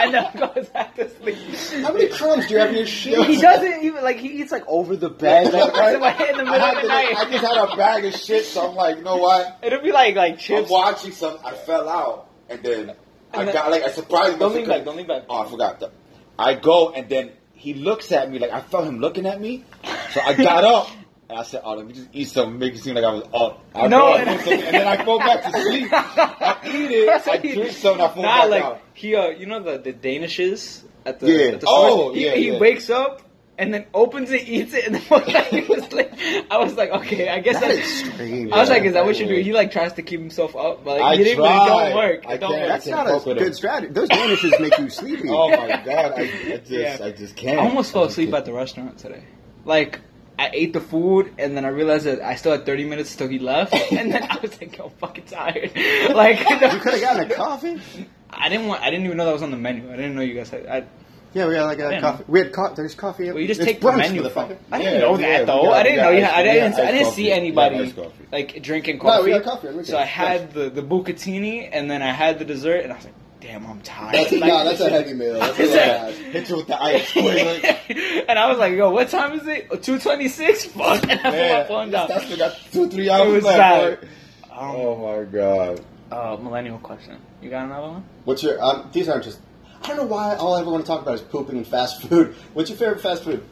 Speaker 3: and then goes back to sleep.
Speaker 1: How many crumbs do you have in your
Speaker 3: He
Speaker 1: shoes?
Speaker 3: doesn't even like he eats like over the bed like in the
Speaker 1: I,
Speaker 3: middle
Speaker 1: had
Speaker 3: of
Speaker 1: to-
Speaker 3: the
Speaker 1: I
Speaker 3: night.
Speaker 1: just had a bag of shit, so I'm like, you know what?
Speaker 3: It'll be like like
Speaker 1: I'm
Speaker 3: chips.
Speaker 1: watching something. I fell out, and then I
Speaker 3: And then-
Speaker 1: got like a surprise.
Speaker 3: Don't lean back. Don't lean back.
Speaker 2: Oh, I forgot. The, I go and then he looks at me like I felt him looking at me, so I got up and I said, "Oh, let me just eat something, make it seem like I was up." I
Speaker 3: No,
Speaker 2: go
Speaker 3: and-
Speaker 2: and, eat something, and then I go back to sleep. I eat it, I drink something, I fall
Speaker 3: Nah,
Speaker 2: back
Speaker 3: like
Speaker 2: out.
Speaker 3: he, uh, you know the the Danishes at the
Speaker 2: Yeah.
Speaker 3: At the
Speaker 2: Oh,
Speaker 3: store? he,
Speaker 2: yeah,
Speaker 3: he
Speaker 2: yeah.
Speaker 3: wakes up and then opens it, eats it, and then one night he was like, I was like, okay, I guess
Speaker 9: That
Speaker 3: that's.
Speaker 9: is strange.
Speaker 3: I was
Speaker 2: Yeah,
Speaker 3: like, is that what you do?
Speaker 2: anyway.
Speaker 3: He like tries to keep himself up, but
Speaker 2: I
Speaker 3: like, it didn't- but it
Speaker 2: tried.
Speaker 3: don't work.
Speaker 2: I
Speaker 3: It don't
Speaker 2: can't.
Speaker 3: work.
Speaker 9: That's not a
Speaker 2: Fuck with him.
Speaker 9: good strategy. Those vanishes make you sleepy.
Speaker 2: Oh my god, I, I just,
Speaker 3: Yeah.
Speaker 2: I just
Speaker 3: I
Speaker 2: can't.
Speaker 9: Oh,
Speaker 3: almost fell
Speaker 2: I just
Speaker 3: asleep
Speaker 2: can't.
Speaker 3: at the restaurant today. Like. I ate the food and then I realized that I still had 30 minutes till he left, and then I was like, "Yo, I'm fucking tired." Like,
Speaker 9: You could have gotten a coffee.
Speaker 3: I didn't want. I didn't even know that was on the menu. I didn't know you guys had. I,
Speaker 9: Yeah, we got like a
Speaker 3: Yeah.
Speaker 9: coffee. We had coffee. There's coffee.
Speaker 3: Well, you just
Speaker 9: it's
Speaker 3: take the
Speaker 9: brunch,
Speaker 3: menu.
Speaker 9: motherfucker.
Speaker 3: I didn't
Speaker 2: Yeah,
Speaker 3: know
Speaker 2: yeah,
Speaker 3: that
Speaker 2: we
Speaker 3: though.
Speaker 2: got-
Speaker 3: I
Speaker 2: we
Speaker 3: didn't
Speaker 2: got
Speaker 3: know. you
Speaker 2: ice-
Speaker 3: had- I
Speaker 2: we
Speaker 3: didn't.
Speaker 2: got
Speaker 3: I didn't
Speaker 2: iced
Speaker 3: see
Speaker 2: coffee. We got
Speaker 3: anybody
Speaker 2: iced coffee.
Speaker 3: like drinking coffee.
Speaker 9: No, we got coffee. Look
Speaker 3: So
Speaker 9: at
Speaker 3: I
Speaker 9: this.
Speaker 3: had the the bucatini, and then I had the dessert, and I was like, "Damn, I'm tired."
Speaker 9: That's,
Speaker 3: Like,
Speaker 9: no, that's a heavy meal. That's a
Speaker 3: It's
Speaker 9: lot.
Speaker 2: Hit you with the ice. quick, like,
Speaker 3: and I was like, "Yo, what time is it? Two twenty six? Fuck!" And I put my
Speaker 2: Yeah.
Speaker 3: phone down.
Speaker 2: I still got two, three
Speaker 3: It
Speaker 2: hours
Speaker 3: was
Speaker 2: left.
Speaker 3: sad.
Speaker 2: boy.
Speaker 3: Um,
Speaker 2: Oh my god.
Speaker 3: uh, millennial question. You got another one?
Speaker 9: What's your? Um,
Speaker 1: These aren't just. I don't know why all I ever want to talk about is pooping and fast food. What's your favorite fast food?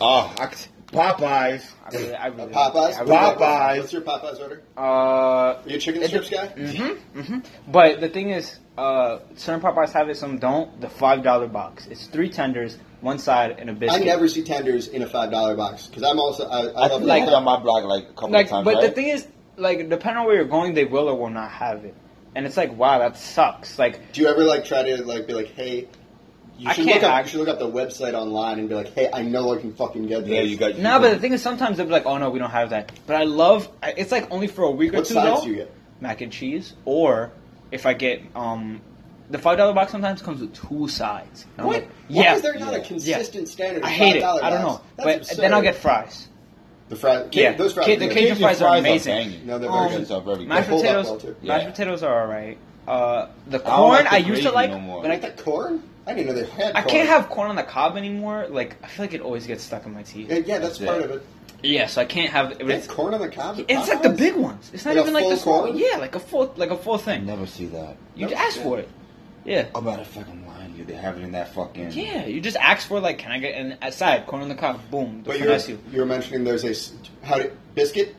Speaker 2: Oh, I, c- Popeyes.
Speaker 3: I really, I really
Speaker 1: Popeyes.
Speaker 3: I really-
Speaker 2: Popeyes.
Speaker 1: What's your Popeyes order?
Speaker 3: Uh,
Speaker 1: Are you a chicken
Speaker 3: It
Speaker 1: strips guy?
Speaker 3: Mm-hmm, mm-hmm. But the thing is, uh, certain Popeyes have it, some don't. The five dollar box. It's three tenders, one side, and a
Speaker 1: I
Speaker 3: biscuit.
Speaker 1: never see tenders in a five dollar box because I'm also I, I love
Speaker 3: like-
Speaker 1: like
Speaker 2: on my blog like a couple
Speaker 3: like,
Speaker 2: of times.
Speaker 3: but
Speaker 2: right?
Speaker 3: the thing is, like, depending on where you're going, they will or will not have it. And it's like, wow, that sucks. Like,
Speaker 1: Do you ever like try to like be like, hey, you
Speaker 3: I
Speaker 1: should
Speaker 3: can't
Speaker 1: look up
Speaker 3: act-
Speaker 1: you should look up the website online and be like, hey, I know I can fucking get this.
Speaker 2: yeah, you got. you
Speaker 3: no,
Speaker 2: got-
Speaker 3: but the thing is, sometimes they'll be like, oh no, we don't have that. But I love. I- It's like only for a week or
Speaker 1: What
Speaker 3: two
Speaker 1: sides
Speaker 3: though.
Speaker 1: do you get?
Speaker 3: Mac and cheese, or if I get um, the five dollar box sometimes comes with two sides. And I'm
Speaker 1: What?
Speaker 3: like,
Speaker 1: Why
Speaker 3: yeah.
Speaker 1: is there not
Speaker 2: Yeah.
Speaker 1: a consistent standard?
Speaker 3: I hate it.
Speaker 1: $5
Speaker 3: I don't know.
Speaker 1: box? That's
Speaker 3: But
Speaker 1: absurd.
Speaker 3: then I'll get fries.
Speaker 1: the fries.
Speaker 3: Yeah,
Speaker 1: those fries.
Speaker 3: Ca-
Speaker 1: are
Speaker 3: the
Speaker 1: good.
Speaker 3: Cajun fries, are
Speaker 2: fries are
Speaker 3: amazing.
Speaker 2: banging.
Speaker 1: No, they're
Speaker 3: Um,
Speaker 1: very good.
Speaker 2: are very good.
Speaker 3: Mashed
Speaker 1: They hold up
Speaker 3: potatoes,
Speaker 1: well, too.
Speaker 2: Yeah.
Speaker 3: mashed potatoes are alright. Uh, the
Speaker 2: I don't
Speaker 3: corn
Speaker 2: like the
Speaker 3: I used to
Speaker 2: gravy
Speaker 3: like,
Speaker 2: no more.
Speaker 3: but
Speaker 1: Like
Speaker 3: I,
Speaker 1: the corn? I didn't know they had. Corn.
Speaker 3: I can't have corn on the cob anymore. Like I feel like it always gets stuck in my teeth.
Speaker 1: Yeah, yeah, that's
Speaker 2: That's
Speaker 1: part
Speaker 2: it.
Speaker 1: of it.
Speaker 3: yeah, so I can't have. But
Speaker 1: They
Speaker 3: it's
Speaker 1: have corn on the cob. at
Speaker 3: it's like the
Speaker 1: Popeyes?
Speaker 3: big ones. It's not
Speaker 1: Like a
Speaker 3: even like the
Speaker 1: full
Speaker 3: small.
Speaker 1: corn?
Speaker 3: Yeah, like a full like a full
Speaker 2: I
Speaker 3: thing.
Speaker 2: never see that.
Speaker 3: You
Speaker 1: No,
Speaker 3: ask
Speaker 1: yeah.
Speaker 3: for it. Yeah.
Speaker 2: Oh, matter of fact, I'm lying. to You they have it in that fucking.
Speaker 3: Yeah, you just ask for like, can I get an aside corn on the cob? Boom, they'll
Speaker 1: But you're,
Speaker 3: finesse you.
Speaker 1: you're mentioning there's a s- how do, biscuit.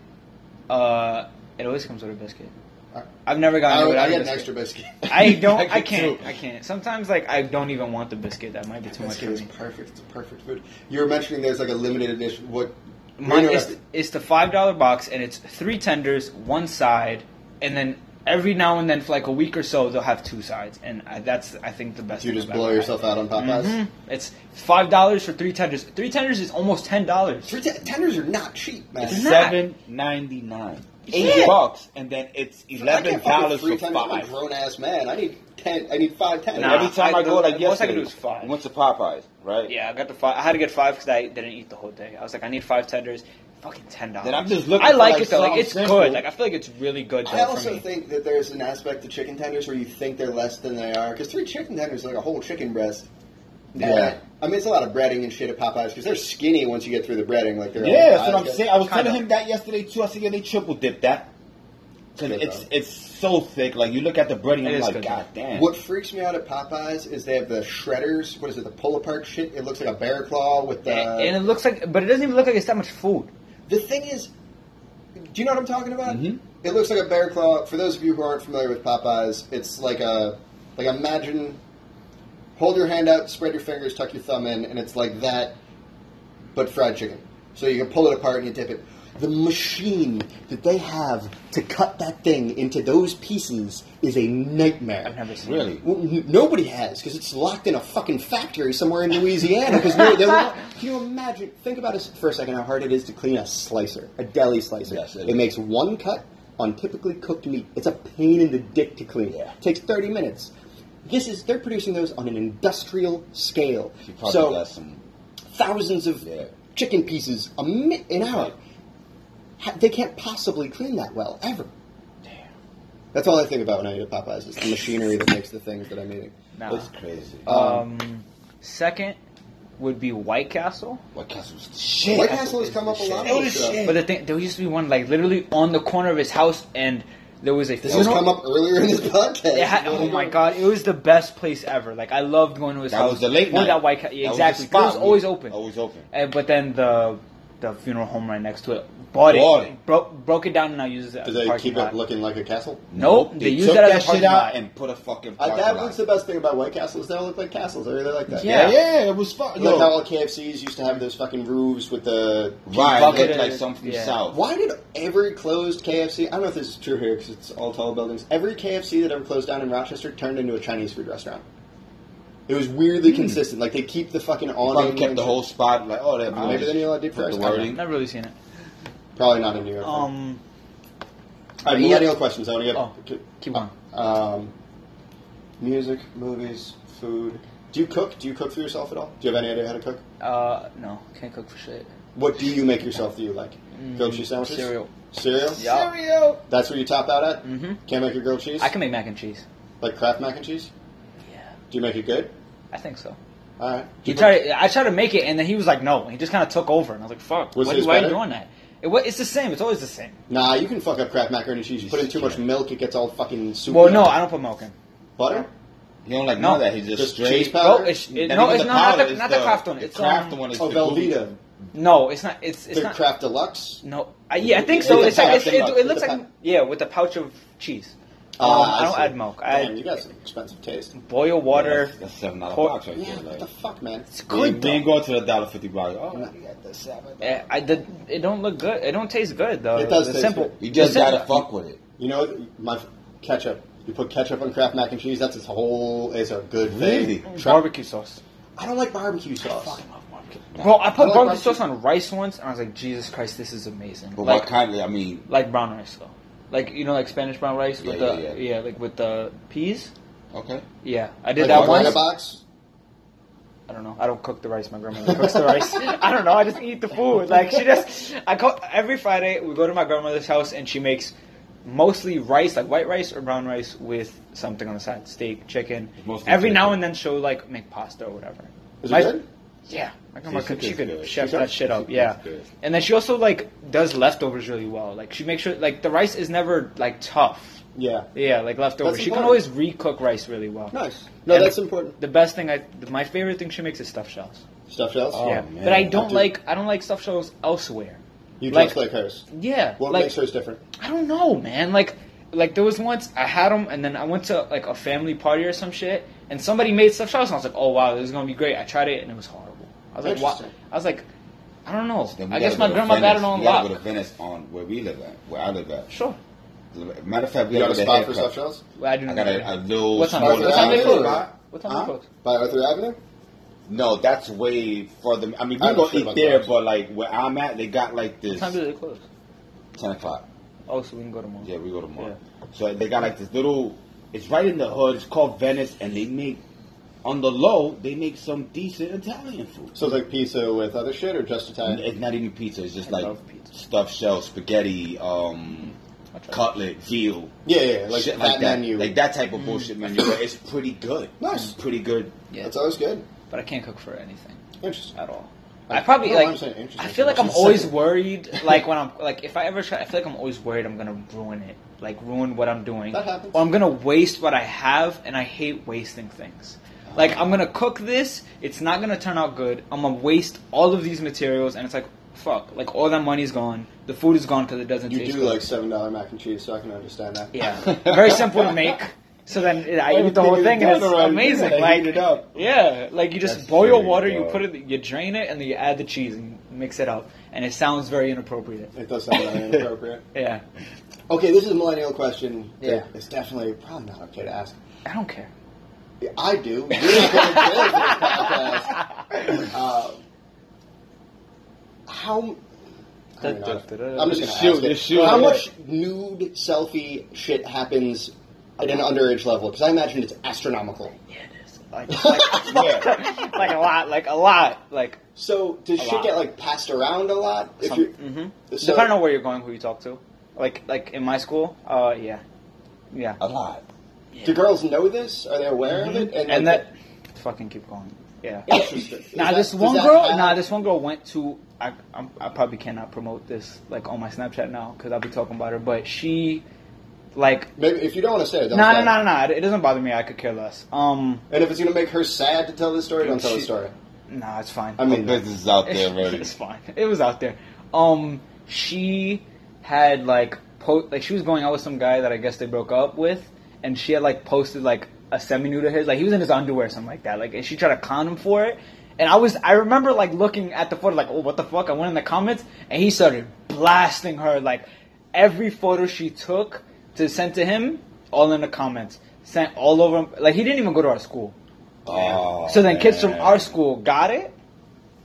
Speaker 3: Uh, it always comes with a biscuit.
Speaker 1: I-
Speaker 3: I've never
Speaker 1: I,
Speaker 3: gotten. it
Speaker 1: would-
Speaker 3: Uh, without
Speaker 1: I
Speaker 3: a
Speaker 1: get an
Speaker 3: biscuit.
Speaker 1: extra biscuit.
Speaker 3: I don't.
Speaker 2: I
Speaker 3: I,
Speaker 2: could
Speaker 3: can't.
Speaker 2: too.
Speaker 3: I can't. Sometimes, like, I don't even want the biscuit. That might be too much
Speaker 1: Biscuit
Speaker 3: for
Speaker 1: is
Speaker 3: me.
Speaker 1: perfect. It's a perfect food. You were mentioning there's like a limited edition. What?
Speaker 3: Mine
Speaker 1: Wait, no,
Speaker 3: is it's the five dollar box, and it's three tenders, one side, and then every now and then for like a week or so they'll have two sides, and I, that's I think the best.
Speaker 1: You
Speaker 3: thing
Speaker 1: just
Speaker 3: about
Speaker 1: blow
Speaker 3: it.
Speaker 1: yourself out on Popeyes.
Speaker 3: Mhm. It's five dollars for three tenders. Three tenders is almost ten dollars.
Speaker 1: Three te- tenders are not cheap, man.
Speaker 3: It's not.
Speaker 2: Seven ninety nine.
Speaker 3: Yeah.
Speaker 2: Eight bucks, and then it's
Speaker 1: I
Speaker 2: eleven
Speaker 1: can't fuck with
Speaker 2: dollars
Speaker 1: three
Speaker 2: for
Speaker 1: tenders. I'm a
Speaker 2: five.
Speaker 1: grown ass man. I need ten. I need five tenders.
Speaker 3: Nah.
Speaker 2: Every time I,
Speaker 3: I-
Speaker 2: go,
Speaker 3: the
Speaker 2: like
Speaker 3: most I
Speaker 2: yesterday,
Speaker 3: could do is five.
Speaker 2: we went to Popeyes, right?
Speaker 3: Yeah, I got the five. I had to get five because I didn't eat the whole day. I was like, I need five tenders. Fucking ten dollars.
Speaker 2: Then I'm just looking
Speaker 3: I
Speaker 2: for,
Speaker 3: like,
Speaker 2: like,
Speaker 3: it though. Like
Speaker 2: something
Speaker 3: it's
Speaker 2: simple.
Speaker 3: good. Like I feel like it's really good. Though,
Speaker 1: I
Speaker 3: for
Speaker 1: also
Speaker 3: me.
Speaker 1: think that there's an aspect to chicken tenders where you think they're less than they are because three chicken tenders is like a whole chicken breast.
Speaker 2: Yeah.
Speaker 1: And, I mean, it's a lot of breading and shit at Popeyes because they're skinny once you get through the breading. Like they're
Speaker 2: Yeah,
Speaker 1: like,
Speaker 2: that's what I'm
Speaker 1: eyes-
Speaker 2: saying. I was
Speaker 3: Kinda.
Speaker 2: telling him that yesterday too. I said, yeah, they triple dip that. Cause
Speaker 1: Good,
Speaker 2: it's
Speaker 1: though.
Speaker 2: it's so thick. Like you look at the breading,
Speaker 3: It
Speaker 2: I'm
Speaker 3: is
Speaker 2: like,
Speaker 3: good,
Speaker 2: god damn.
Speaker 1: What freaks me out at Popeyes is they have the shredders. What is it? The pull apart shit. It looks like a bear claw with the.
Speaker 3: and, and it looks like, but it doesn't even look like it's that much food.
Speaker 1: The thing is, do you know what I'm talking about?
Speaker 2: Mhm.
Speaker 1: It looks like a bear claw. For those of you who aren't familiar with Popeyes, it's like a like imagine hold your hand out, spread your fingers, tuck your thumb in, and it's like that, but fried chicken. So you can pull it apart and you dip it. The machine that they have to cut that thing into those pieces is a nightmare.
Speaker 3: I've never seen.
Speaker 2: Really?
Speaker 1: Well, n- nobody has because it's locked in a fucking factory somewhere in Louisiana. Because can you imagine? Think about it for a second. How hard it is to clean a slicer, a deli slicer.
Speaker 2: Yes, it
Speaker 1: it
Speaker 2: is.
Speaker 1: makes one cut on typically cooked meat. It's a pain in the dick to clean.
Speaker 2: Yeah.
Speaker 1: It takes thirty minutes. This is they're producing those on an industrial scale.
Speaker 2: She probably
Speaker 1: so
Speaker 2: got some.
Speaker 1: thousands of
Speaker 2: Yeah.
Speaker 1: chicken pieces a mi- an hour. Ha- They can't possibly clean that well ever. That's all I think about when I eat at Popeyes. It's the machinery that makes the things that I'm eating.
Speaker 3: Nah.
Speaker 2: That's crazy.
Speaker 3: Um, second would be White Castle.
Speaker 2: White Castle's the shit.
Speaker 1: White Castle has come up a lot.
Speaker 2: Oh,
Speaker 1: on this show.
Speaker 2: shit.
Speaker 3: But the thing, there used to be one like literally on the corner of his house, and there was a.
Speaker 1: This has come up earlier in this podcast.
Speaker 3: It had, oh my god! It was the best place ever. Like I loved going to his
Speaker 2: That
Speaker 3: house.
Speaker 2: was the late
Speaker 3: Or
Speaker 2: night.
Speaker 3: That White Castle,
Speaker 2: That was the
Speaker 3: exactly. it
Speaker 2: spot. Oh.
Speaker 3: was always open.
Speaker 2: Always open.
Speaker 3: And, but then the the funeral home right next to it bought,
Speaker 2: Bought
Speaker 3: it,
Speaker 2: it.
Speaker 3: Bro- broke it down, and now uses it as
Speaker 10: Do
Speaker 3: a
Speaker 10: they
Speaker 3: parking
Speaker 10: keep
Speaker 3: lot.
Speaker 10: it looking like a castle?
Speaker 3: Nope, they used
Speaker 2: took
Speaker 3: that as a
Speaker 2: that shit
Speaker 3: parking
Speaker 2: out
Speaker 3: lot.
Speaker 2: and put a fucking
Speaker 1: Uh,
Speaker 2: parking
Speaker 1: that
Speaker 2: lot.
Speaker 1: was the best thing about White Castle is they all look like castles. I really like that.
Speaker 3: Yeah.
Speaker 2: yeah, yeah, it was fun.
Speaker 1: I Like how
Speaker 2: Yo,
Speaker 1: all KFCs used to have those fucking roofs with the.
Speaker 2: right,
Speaker 3: bucketed
Speaker 2: looked like
Speaker 3: it.
Speaker 2: something from
Speaker 3: Yeah.
Speaker 2: the south.
Speaker 1: Why did every closed KFC? I don't know if this is true here because it's all tall buildings. Every KFC that ever closed down in Rochester turned into a Chinese food restaurant. It was weirdly consistent. Like they keep the fucking
Speaker 2: They
Speaker 1: awning.
Speaker 2: Hmm. Probably kept
Speaker 1: and
Speaker 2: the
Speaker 1: shit.
Speaker 2: whole spot like, oh, that
Speaker 1: Maybe they knew a lot deeper.
Speaker 2: The
Speaker 1: I don't know.
Speaker 2: wording.
Speaker 3: Not really seen it.
Speaker 1: Probably not in New York.
Speaker 3: Um,
Speaker 1: all right,
Speaker 3: yeah.
Speaker 1: millennial questions. I want to get.
Speaker 3: Oh, keep on.
Speaker 1: Um, music, movies, food. Do you cook? Do you cook for yourself at all? Do you have any idea how to cook?
Speaker 3: Uh, no, can't cook for shit.
Speaker 1: What do you make yourself that you like? grilled cheese sandwiches?
Speaker 3: Mm, Cereal.
Speaker 1: Cereal?
Speaker 3: Yeah.
Speaker 1: That's where you top out at?
Speaker 3: Mhm.
Speaker 1: Can't make your grilled cheese?
Speaker 3: I can make mac and cheese.
Speaker 1: Like Kraft mac and cheese?
Speaker 3: Yeah,
Speaker 1: Do you make it good?
Speaker 3: I think so.
Speaker 1: Alright.
Speaker 3: He tried. I tried to make it, and then he was like, "No." He just kind of took over, and I was like, "Fuck!
Speaker 1: Was
Speaker 3: why,
Speaker 1: his
Speaker 3: why are you
Speaker 1: better?
Speaker 3: doing that?" It, wa- it's the same. It's always the same.
Speaker 1: Nah, you can fuck up Kraft macaroni and cheese. You put in too much
Speaker 2: Yeah.
Speaker 1: milk, it gets all fucking soupy.
Speaker 3: Well, no, I don't put milk in.
Speaker 1: Butter?
Speaker 2: He don't like
Speaker 3: No.
Speaker 2: none of that. He's
Speaker 1: Just
Speaker 2: just,
Speaker 1: cheese
Speaker 2: straight.
Speaker 1: powder.
Speaker 3: No, it's it,
Speaker 2: And
Speaker 3: no,
Speaker 2: even
Speaker 3: it's not,
Speaker 2: powder
Speaker 3: not the
Speaker 2: is
Speaker 3: not the craft one.
Speaker 2: The
Speaker 3: It's
Speaker 2: craft
Speaker 3: um,
Speaker 2: one is
Speaker 1: Oh,
Speaker 2: the
Speaker 1: Velveeta.
Speaker 3: No, it's not. It's it's
Speaker 1: The
Speaker 3: not. Oh,
Speaker 1: Kraft Deluxe?
Speaker 3: No, I, yeah, I think
Speaker 1: It's
Speaker 3: so.
Speaker 1: the
Speaker 3: It's like
Speaker 1: pouch
Speaker 3: it's,
Speaker 1: of
Speaker 3: it,
Speaker 1: milk.
Speaker 3: it looks
Speaker 1: It's the
Speaker 3: like
Speaker 1: pou-
Speaker 3: yeah, with a pouch of cheese. Um,
Speaker 1: Ah,
Speaker 3: I don't
Speaker 1: see.
Speaker 3: add milk.
Speaker 1: Damn, you
Speaker 3: I
Speaker 1: got some expensive taste.
Speaker 3: boil water.
Speaker 2: That's, that's seven dollar
Speaker 3: Pork-
Speaker 2: box right
Speaker 1: Yeah,
Speaker 2: there.
Speaker 1: what
Speaker 2: Like.
Speaker 1: the fuck, man? It's
Speaker 2: You ain't- you ain't going to the dollar fifty box. Oh, you got the seven. dollar-
Speaker 3: Eh, I did, it don't look good. It don't taste good though.
Speaker 1: It does
Speaker 3: It's
Speaker 1: taste
Speaker 3: simple.
Speaker 1: good.
Speaker 2: You
Speaker 3: It's
Speaker 2: just
Speaker 3: simple.
Speaker 2: gotta fuck with it.
Speaker 1: You know, what? my f- ketchup. You put ketchup on Kraft mac and cheese, that's its whole, it's a good thing.
Speaker 2: Really?
Speaker 3: barbecue sauce.
Speaker 1: I don't like barbecue sauce.
Speaker 3: Bro, I
Speaker 1: I
Speaker 3: put barbecue
Speaker 1: like barbecue.
Speaker 3: sauce on rice once, and I was like, Jesus Christ, this is amazing.
Speaker 2: But
Speaker 3: like
Speaker 2: what kind of? I mean,
Speaker 3: like brown rice though, like you know, like Spanish brown rice with
Speaker 2: Yeah,
Speaker 3: the
Speaker 2: yeah,
Speaker 3: yeah,
Speaker 2: yeah.
Speaker 3: like with the peas.
Speaker 2: okay.
Speaker 3: Yeah, I
Speaker 1: Like
Speaker 3: did that
Speaker 1: a burger
Speaker 3: once.
Speaker 1: box?
Speaker 3: I don't know. I don't cook the rice. My grandmother cooks the rice. I don't know. I just eat the food. Like she just, I cook every Friday. We go to my grandmother's house and she makes mostly rice, like white rice or brown rice with something on the side, steak, chicken.
Speaker 2: Mostly
Speaker 3: Every now
Speaker 2: chicken.
Speaker 3: and then she'll like make pasta or whatever.
Speaker 1: Is it
Speaker 3: My-
Speaker 1: good?
Speaker 3: Yeah, my grandma
Speaker 2: she
Speaker 3: could, she
Speaker 2: cooks
Speaker 3: could
Speaker 2: good.
Speaker 3: chef
Speaker 1: She
Speaker 3: that
Speaker 1: does.
Speaker 3: shit up.
Speaker 2: She
Speaker 3: Yeah,
Speaker 2: cooks good.
Speaker 3: and then she also like does leftovers really well. Like she makes sure like the rice is never like tough.
Speaker 1: Yeah.
Speaker 3: Yeah, like leftovers.
Speaker 1: That's
Speaker 3: She can always
Speaker 1: important.
Speaker 3: recook rice really well.
Speaker 1: Nice. No,
Speaker 3: And
Speaker 1: that's
Speaker 3: the-
Speaker 1: important.
Speaker 3: The best thing I, my favorite thing she makes is stuffed shells.
Speaker 1: Stuffed shells?
Speaker 2: Oh,
Speaker 3: yeah,
Speaker 2: man.
Speaker 3: but I don't
Speaker 1: I do-
Speaker 3: like I don't like stuffed shells elsewhere.
Speaker 1: You
Speaker 3: Like-
Speaker 1: just like hers.
Speaker 3: Yeah,
Speaker 1: What
Speaker 3: like
Speaker 1: makes hers different?
Speaker 3: I don't know, man. Like like there was once I had them, and then I went to like a family party or some shit, and somebody made stuffed shells, and I was like, oh wow, this is gonna be great. I tried it, and it was horrible. I was like, wow.
Speaker 1: Interesting.
Speaker 3: I was like, I don't know.
Speaker 2: Then we
Speaker 3: I guess
Speaker 2: gotta
Speaker 3: my
Speaker 2: go to
Speaker 3: grandma got
Speaker 2: Venice.
Speaker 3: it on
Speaker 2: We gotta
Speaker 3: lock.
Speaker 2: go to Venice on where we live at, where I live at.
Speaker 3: Sure.
Speaker 2: Matter of fact, we
Speaker 1: You got a
Speaker 2: gotta go
Speaker 1: spot
Speaker 2: to
Speaker 1: for
Speaker 2: haircut.
Speaker 1: stuffed shells?
Speaker 3: Well, I didn't.
Speaker 2: I got a, a little
Speaker 3: What time-
Speaker 2: smaller
Speaker 3: what time they
Speaker 2: outlet.
Speaker 3: close?
Speaker 1: Huh?
Speaker 3: What time they close?
Speaker 1: By Arthur Avenue?
Speaker 2: No, that's way further. I mean,
Speaker 1: I
Speaker 2: we
Speaker 1: don't
Speaker 2: gonna
Speaker 1: care
Speaker 2: eat
Speaker 1: about
Speaker 2: there,
Speaker 1: that.
Speaker 2: but like where I'm at, they got like
Speaker 3: What
Speaker 2: this
Speaker 3: time did it close?
Speaker 2: ten o'clock.
Speaker 3: Oh, so we can go tomorrow.
Speaker 2: Yeah, we go tomorrow. So they got like this little. It's right in the hood. It's called Venice, and they make on the low. They make some decent Italian food.
Speaker 1: So it's like pizza with other shit or just
Speaker 2: And
Speaker 1: Italian?
Speaker 2: It's not even pizza. It's just
Speaker 3: I
Speaker 2: like
Speaker 3: love pizza.
Speaker 2: stuffed shell, spaghetti, um,
Speaker 3: I'll try
Speaker 2: cutlet, veal,
Speaker 1: Yeah, yeah, yeah, like
Speaker 2: shit
Speaker 1: that
Speaker 2: like that.
Speaker 1: menu.
Speaker 2: Like that type of bullshit menu. But it's pretty good.
Speaker 1: Nice.
Speaker 2: It's pretty good.
Speaker 3: Yeah,
Speaker 1: That's always good.
Speaker 3: but I can't cook for anything.
Speaker 1: Interesting.
Speaker 3: at all. I probably
Speaker 1: no, I'm
Speaker 3: like.
Speaker 1: saying interesting.
Speaker 3: I feel like I'm
Speaker 1: She's
Speaker 3: always
Speaker 1: second.
Speaker 3: worried. Like when I'm like, if I ever try, I feel like I'm always worried I'm gonna ruin it. Like ruin what I'm doing,
Speaker 1: That happens.
Speaker 3: or I'm gonna waste what I have, and I hate wasting things. Like I'm gonna cook this, it's not gonna turn out good. I'm gonna waste all of these materials, and it's like fuck. Like all that money's gone. The food is gone because it doesn't
Speaker 1: You
Speaker 3: taste
Speaker 1: do
Speaker 3: good.
Speaker 1: like $7 mac and cheese, so I can understand that.
Speaker 3: yeah, very simple to make. So then it, I eat the whole thing, and it's amazing.
Speaker 1: Like,
Speaker 3: Like,
Speaker 1: it up.
Speaker 3: yeah, like you just
Speaker 2: That's
Speaker 3: boil
Speaker 2: very
Speaker 3: water, you
Speaker 2: good.
Speaker 3: put it, you drain it, and then you add the cheese and mix it up, and it sounds very inappropriate.
Speaker 1: It does sound really inappropriate.
Speaker 3: Yeah,
Speaker 1: Okay, this is a millennial question. that
Speaker 3: Yeah.
Speaker 1: It's definitely probably not okay to ask.
Speaker 3: I don't care.
Speaker 1: I do. You're not going to jail for this podcast. Uh, how. I don't know. I'm just gonna
Speaker 2: Shoot,
Speaker 1: ask it.
Speaker 2: just shoot
Speaker 1: How
Speaker 2: it.
Speaker 1: much nude selfie shit happens at an underage level? Because I imagine it's astronomical.
Speaker 3: Like, like, like a lot, like a lot, like
Speaker 1: So does shit
Speaker 3: lot.
Speaker 1: get like passed around a lot? If
Speaker 3: Some-
Speaker 1: you're,
Speaker 3: mhm.
Speaker 1: so,
Speaker 3: depending on where you're going, who you talk to. Like, like in my school, uh, yeah, yeah,
Speaker 2: A lot.
Speaker 1: do girls know this? Are they aware of it?
Speaker 3: Mm-hmm. and
Speaker 1: like,
Speaker 3: that. Fucking keep going. Yeah.
Speaker 1: Interesting. Is
Speaker 3: Nah,
Speaker 1: that-
Speaker 3: this
Speaker 1: does
Speaker 3: one
Speaker 1: that
Speaker 3: girl.
Speaker 1: happen?
Speaker 3: Nah, this one girl went to. I I'm, I probably cannot promote this like on my Snapchat now because I'll be talking about her. But she, like,
Speaker 1: Maybe if you don't want to say it,
Speaker 3: no,
Speaker 1: don't say
Speaker 3: no,
Speaker 1: it.
Speaker 3: no, no. It doesn't bother me. I could care less. Um,
Speaker 1: And if it's gonna make her sad to tell this story, don't tell the
Speaker 3: She-
Speaker 1: story.
Speaker 3: nah, it's fine.
Speaker 1: I mean,
Speaker 2: business is out there already.
Speaker 3: it's fine. It was out there. Um, she had like po- like she was going out with some guy that I guess they broke up with, and she had like posted like a semi nude of his. Like he was in his underwear, or something like that. Like and she tried to con him for it. And I was I remember like looking at the photo like oh what the fuck I went in the comments and he started blasting her like every photo she took to send to him all in the comments sent all over him like he didn't even go to our school
Speaker 2: Oh,
Speaker 3: so then kids from
Speaker 2: man.
Speaker 3: our school got it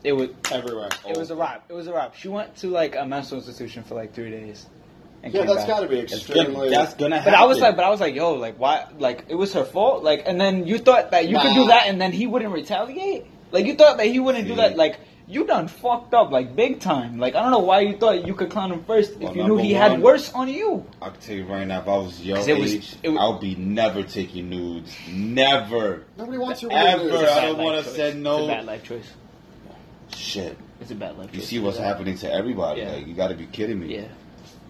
Speaker 3: it was
Speaker 1: everywhere.
Speaker 3: it was a wrap. It was a wrap. She went to like a mental institution for like three days. And
Speaker 1: Yeah,
Speaker 3: came
Speaker 1: that's
Speaker 3: back.
Speaker 1: got to be
Speaker 2: It's gonna,
Speaker 1: extremely.
Speaker 2: that's gonna happen.
Speaker 3: But I was like, but I was like, yo, like why? Like it was her fault. Like, and then you thought that you could do
Speaker 1: Wow.
Speaker 3: that, and then he wouldn't retaliate. Like you thought that he wouldn't do
Speaker 2: See?
Speaker 3: that. Like you done fucked up, like big time. Like I don't know why you thought you could clown him first if
Speaker 2: Well,
Speaker 3: you knew he
Speaker 2: number
Speaker 3: had
Speaker 2: one-
Speaker 3: worse on you.
Speaker 2: I'll tell you right now, if I was your
Speaker 3: 'Cause it was-
Speaker 2: age,
Speaker 3: it was-
Speaker 2: I'll be never taking nudes. Never.
Speaker 1: Nobody wants your
Speaker 2: Ever.
Speaker 1: weird
Speaker 2: I
Speaker 1: news.
Speaker 2: don't wanna
Speaker 3: choice.
Speaker 2: say no.
Speaker 3: It's a bad life choice.
Speaker 2: Shit.
Speaker 3: It's a bad life.
Speaker 2: You
Speaker 3: choice.
Speaker 2: see what's happening to everybody.
Speaker 3: Yeah.
Speaker 2: Like, you gotta be kidding me.
Speaker 3: Yeah.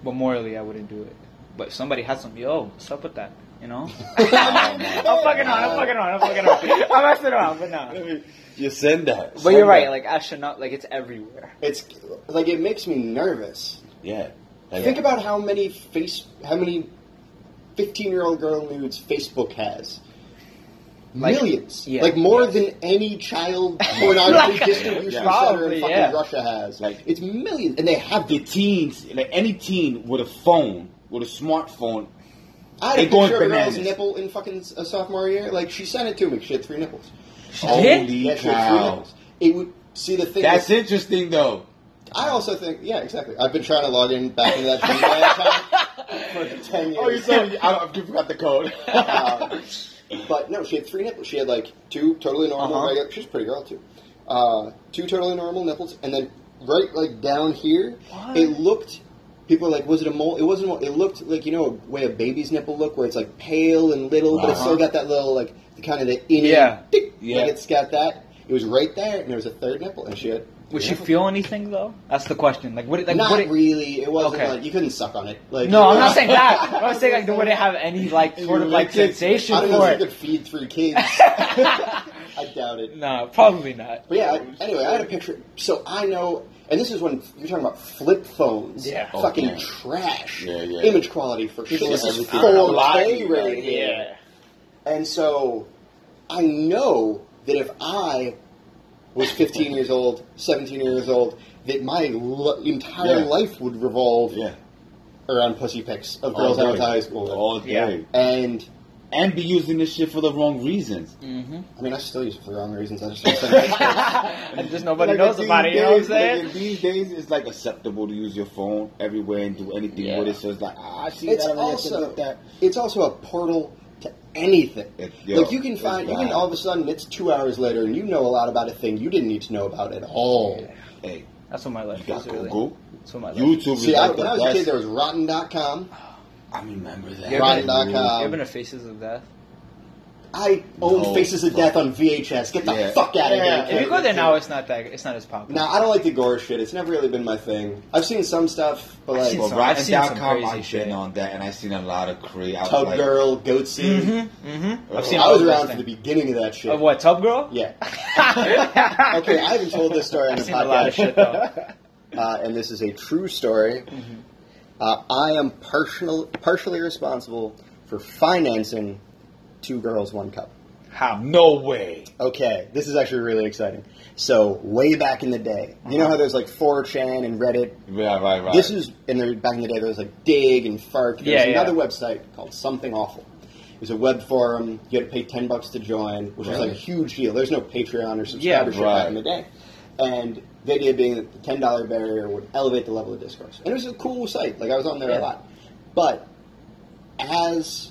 Speaker 3: But morally, I wouldn't do it. But if somebody has some, yo, what's up with that? You know?
Speaker 2: Oh, my
Speaker 3: I'm fucking on, I'm
Speaker 2: God.
Speaker 3: fucking on, I'm fucking on. I'm messing around, but no.
Speaker 2: You send that.
Speaker 3: But you're
Speaker 2: Send
Speaker 3: right,
Speaker 2: that.
Speaker 3: like, I should not, like, it's everywhere.
Speaker 1: It's like it makes me nervous.
Speaker 2: yeah. Like,
Speaker 1: Think about how many face, how many fifteen-year-old girl nudes Facebook has.
Speaker 3: Like-
Speaker 1: Millions,
Speaker 3: yeah.
Speaker 1: like more than any child pornography
Speaker 3: Like,
Speaker 1: distribution center
Speaker 3: probably,
Speaker 1: in fucking
Speaker 3: yeah.
Speaker 1: Russia has.
Speaker 2: Like-
Speaker 1: it's millions, and they have
Speaker 2: the
Speaker 1: the.
Speaker 2: teens, like any teen with a phone, with a smartphone.
Speaker 1: I had a
Speaker 2: They're going
Speaker 1: picture of a girl's
Speaker 2: bananas.
Speaker 1: nipple in fucking s- uh, sophomore year. Like she sent it to me. She had three nipples.
Speaker 3: did?
Speaker 2: Holy
Speaker 1: Yeah, she had three
Speaker 2: cow.
Speaker 1: nipples. It would see the thing.
Speaker 2: That's
Speaker 1: is-
Speaker 2: interesting, though.
Speaker 1: I also think, yeah, exactly. I've been trying to log in back into that Gmail account for
Speaker 3: Oh,
Speaker 1: ten years.
Speaker 2: sorry. I, I forgot the code.
Speaker 1: Um, but no, she had three nipples. She had like two totally normal.
Speaker 3: Uh-huh.
Speaker 1: Regular, she's a pretty girl too. Uh, two totally normal nipples, and then right like down here,
Speaker 3: What?
Speaker 1: it looked. People were like, was it a mole? It wasn't. A mole. It looked like you know the way a baby's nipple look, where it's like pale and little, but it's
Speaker 2: Uh-huh.
Speaker 1: still got that little like the kind of the innie.
Speaker 3: Yeah.
Speaker 1: tick,
Speaker 2: Yeah.
Speaker 1: Like it's got that. It was right there, and there was a third nipple, and she had.
Speaker 3: Would
Speaker 1: three
Speaker 3: she
Speaker 1: nipples.
Speaker 3: feel anything, though? That's the question. Like, would it, like,
Speaker 1: Not
Speaker 3: would it.
Speaker 1: really. It wasn't
Speaker 3: Okay.
Speaker 1: like you couldn't suck on it. Like
Speaker 3: no, I'm not saying that. I'm saying, like, they wouldn't have any, like, sort of, like,
Speaker 2: It's- it's-
Speaker 3: sensation
Speaker 1: I don't know
Speaker 3: for
Speaker 1: if you
Speaker 3: it.
Speaker 1: could feed three kids. I doubt it.
Speaker 3: No, probably not.
Speaker 1: But yeah, I- anyway, I had a picture. So I know, and this is when you're talking about flip phones.
Speaker 3: Yeah.
Speaker 2: Oh,
Speaker 1: Fucking
Speaker 2: yeah.
Speaker 1: trash.
Speaker 2: Yeah, yeah.
Speaker 1: Image quality for sure. This is
Speaker 2: everything.
Speaker 1: 4K right here.
Speaker 3: Yeah.
Speaker 1: And so I know that if I was 15 years old, 17 years old, that my l- entire
Speaker 2: Yeah.
Speaker 1: life would revolve
Speaker 2: yeah.
Speaker 1: around pussy pics of
Speaker 2: All
Speaker 1: girls I went to
Speaker 2: day.
Speaker 1: high school. with.
Speaker 2: All day.
Speaker 1: And
Speaker 2: And be using this shit for the wrong reasons.
Speaker 3: Mm-hmm.
Speaker 1: I mean, I still use it for the wrong reasons. I just don't send it.
Speaker 3: and just nobody
Speaker 2: Like,
Speaker 3: knows
Speaker 2: these
Speaker 3: about it, you know what I'm
Speaker 2: days-
Speaker 3: saying?
Speaker 2: like, these days, it's like acceptable to use your phone everywhere and do anything
Speaker 3: Yeah.
Speaker 2: with it. So it's like, ah, I see
Speaker 1: It's
Speaker 2: that. I see
Speaker 1: also-
Speaker 2: that.
Speaker 1: it's also a portal to anything.
Speaker 2: It- yo,
Speaker 1: like you can
Speaker 2: it's
Speaker 1: find, you
Speaker 2: bad.
Speaker 1: can all of a sudden it's two hours later and you know a lot about a thing you didn't need to know about at all.
Speaker 2: Hey,
Speaker 3: That's what my
Speaker 2: you
Speaker 3: life
Speaker 2: got
Speaker 3: is, really.
Speaker 2: Google.
Speaker 3: That's what my life is.
Speaker 2: YouTube is
Speaker 1: See, I,
Speaker 2: like
Speaker 1: when I
Speaker 2: the
Speaker 1: was a kid,
Speaker 2: best.
Speaker 1: there was Rotten.com.
Speaker 2: I remember
Speaker 3: You
Speaker 2: that.
Speaker 1: Rotten
Speaker 3: ever-
Speaker 1: dot com.
Speaker 3: you ever been to Faces of Death?
Speaker 1: I own
Speaker 2: No.
Speaker 1: Faces of Death on VHS. Get the
Speaker 2: Yeah.
Speaker 1: fuck out of
Speaker 2: Yeah.
Speaker 1: here.
Speaker 3: If you go there now, it's not that. It's not as popular.
Speaker 1: Now I don't like the gore shit. It's never really been my thing. I've seen some stuff, but
Speaker 3: I've
Speaker 1: like
Speaker 3: seen
Speaker 2: Well,
Speaker 3: some- I've seen some
Speaker 2: Ride.com,
Speaker 3: crazy
Speaker 2: I've been
Speaker 3: shit.
Speaker 2: on that, and I've seen a lot of crazy. I was
Speaker 1: Tub
Speaker 2: like,
Speaker 1: Girl, Goat Scene.
Speaker 3: Mm-hmm. Mm-hmm. I've seen
Speaker 1: I
Speaker 3: all
Speaker 1: was
Speaker 3: those
Speaker 1: around for
Speaker 3: things.
Speaker 1: the beginning of that shit.
Speaker 3: Of what Tub Girl?
Speaker 1: Yeah. Okay, I haven't told this story on
Speaker 3: I've
Speaker 1: the
Speaker 3: seen a lot of shit though. Mm-hmm.
Speaker 1: podcast, uh, and this is a true story. Uh, I am partial, partially responsible for financing two girls, one cup.
Speaker 3: How?
Speaker 2: No way.
Speaker 1: Okay, this is actually really exciting. So way back in the day, you
Speaker 3: Uh-huh.
Speaker 1: know how there's like 4chan and Reddit.
Speaker 2: Yeah, right, right.
Speaker 1: This is in the back in the day. There was like Dig and Fark. There
Speaker 3: Yeah,
Speaker 1: was
Speaker 3: yeah.
Speaker 1: another website called Something Awful. It was a web forum. You had to pay ten bucks to join, which was like a
Speaker 2: Really?
Speaker 1: huge deal. There's no Patreon or subscribership back
Speaker 2: right.
Speaker 1: in the day. And the idea being that the ten dollar barrier would elevate the level of discourse. And it was a cool site. Like I was on there
Speaker 3: Yeah.
Speaker 1: a lot. But as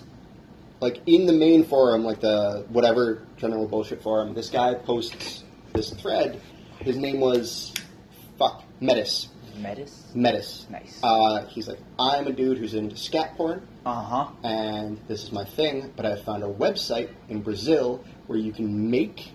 Speaker 1: like in the main forum, like the whatever general bullshit forum, this guy posts this thread. His name was fuck Metis.
Speaker 3: Metis?
Speaker 1: Metis.
Speaker 3: Nice.
Speaker 1: Uh, he's like, I'm a dude who's into scat porn,
Speaker 3: Uh huh.
Speaker 1: and this is my thing. But I found a website in Brazil where you can make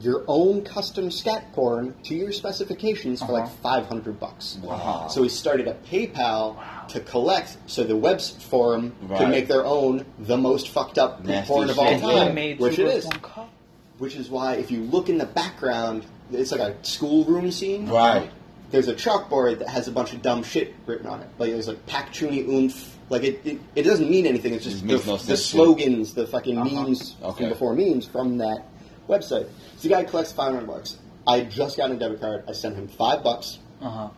Speaker 1: your own custom scat porn to your specifications for like
Speaker 3: Uh-huh.
Speaker 1: 500 bucks.
Speaker 2: Wow.
Speaker 1: So he started a PayPal to collect, so the web forum could
Speaker 2: Right.
Speaker 1: make their own the most fucked up
Speaker 2: Nasty
Speaker 1: porn of
Speaker 2: shit.
Speaker 1: all
Speaker 2: And he
Speaker 1: time,
Speaker 3: made
Speaker 1: which
Speaker 3: two
Speaker 1: it
Speaker 3: birds,
Speaker 1: is.
Speaker 3: one cup.
Speaker 1: Which is why if you look in the background, it's like a schoolroom scene.
Speaker 2: Right.
Speaker 1: There's a chalkboard that has a bunch of dumb shit written on it. Like there's like Pakchuni oomph. Like it, it, it doesn't mean anything. It's just
Speaker 2: It
Speaker 1: the,
Speaker 2: makes no
Speaker 1: the
Speaker 2: sense, too.
Speaker 1: slogans, the fucking
Speaker 3: Uh-huh.
Speaker 1: memes
Speaker 2: Okay.
Speaker 1: from before memes from that website. So the guy collects 500 bucks. I just got a debit card. I sent him five bucks
Speaker 3: Uh huh.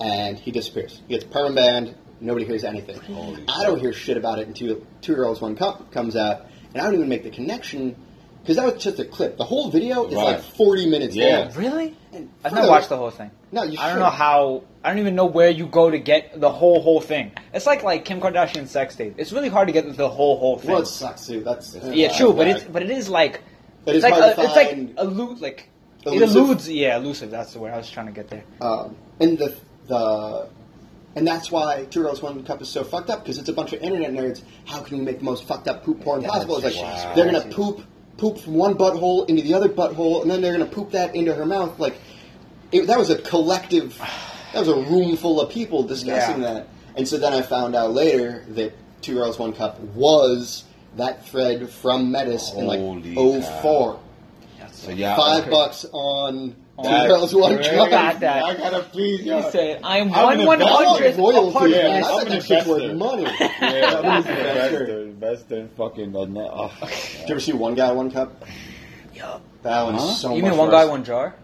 Speaker 1: and he disappears. He gets perm banned. Nobody hears anything.
Speaker 2: Holy
Speaker 1: I don't hear shit about it until Two Girls One Cup comes out, and I don't even make the connection because that was just a clip. The whole video is
Speaker 2: Right.
Speaker 1: like forty minutes
Speaker 2: Yeah.
Speaker 1: long.
Speaker 3: Really?
Speaker 1: And
Speaker 3: I've
Speaker 1: for
Speaker 3: not
Speaker 1: those-
Speaker 3: watched the whole thing.
Speaker 1: No, you
Speaker 3: I don't
Speaker 1: should.
Speaker 3: know how. I don't even know where you go to get the whole whole thing. It's like like Kim Kardashian's sex tape. It's really hard to get the whole whole thing.
Speaker 1: Well, it sucks too. That's uh,
Speaker 3: yeah, true, but
Speaker 1: whack.
Speaker 3: it's but it is like
Speaker 1: But
Speaker 3: it's
Speaker 1: it's
Speaker 3: like
Speaker 1: hard to
Speaker 3: a, it's like
Speaker 1: find
Speaker 3: elude like
Speaker 1: elusive-
Speaker 3: it eludes. Yeah, elusive. That's the word I was trying to get there.
Speaker 1: um, and the the and that's why Two Girls One Cup is so fucked up because it's a bunch of internet nerds. How can we make the most fucked up poop porn possible? It's like
Speaker 2: wow.
Speaker 1: they're gonna poop poop from one butthole into the other butthole, and then they're gonna poop that into her mouth. Like it, that was a collective, that was a room full of people discussing
Speaker 3: Yeah.
Speaker 1: that. And so then I found out later that Two Girls One Cup was that thread from Metis
Speaker 2: Holy
Speaker 1: in like
Speaker 2: cow.
Speaker 1: 04.
Speaker 2: So yeah.
Speaker 1: Five
Speaker 2: okay.
Speaker 1: bucks on Two
Speaker 3: That-
Speaker 1: Girls One
Speaker 3: Right.
Speaker 1: Cup.
Speaker 3: Got that.
Speaker 2: I gotta please
Speaker 3: You
Speaker 2: y'all.
Speaker 3: said I'm
Speaker 2: I'm
Speaker 3: one
Speaker 2: an
Speaker 3: one
Speaker 2: investor.
Speaker 3: hundredth apart
Speaker 1: Royalty,
Speaker 2: yeah,
Speaker 1: man.
Speaker 3: from
Speaker 1: I
Speaker 2: I'm
Speaker 1: thought
Speaker 2: an
Speaker 1: that shit's worth
Speaker 2: investor.
Speaker 1: money.
Speaker 2: Yeah,
Speaker 1: I'm an
Speaker 2: I'm
Speaker 1: investor.
Speaker 2: investor, investor, in fucking. uh, no- oh.
Speaker 1: Did you ever see One Guy, One Cup?
Speaker 3: Yup.
Speaker 1: That one's
Speaker 2: Huh?
Speaker 1: so
Speaker 3: You
Speaker 1: much
Speaker 3: mean one
Speaker 1: worse.
Speaker 3: guy, one jar?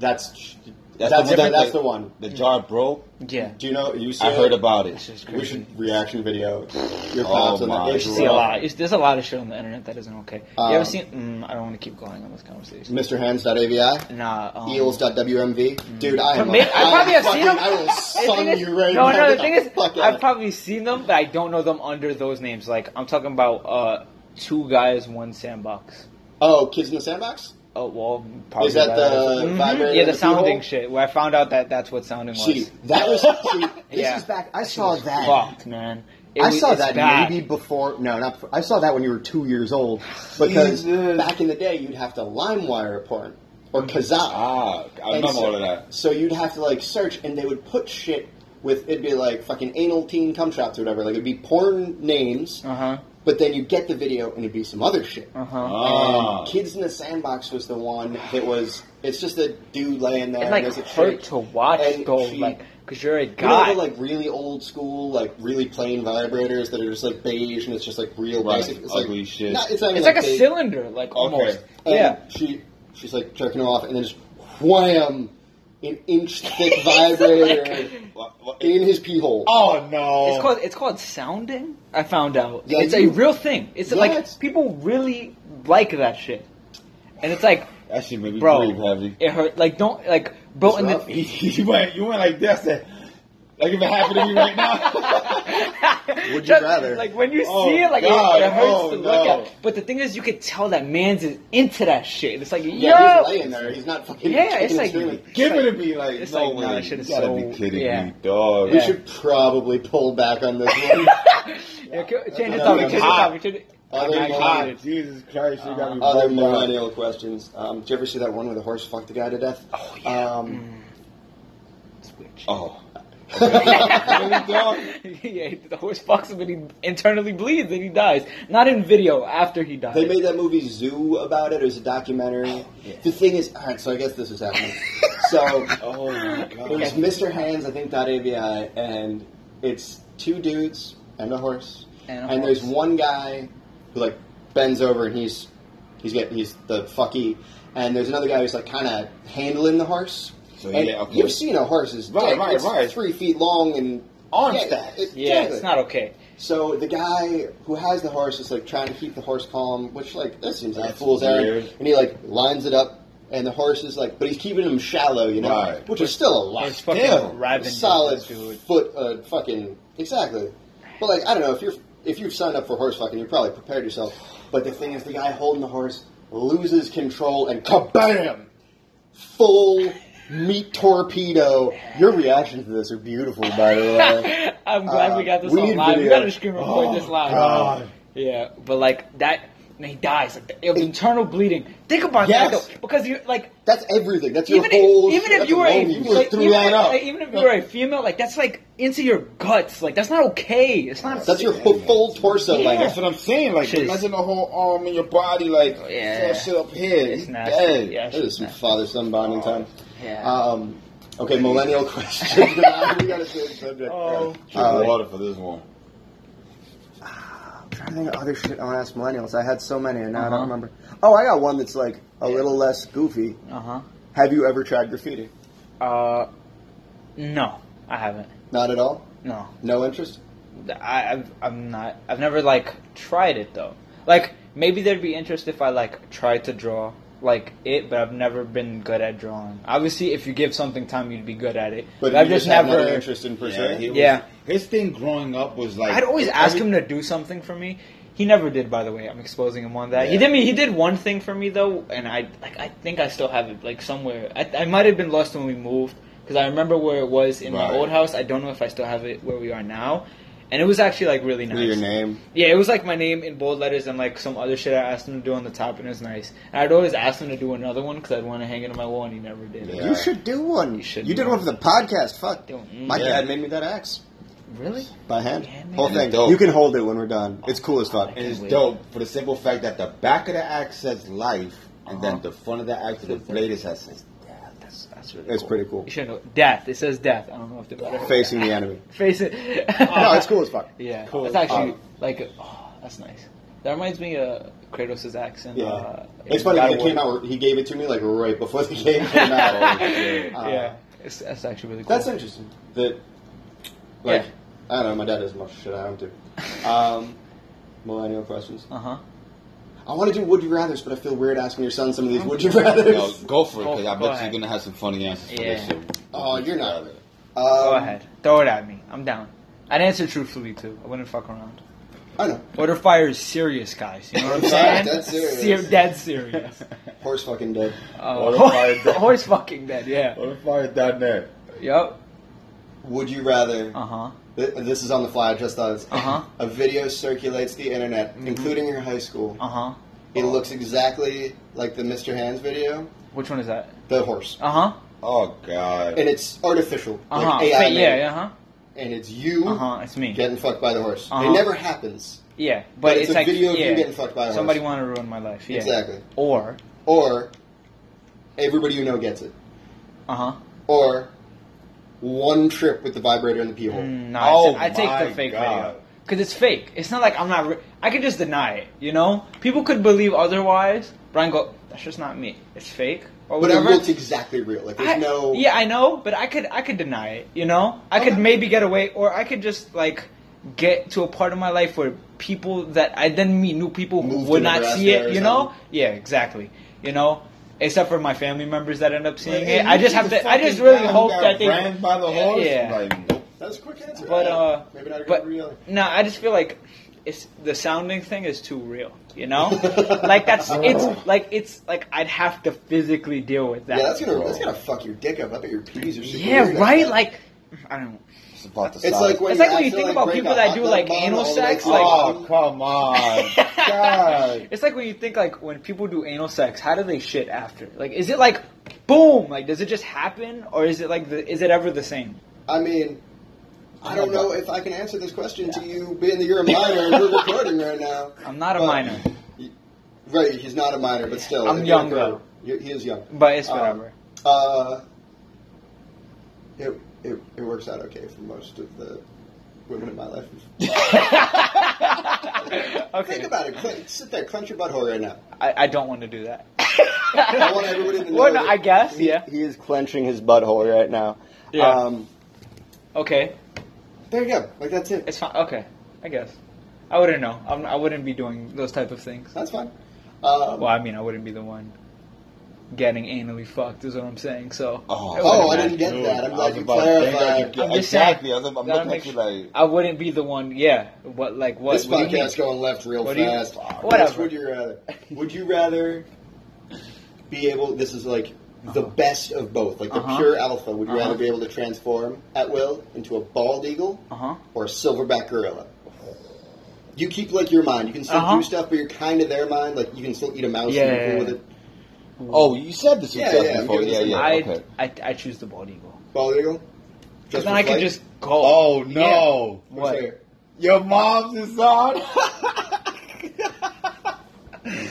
Speaker 1: That's
Speaker 2: That's
Speaker 1: that's,
Speaker 2: the
Speaker 1: that's,
Speaker 2: one
Speaker 1: the,
Speaker 2: that-
Speaker 1: that's the one.
Speaker 2: The jar broke.
Speaker 3: Yeah.
Speaker 1: Do you know? You see
Speaker 2: I
Speaker 1: it?
Speaker 2: heard about
Speaker 3: It's
Speaker 2: it.
Speaker 3: just
Speaker 1: We
Speaker 3: crazy.
Speaker 1: should reaction video. Your
Speaker 2: Oh
Speaker 1: pops on
Speaker 2: my
Speaker 1: that.
Speaker 2: You
Speaker 1: It's
Speaker 3: You
Speaker 2: should
Speaker 3: see a
Speaker 1: rough.
Speaker 3: lot. It's- There's a lot of shit on the internet that isn't okay. you
Speaker 1: Um,
Speaker 3: ever seen? Mm, I don't want to keep going on this conversation.
Speaker 1: MrHands.avi.
Speaker 3: Nah. Um,
Speaker 1: Eels.wmv. Dude, I am.
Speaker 3: Maybe- I probably have
Speaker 1: fucking,
Speaker 3: seen them.
Speaker 1: I will
Speaker 3: The thing
Speaker 1: sun
Speaker 3: is-
Speaker 1: you right
Speaker 3: no,
Speaker 1: now.
Speaker 3: no. The
Speaker 1: Get
Speaker 3: thing is,
Speaker 1: fuck out.
Speaker 3: I've probably seen them, but I don't know them under those names. Like I'm talking about uh, two guys, one sandbox.
Speaker 1: Oh, Kids in the Sandbox?
Speaker 3: Oh well, probably
Speaker 1: Is that the
Speaker 3: Mhm.
Speaker 1: vibrator
Speaker 3: Yeah,
Speaker 1: in
Speaker 3: the
Speaker 1: the pee hole?
Speaker 3: sounding shit. Where I found out that that's what sounding was.
Speaker 1: See, that was. See, this
Speaker 3: Yeah.
Speaker 1: is back. I saw
Speaker 3: It's
Speaker 1: that.
Speaker 3: Fucked, man. It
Speaker 1: I
Speaker 3: was-
Speaker 1: saw
Speaker 3: it's
Speaker 1: that
Speaker 3: bad.
Speaker 1: maybe before. No, not. Before, I saw that when you were two years old. Because
Speaker 2: Jesus.
Speaker 1: back in the day, you'd have to LimeWire a porn or
Speaker 3: Mm-hmm.
Speaker 1: Kazaa.
Speaker 2: Ah, I
Speaker 1: And
Speaker 2: remember
Speaker 1: so,
Speaker 2: all of that.
Speaker 1: So you'd have to like search, and they would put shit with it'd be like fucking anal teen cum shots or whatever. Like it'd be porn names,
Speaker 3: Uh huh.
Speaker 1: but then you would get the video and it'd be some other shit.
Speaker 3: Uh huh.
Speaker 2: Ah.
Speaker 1: And Kids in the Sandbox was the one that was. It's just a dude laying there.
Speaker 3: It
Speaker 1: and
Speaker 3: like
Speaker 1: there's a
Speaker 3: hurt
Speaker 1: chick.
Speaker 3: to watch
Speaker 1: and
Speaker 3: though,
Speaker 1: she-
Speaker 3: like because you're a
Speaker 1: You know
Speaker 3: guy.
Speaker 1: the like really old school, like really plain vibrators that are just like beige and it's just like real
Speaker 2: Right,
Speaker 1: basic. It's
Speaker 2: ugly
Speaker 1: like,
Speaker 2: shit.
Speaker 1: not- it's not even,
Speaker 3: it's like a
Speaker 1: beige.
Speaker 3: cylinder, like almost.
Speaker 1: And
Speaker 3: Yeah.
Speaker 1: She she's like jerking off and then just wham, an inch thick vibrator
Speaker 2: Wha- wha-
Speaker 1: in his pee hole.
Speaker 2: Oh no!
Speaker 3: It's called it's called sounding. I found out.
Speaker 1: uh, Yeah,
Speaker 3: it's
Speaker 1: you-
Speaker 3: a real thing. It's
Speaker 1: Yes.
Speaker 3: like people really like that shit, and it's like,
Speaker 2: that shit made me
Speaker 3: bro,
Speaker 2: breathe heavy.
Speaker 3: it hurt. Like don't like, bro.
Speaker 1: It's
Speaker 3: And
Speaker 1: rough.
Speaker 3: the,
Speaker 2: He, he went, you went like this. I said, Like if it happened to me right now.
Speaker 1: Would you
Speaker 3: Just-
Speaker 1: rather?
Speaker 3: Like when you
Speaker 2: Oh,
Speaker 3: see it, like it-
Speaker 2: God,
Speaker 3: it, hurts
Speaker 2: oh,
Speaker 3: to look
Speaker 2: no.
Speaker 3: at. But the thing is, you could tell that man's is into that shit. It's like,
Speaker 1: yeah,
Speaker 3: yo,
Speaker 1: he's laying there. He's not fucking.
Speaker 3: Yeah,
Speaker 1: kicking
Speaker 3: it's
Speaker 1: and
Speaker 3: like-
Speaker 1: screaming.
Speaker 2: Give
Speaker 3: like-
Speaker 2: it to me, like
Speaker 3: it's
Speaker 2: no
Speaker 3: like,
Speaker 2: way.
Speaker 3: nah, that shit
Speaker 2: you
Speaker 3: is
Speaker 2: gotta
Speaker 3: so-
Speaker 2: be kidding
Speaker 3: yeah.
Speaker 2: me, dog.
Speaker 1: We
Speaker 3: Yeah.
Speaker 1: should probably pull back on this one.
Speaker 3: Yeah, ki- change the
Speaker 1: another
Speaker 3: topic.
Speaker 1: one.
Speaker 3: Change the
Speaker 2: Hot.
Speaker 3: topic. change it-
Speaker 1: Other
Speaker 3: I
Speaker 1: one.
Speaker 3: hate
Speaker 2: Ah,
Speaker 3: it.
Speaker 2: Jesus Christ, you got me
Speaker 1: Other
Speaker 2: bugged out.
Speaker 1: millennial questions. Um, did you ever see that one where the horse fucked the guy to death? Oh yeah.
Speaker 3: Mm-hmm.
Speaker 1: Um,
Speaker 3: It's weird.
Speaker 2: Oh. Really, dog?
Speaker 3: yeah, the horse fucks him and he internally bleeds and he dies. Not in video, after he dies.
Speaker 1: They made that movie Zoo about it. It was a documentary. The thing is, all right. So I guess this is happening. so
Speaker 2: Oh my
Speaker 1: it was
Speaker 2: god.
Speaker 1: Mr. Hands, I think. Dot AVI, and it's two dudes and a horse,
Speaker 3: And a
Speaker 1: there's
Speaker 3: horse.
Speaker 1: one guy who like bends over and he's he's get he's the fucky, and there's another guy who's like kind of handling the horse.
Speaker 2: So,
Speaker 1: and
Speaker 2: yeah, okay.
Speaker 1: you've seen a horse's
Speaker 2: Right,
Speaker 1: dick.
Speaker 2: right,
Speaker 1: It's
Speaker 2: right.
Speaker 1: Three feet long and
Speaker 2: Arm
Speaker 1: yeah,
Speaker 2: stacked.
Speaker 1: it-
Speaker 3: Yeah,
Speaker 1: exactly.
Speaker 3: it's not okay.
Speaker 1: So the guy who has the horse is like trying to keep the horse calm, which like that seems like a
Speaker 2: That's
Speaker 1: fool's errand.
Speaker 2: weird.
Speaker 1: And he like lines it up, and the horse is like, but he's keeping him shallow, you know,
Speaker 2: Right.
Speaker 1: which is still a lot.
Speaker 3: It's fucking
Speaker 2: Damn.
Speaker 1: A
Speaker 3: ravaged,
Speaker 1: solid
Speaker 3: dude.
Speaker 1: foot, uh, fucking exactly. But like I don't know if you're if you've signed up for horse fucking, you probably prepared yourself. But the thing is, the guy holding the horse loses control and kabam! Full meat torpedo. Your reactions to this are beautiful, by the way.
Speaker 3: I'm glad
Speaker 1: Uh,
Speaker 3: we got this
Speaker 1: we
Speaker 3: on
Speaker 1: need
Speaker 3: live. We
Speaker 1: video.
Speaker 3: gotta screen record
Speaker 1: Oh,
Speaker 3: this live.
Speaker 1: God.
Speaker 3: Yeah, but like that, and he dies. Like the, it was internal bleeding. Think about
Speaker 1: Yes.
Speaker 3: that though, because you like
Speaker 1: That's everything. That's your
Speaker 3: even
Speaker 1: whole.
Speaker 3: if, even if
Speaker 1: that's
Speaker 3: you were a
Speaker 1: all you
Speaker 3: like,
Speaker 1: threw
Speaker 3: even,
Speaker 1: that
Speaker 3: if,
Speaker 1: up.
Speaker 3: like, even if you were a female, like that's like into your guts. Like that's not okay. It's not.
Speaker 1: That's your full, full torso
Speaker 3: Yeah.
Speaker 1: length.
Speaker 2: That's what I'm saying. Like,
Speaker 3: Shit. Oh,
Speaker 2: imagine the whole arm in your body, like,
Speaker 3: Yeah.
Speaker 2: yeah. shit up here.
Speaker 3: It's
Speaker 2: you
Speaker 3: nasty.
Speaker 2: dead.
Speaker 3: Yeah,
Speaker 1: That is some father son bonding time.
Speaker 3: yeah.
Speaker 1: Um, okay, millennial question. we gotta change subject.
Speaker 3: Oh.
Speaker 2: Drink
Speaker 1: Uh,
Speaker 2: water for this one.
Speaker 1: I'm trying to think of other shit I want to ask millennials. I had so many, and now I
Speaker 3: Uh-huh.
Speaker 1: don't remember. Oh, I got one that's like a little less goofy.
Speaker 3: uh-huh.
Speaker 1: Have you ever tried graffiti?
Speaker 3: Uh, no, I haven't.
Speaker 1: Not at all.
Speaker 3: No,
Speaker 1: No interest.
Speaker 3: I, I've, I'm not. I've never like tried it though. Like maybe there'd be interest if I like tried to draw like it, but I've never been good at drawing. Obviously, if you give something time, you'd be good at it. But, I've
Speaker 1: you
Speaker 3: just,
Speaker 1: have
Speaker 3: never.
Speaker 1: no interest in
Speaker 2: Yeah,
Speaker 1: pursuing.
Speaker 2: he was-
Speaker 3: Yeah.
Speaker 2: His thing growing up was like.
Speaker 3: I'd always ask
Speaker 2: every-
Speaker 3: him to do something for me. He never did, by the way. I'm exposing him on that. He
Speaker 2: Yeah.
Speaker 3: did me. He did one thing for me though, and I like. I think I still have it like somewhere. I, I might have been lost when we moved because I remember where it was in my
Speaker 2: Right.
Speaker 3: old house. I don't know if I still have it where we are now. And it was actually like really nice.
Speaker 1: Your name.
Speaker 3: Yeah, it was like my name in bold letters and like some other shit I asked him to do on the top, and it was nice. And I'd always ask him to do another one because I'd want to hang it on my wall, and he never did.
Speaker 2: Yeah.
Speaker 1: You should do one. You
Speaker 3: should
Speaker 1: You
Speaker 3: do
Speaker 1: did one for the podcast. Fuck.
Speaker 3: Don't-
Speaker 1: My
Speaker 2: Yeah.
Speaker 1: dad made me that axe
Speaker 3: mm. Really?
Speaker 1: by hand.
Speaker 3: Yeah, man. Oh.
Speaker 1: Whole
Speaker 2: And
Speaker 1: thing.
Speaker 2: it's dope.
Speaker 1: You can hold it when we're done. It's cool as fuck.
Speaker 2: And it's
Speaker 3: Wait.
Speaker 2: dope for the simple fact that the back of the axe says life,
Speaker 3: Uh-huh.
Speaker 2: and then the front of the axe with the blade is that says
Speaker 3: Yeah, that's that's really.
Speaker 1: It's
Speaker 3: cool.
Speaker 1: pretty cool.
Speaker 3: You should know death. It says death. I don't know if they better
Speaker 1: Facing the enemy.
Speaker 3: face it.
Speaker 1: No, it's cool as fuck.
Speaker 3: Oh. Yeah,
Speaker 1: Cool.
Speaker 3: it's actually
Speaker 1: Um,
Speaker 3: like oh, that's nice. That reminds me of Kratos' accent.
Speaker 1: Yeah.
Speaker 3: Uh,
Speaker 1: It's
Speaker 3: in
Speaker 1: funny
Speaker 3: God
Speaker 1: when it
Speaker 3: of
Speaker 1: came
Speaker 3: War.
Speaker 1: out. He gave it to me like right before the game came out. Uh,
Speaker 3: yeah, it's, that's actually really cool.
Speaker 1: That's interesting. That, like,
Speaker 3: Yeah.
Speaker 1: I don't know. My dad does much shit I don't do. Um, millennial questions.
Speaker 3: uh huh.
Speaker 1: I want to do would you rather's, but I feel weird asking your son some of these would you rather's.
Speaker 2: No, go for it, because
Speaker 3: Go-
Speaker 2: I
Speaker 3: go
Speaker 2: bet
Speaker 3: ahead.
Speaker 2: you're gonna have some funny answers for
Speaker 3: Yeah.
Speaker 2: this shit.
Speaker 1: Oh, you're not. Um,
Speaker 3: Go ahead, throw it at me. I'm down. I'd answer truthfully too. I wouldn't fuck around.
Speaker 1: I know.
Speaker 3: Order Fire is serious, guys. You know what I'm saying?
Speaker 1: Dead serious.
Speaker 3: Ser- dead serious.
Speaker 1: Horse fucking dead.
Speaker 3: Uh,
Speaker 2: Order Fire is dead.
Speaker 3: horse fucking dead. Yeah.
Speaker 2: What if I had done that?
Speaker 3: Yep.
Speaker 1: Would you rather?
Speaker 3: Uh huh.
Speaker 1: Th- This is on the fly. I just thought. It's,
Speaker 3: Uh-huh. Mm-hmm.
Speaker 1: A video circulates the internet, including your high school.
Speaker 3: Uh huh.
Speaker 1: It looks exactly like the Mr. Hands video,
Speaker 3: Which one is that?
Speaker 1: the horse,
Speaker 3: Uh huh.
Speaker 2: Oh god.
Speaker 1: and it's artificial,
Speaker 3: Uh huh.
Speaker 1: like AI made.
Speaker 3: yeah. Uh huh.
Speaker 1: and it's you
Speaker 3: Uh huh. It's me.
Speaker 1: getting fucked by the horse.
Speaker 3: Uh-huh.
Speaker 1: It never happens,
Speaker 3: Yeah, but,
Speaker 1: But
Speaker 3: it's,
Speaker 1: it's a
Speaker 3: like
Speaker 1: video of you
Speaker 3: yeah,
Speaker 1: getting fucked by a horse.
Speaker 3: somebody want to ruin my life. Yeah.
Speaker 1: Exactly.
Speaker 3: Or
Speaker 1: or everybody you know gets it,
Speaker 3: uh huh.
Speaker 1: or one trip with the vibrator in the pee hole.
Speaker 3: No,
Speaker 2: Oh
Speaker 3: Mm, I, take
Speaker 2: my
Speaker 3: the fake
Speaker 2: God.
Speaker 3: video because it's fake. It's not like I'm not. Re- I could just deny it. You know, people could believe otherwise. But I go, that's just not me. It's fake or
Speaker 1: But it
Speaker 3: whatever.
Speaker 1: looks exactly real. Like there's
Speaker 3: I-
Speaker 1: no.
Speaker 3: Yeah, I know, but I could I could deny it. You know, I could
Speaker 1: Okay.
Speaker 3: maybe get away, or I could just like get to a part of my life where people that I then meet new people who
Speaker 1: Move to
Speaker 3: would not see
Speaker 1: Nebraska
Speaker 3: it.
Speaker 1: or
Speaker 3: You know?
Speaker 1: something.
Speaker 3: Yeah, exactly. You know, except for my family members that end up seeing
Speaker 2: Hey,
Speaker 3: it. I
Speaker 2: you
Speaker 3: just
Speaker 2: see
Speaker 3: have
Speaker 2: the
Speaker 3: to. I just
Speaker 2: fucking
Speaker 3: really
Speaker 2: guy who
Speaker 3: hope
Speaker 2: got
Speaker 3: that they.
Speaker 2: ran by the horse.
Speaker 3: Yeah.
Speaker 2: Like, nope.
Speaker 1: That's a quick answer.
Speaker 3: But uh,
Speaker 1: maybe not a
Speaker 3: but
Speaker 1: good real.
Speaker 3: no, I just feel like it's the sounding thing is too real. You know, like that's it's like it's like I'd have to physically deal with that.
Speaker 1: Yeah, that's gonna that's gonna fuck your dick up. I bet your peas are. super
Speaker 3: Yeah,
Speaker 1: weird.
Speaker 3: right. Like I don't.
Speaker 2: It's about the
Speaker 1: It's
Speaker 2: size.
Speaker 1: like when
Speaker 3: It's
Speaker 1: you
Speaker 3: like when you
Speaker 1: accidentally
Speaker 3: think about
Speaker 1: break
Speaker 3: people
Speaker 1: a
Speaker 3: that
Speaker 1: hot
Speaker 3: do,
Speaker 1: dog
Speaker 3: like,
Speaker 1: bun
Speaker 3: anal
Speaker 1: on the
Speaker 3: sex,
Speaker 1: next
Speaker 3: like-
Speaker 2: Oh
Speaker 1: one.
Speaker 2: come on,
Speaker 1: Uh,
Speaker 2: God!
Speaker 3: It's like when you think like when people do anal sex, how do they shit after? Like, is it like boom? Like, does it just happen, or is it like the, is it ever the same?
Speaker 1: I mean, I don't know if I can answer this question to you, being that you're a minor and we're recording right now.
Speaker 3: I'm not a
Speaker 1: But-
Speaker 3: minor,
Speaker 1: Right, he's not a minor, but still,
Speaker 3: I'm
Speaker 1: if
Speaker 3: young,
Speaker 1: you're a girl,
Speaker 3: though.
Speaker 1: you- He is young.
Speaker 3: but it's
Speaker 1: Um,
Speaker 3: whatever.
Speaker 1: Uh, it, it it works out okay for most of the ruining my life.
Speaker 3: okay.
Speaker 1: Think about it. Clen- sit there, clench your butthole right now.
Speaker 3: I, I don't want to do that.
Speaker 1: I want everybody to know.
Speaker 3: Well, no,
Speaker 1: that
Speaker 3: I guess,
Speaker 1: he-
Speaker 3: yeah.
Speaker 1: He is clenching his butthole right now.
Speaker 3: Yeah.
Speaker 1: Um,
Speaker 3: Okay.
Speaker 1: there you go. Like that's it.
Speaker 3: It's fine. Okay. I guess. I wouldn't know. I'm, I wouldn't be doing those type of things.
Speaker 1: That's fine. Um,
Speaker 3: Well, I mean, I wouldn't be the one getting anally fucked, is what I'm saying. So.
Speaker 2: Oh,
Speaker 3: It
Speaker 1: oh,
Speaker 3: wouldn't matter.
Speaker 1: I didn't get
Speaker 2: Dude,
Speaker 1: that. I'm
Speaker 2: I
Speaker 1: glad
Speaker 2: was
Speaker 1: you
Speaker 2: about to think I
Speaker 1: clarified.
Speaker 2: could-
Speaker 3: I'm just
Speaker 2: exactly.
Speaker 3: saying,
Speaker 2: I was, I'm
Speaker 3: gotta
Speaker 2: looking
Speaker 3: make
Speaker 2: at you
Speaker 3: sure-
Speaker 2: like.
Speaker 3: I wouldn't be the one. Yeah. What? Like what?
Speaker 1: This
Speaker 3: what do you mean?
Speaker 1: podcast's going left real
Speaker 3: What do you-
Speaker 1: fast.
Speaker 3: Whatever.
Speaker 1: Which Would you rather? Would you rather be able? This is like the best of both, like the
Speaker 3: Uh-huh.
Speaker 1: pure alpha. Would you
Speaker 3: Uh-huh.
Speaker 1: rather be able to transform at will into a bald eagle
Speaker 3: Uh-huh.
Speaker 1: or a silverback gorilla? You keep like your mind. You can still
Speaker 3: Uh-huh.
Speaker 1: do stuff, but you're kind of their mind. Like you can still eat a mouse
Speaker 3: Yeah,
Speaker 1: and be
Speaker 3: yeah,
Speaker 1: cool
Speaker 3: yeah.
Speaker 1: with it.
Speaker 2: Oh, you said this was
Speaker 1: Yeah,
Speaker 2: tough
Speaker 1: yeah,
Speaker 2: before.
Speaker 1: give it
Speaker 2: Yeah,
Speaker 1: to
Speaker 2: yeah.
Speaker 3: I,
Speaker 2: okay.
Speaker 3: I I choose the bald eagle.
Speaker 1: Bald eagle.
Speaker 3: Because
Speaker 1: Just
Speaker 3: then
Speaker 1: for
Speaker 3: I can
Speaker 1: flight?
Speaker 3: just go.
Speaker 2: Oh no!
Speaker 3: Yeah. What?
Speaker 1: Sure.
Speaker 2: Your mom's is on.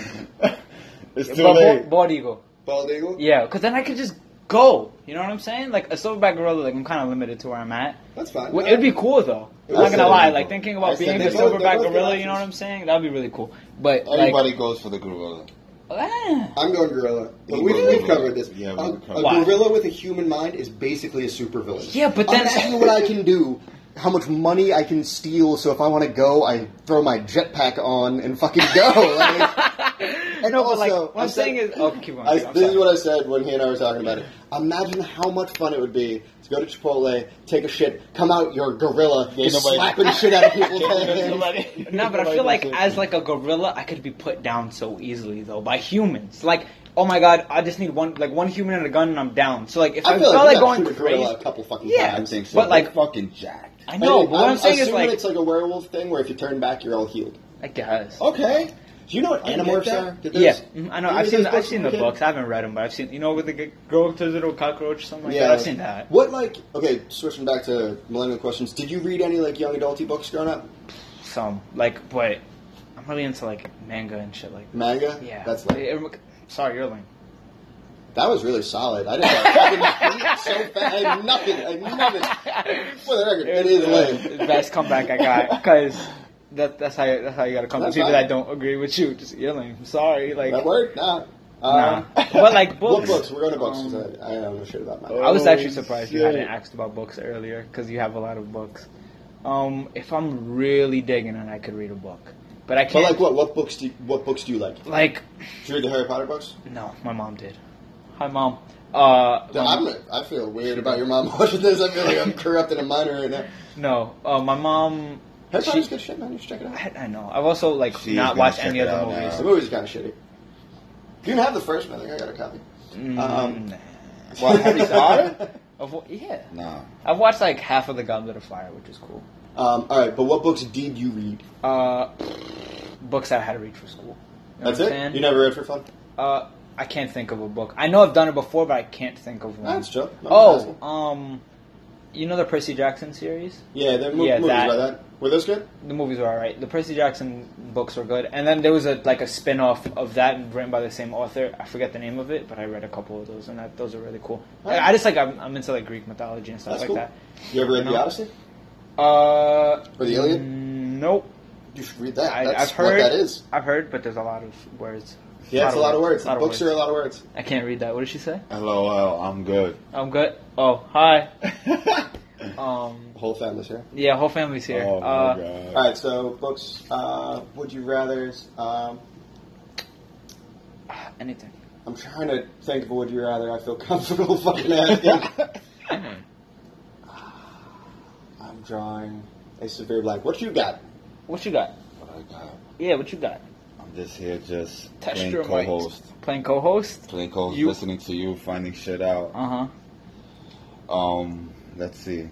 Speaker 2: it's too
Speaker 3: But
Speaker 2: late.
Speaker 3: bald, bald eagle.
Speaker 1: Bald eagle.
Speaker 3: Yeah. Because then I could just go. You know what I'm saying? Like a silverback gorilla. Like I'm kind of limited to where I'm at.
Speaker 1: That's fine.
Speaker 3: Well, it'd be cool though. I'm
Speaker 1: I
Speaker 3: not
Speaker 1: said
Speaker 3: gonna lie.
Speaker 2: it'd be
Speaker 3: Like
Speaker 2: cool.
Speaker 3: thinking
Speaker 2: I
Speaker 3: about
Speaker 2: said
Speaker 3: being a
Speaker 2: they're both-
Speaker 1: they're
Speaker 3: silverback
Speaker 1: both good
Speaker 3: gorilla. You know what I'm
Speaker 1: options.
Speaker 3: saying? That'd be really cool. But
Speaker 2: Everybody goes for the gorilla.
Speaker 3: like, eh.
Speaker 1: I'm going gorilla. But
Speaker 2: You
Speaker 1: we've,
Speaker 2: go
Speaker 1: we've
Speaker 2: gorilla.
Speaker 1: covered this.
Speaker 2: Yeah,
Speaker 1: a,
Speaker 2: we
Speaker 1: a
Speaker 2: covered
Speaker 3: it.
Speaker 1: gorilla with a human mind is basically a supervillain.
Speaker 3: Yeah, but then-
Speaker 1: imagine what I can do. How much money I can steal? So if I want to go, I throw my jetpack on and fucking go. Like,
Speaker 3: I
Speaker 1: And
Speaker 3: know, but like
Speaker 1: also,
Speaker 3: what I'm
Speaker 1: I said-
Speaker 3: saying is, oh, keep going.
Speaker 1: I,
Speaker 3: keep going, I'm
Speaker 1: this is
Speaker 3: sorry.
Speaker 1: what I said when he and I were talking about it. Imagine how much fun it would be to go to Chipotle, take a shit, come out, you're a gorilla,
Speaker 2: Ain't
Speaker 1: just
Speaker 2: nobody-
Speaker 1: slapping shit out of people's heads.
Speaker 3: No, but I feel like as like a gorilla, I could be put down so easily though by humans. Like, oh my god, I just need one like one human and a gun and I'm down. So like if I,
Speaker 1: I feel
Speaker 3: felt like,
Speaker 1: like, you gotta
Speaker 3: going
Speaker 1: shoot a gorilla
Speaker 3: crazy,
Speaker 1: a couple fucking
Speaker 3: Yeah.
Speaker 1: times.
Speaker 2: think so.
Speaker 3: But, like-
Speaker 2: They're fucking jacked.
Speaker 3: I know. but what I'm saying is
Speaker 1: assuming
Speaker 3: like,
Speaker 1: it's like a werewolf thing where if you turn back, you're all healed.
Speaker 3: I guess.
Speaker 2: Okay.
Speaker 1: Do Oh, you know what
Speaker 2: I get
Speaker 1: animorphs
Speaker 2: that.
Speaker 1: are? Did
Speaker 3: Yeah,
Speaker 1: those-
Speaker 3: mhm, I know.
Speaker 1: you
Speaker 3: I've
Speaker 1: read
Speaker 3: seen
Speaker 1: those
Speaker 3: I've seen the
Speaker 1: when you were a
Speaker 3: books. I haven't read them, but I've seen you know with the g- girl turns into a cockroach or something like that. I've seen that.
Speaker 1: What like okay, switching back to millennial questions. Did you read any like young adulty books growing up?
Speaker 3: Some like, but I'm really into like manga and shit like that.
Speaker 1: Manga.
Speaker 3: Yeah,
Speaker 1: that's like
Speaker 3: It- it- sorry, you're lame.
Speaker 1: that was really solid. I didn't have so fast. I had nothing. I had nothing. For the record, it is
Speaker 3: the
Speaker 1: lame.
Speaker 3: best comeback I got because that, that's how that's how you gotta come
Speaker 1: That's
Speaker 3: to people
Speaker 1: fine.
Speaker 3: that don't agree with you. Just yelling, I'm sorry, like
Speaker 1: That word? Nah.
Speaker 3: nah.
Speaker 1: Uh,
Speaker 3: but like
Speaker 1: What
Speaker 3: books.
Speaker 1: books? We're going to books. 'cause
Speaker 3: Um,
Speaker 1: I, I don't know shit about manga.
Speaker 3: I was
Speaker 2: Oh,
Speaker 3: actually surprised you
Speaker 2: shit.
Speaker 3: hadn't asked about books earlier because you have a lot of books. Um, if I'm really digging it, I could read a book, but I
Speaker 1: But
Speaker 3: can't.
Speaker 1: like, what what books do you, what books do you like? Did
Speaker 3: Like,
Speaker 1: you read the Harry Potter books?
Speaker 3: no, my mom did. Hi, mom. Uh,
Speaker 1: Dude,
Speaker 3: my-
Speaker 1: I'm, I feel weird about your mom watching this. I feel like I'm corrupting a minor right now.
Speaker 3: no, uh, my mom.
Speaker 1: Harry
Speaker 3: She-
Speaker 1: Potter's good shit, man. You should check it out.
Speaker 3: I, I know. I've also like
Speaker 2: She's
Speaker 3: not
Speaker 2: gonna
Speaker 3: watched
Speaker 2: check
Speaker 3: any of
Speaker 2: it
Speaker 3: the
Speaker 2: out now.
Speaker 3: movies.
Speaker 1: The movie's kind of shitty. You can have the first one. I think I got a copy. Um,
Speaker 3: Mm, nah.
Speaker 2: What, Harry Potter?
Speaker 3: Of what- yeah.
Speaker 2: Nah.
Speaker 3: I've watched like half of the Goblet of Fire, which is cool.
Speaker 1: Um, all right, but what books did you read?
Speaker 3: Uh, books that I had to read for school. You know
Speaker 1: That's
Speaker 3: what I'm
Speaker 1: it.
Speaker 3: saying?
Speaker 1: You never read for fun.
Speaker 3: uh, I can't think of a book. I know I've done it before, but I can't think of one.
Speaker 1: That's true. No one's
Speaker 3: oh,
Speaker 1: asking.
Speaker 3: um, you know the Percy Jackson series?
Speaker 1: yeah, there are mo-
Speaker 3: yeah,
Speaker 1: movies
Speaker 3: that-
Speaker 1: by that. Were those good?
Speaker 3: The movies were alright. The Percy Jackson books were good, and then there was a like a spin off of that written by the same author. I forget the name of it, but I read a couple of those, and that, those are really cool.
Speaker 1: Alright.
Speaker 3: I just like I'm, I'm into like Greek mythology and stuff
Speaker 1: That's
Speaker 3: like
Speaker 1: cool.
Speaker 3: that.
Speaker 1: You ever read
Speaker 3: No.
Speaker 1: the Odyssey?
Speaker 3: Uh,
Speaker 1: Or the Iliad?
Speaker 3: Nope.
Speaker 1: You should read that.
Speaker 3: I,
Speaker 1: That's
Speaker 3: I've heard.
Speaker 1: what that is.
Speaker 3: I've heard, but there's a lot of words.
Speaker 1: Yeah, it's a lot of words.
Speaker 3: Lot of
Speaker 1: books are a lot of words.
Speaker 3: I can't read that. What did she say?
Speaker 2: LOL. I'm good.
Speaker 3: I'm good. Oh, hi. um,
Speaker 1: The whole family's here.
Speaker 3: yeah, whole family's here.
Speaker 2: Oh my
Speaker 3: uh,
Speaker 2: god.
Speaker 1: All right, so books. Uh, would you rather? Um,
Speaker 3: Anything.
Speaker 1: I'm trying to think of a would you rather. I feel comfortable fucking asking. I'm drawing a severe blank. What you got?
Speaker 3: What you got?
Speaker 2: What I got?
Speaker 3: Yeah, what you got?
Speaker 2: I'm just here, just
Speaker 3: Test
Speaker 2: playing
Speaker 3: your mic.
Speaker 2: co-host,
Speaker 3: Playing co-host.
Speaker 2: playing co-host,
Speaker 3: You-
Speaker 2: listening to you, finding shit out.
Speaker 3: Uh huh.
Speaker 2: Um, let's see.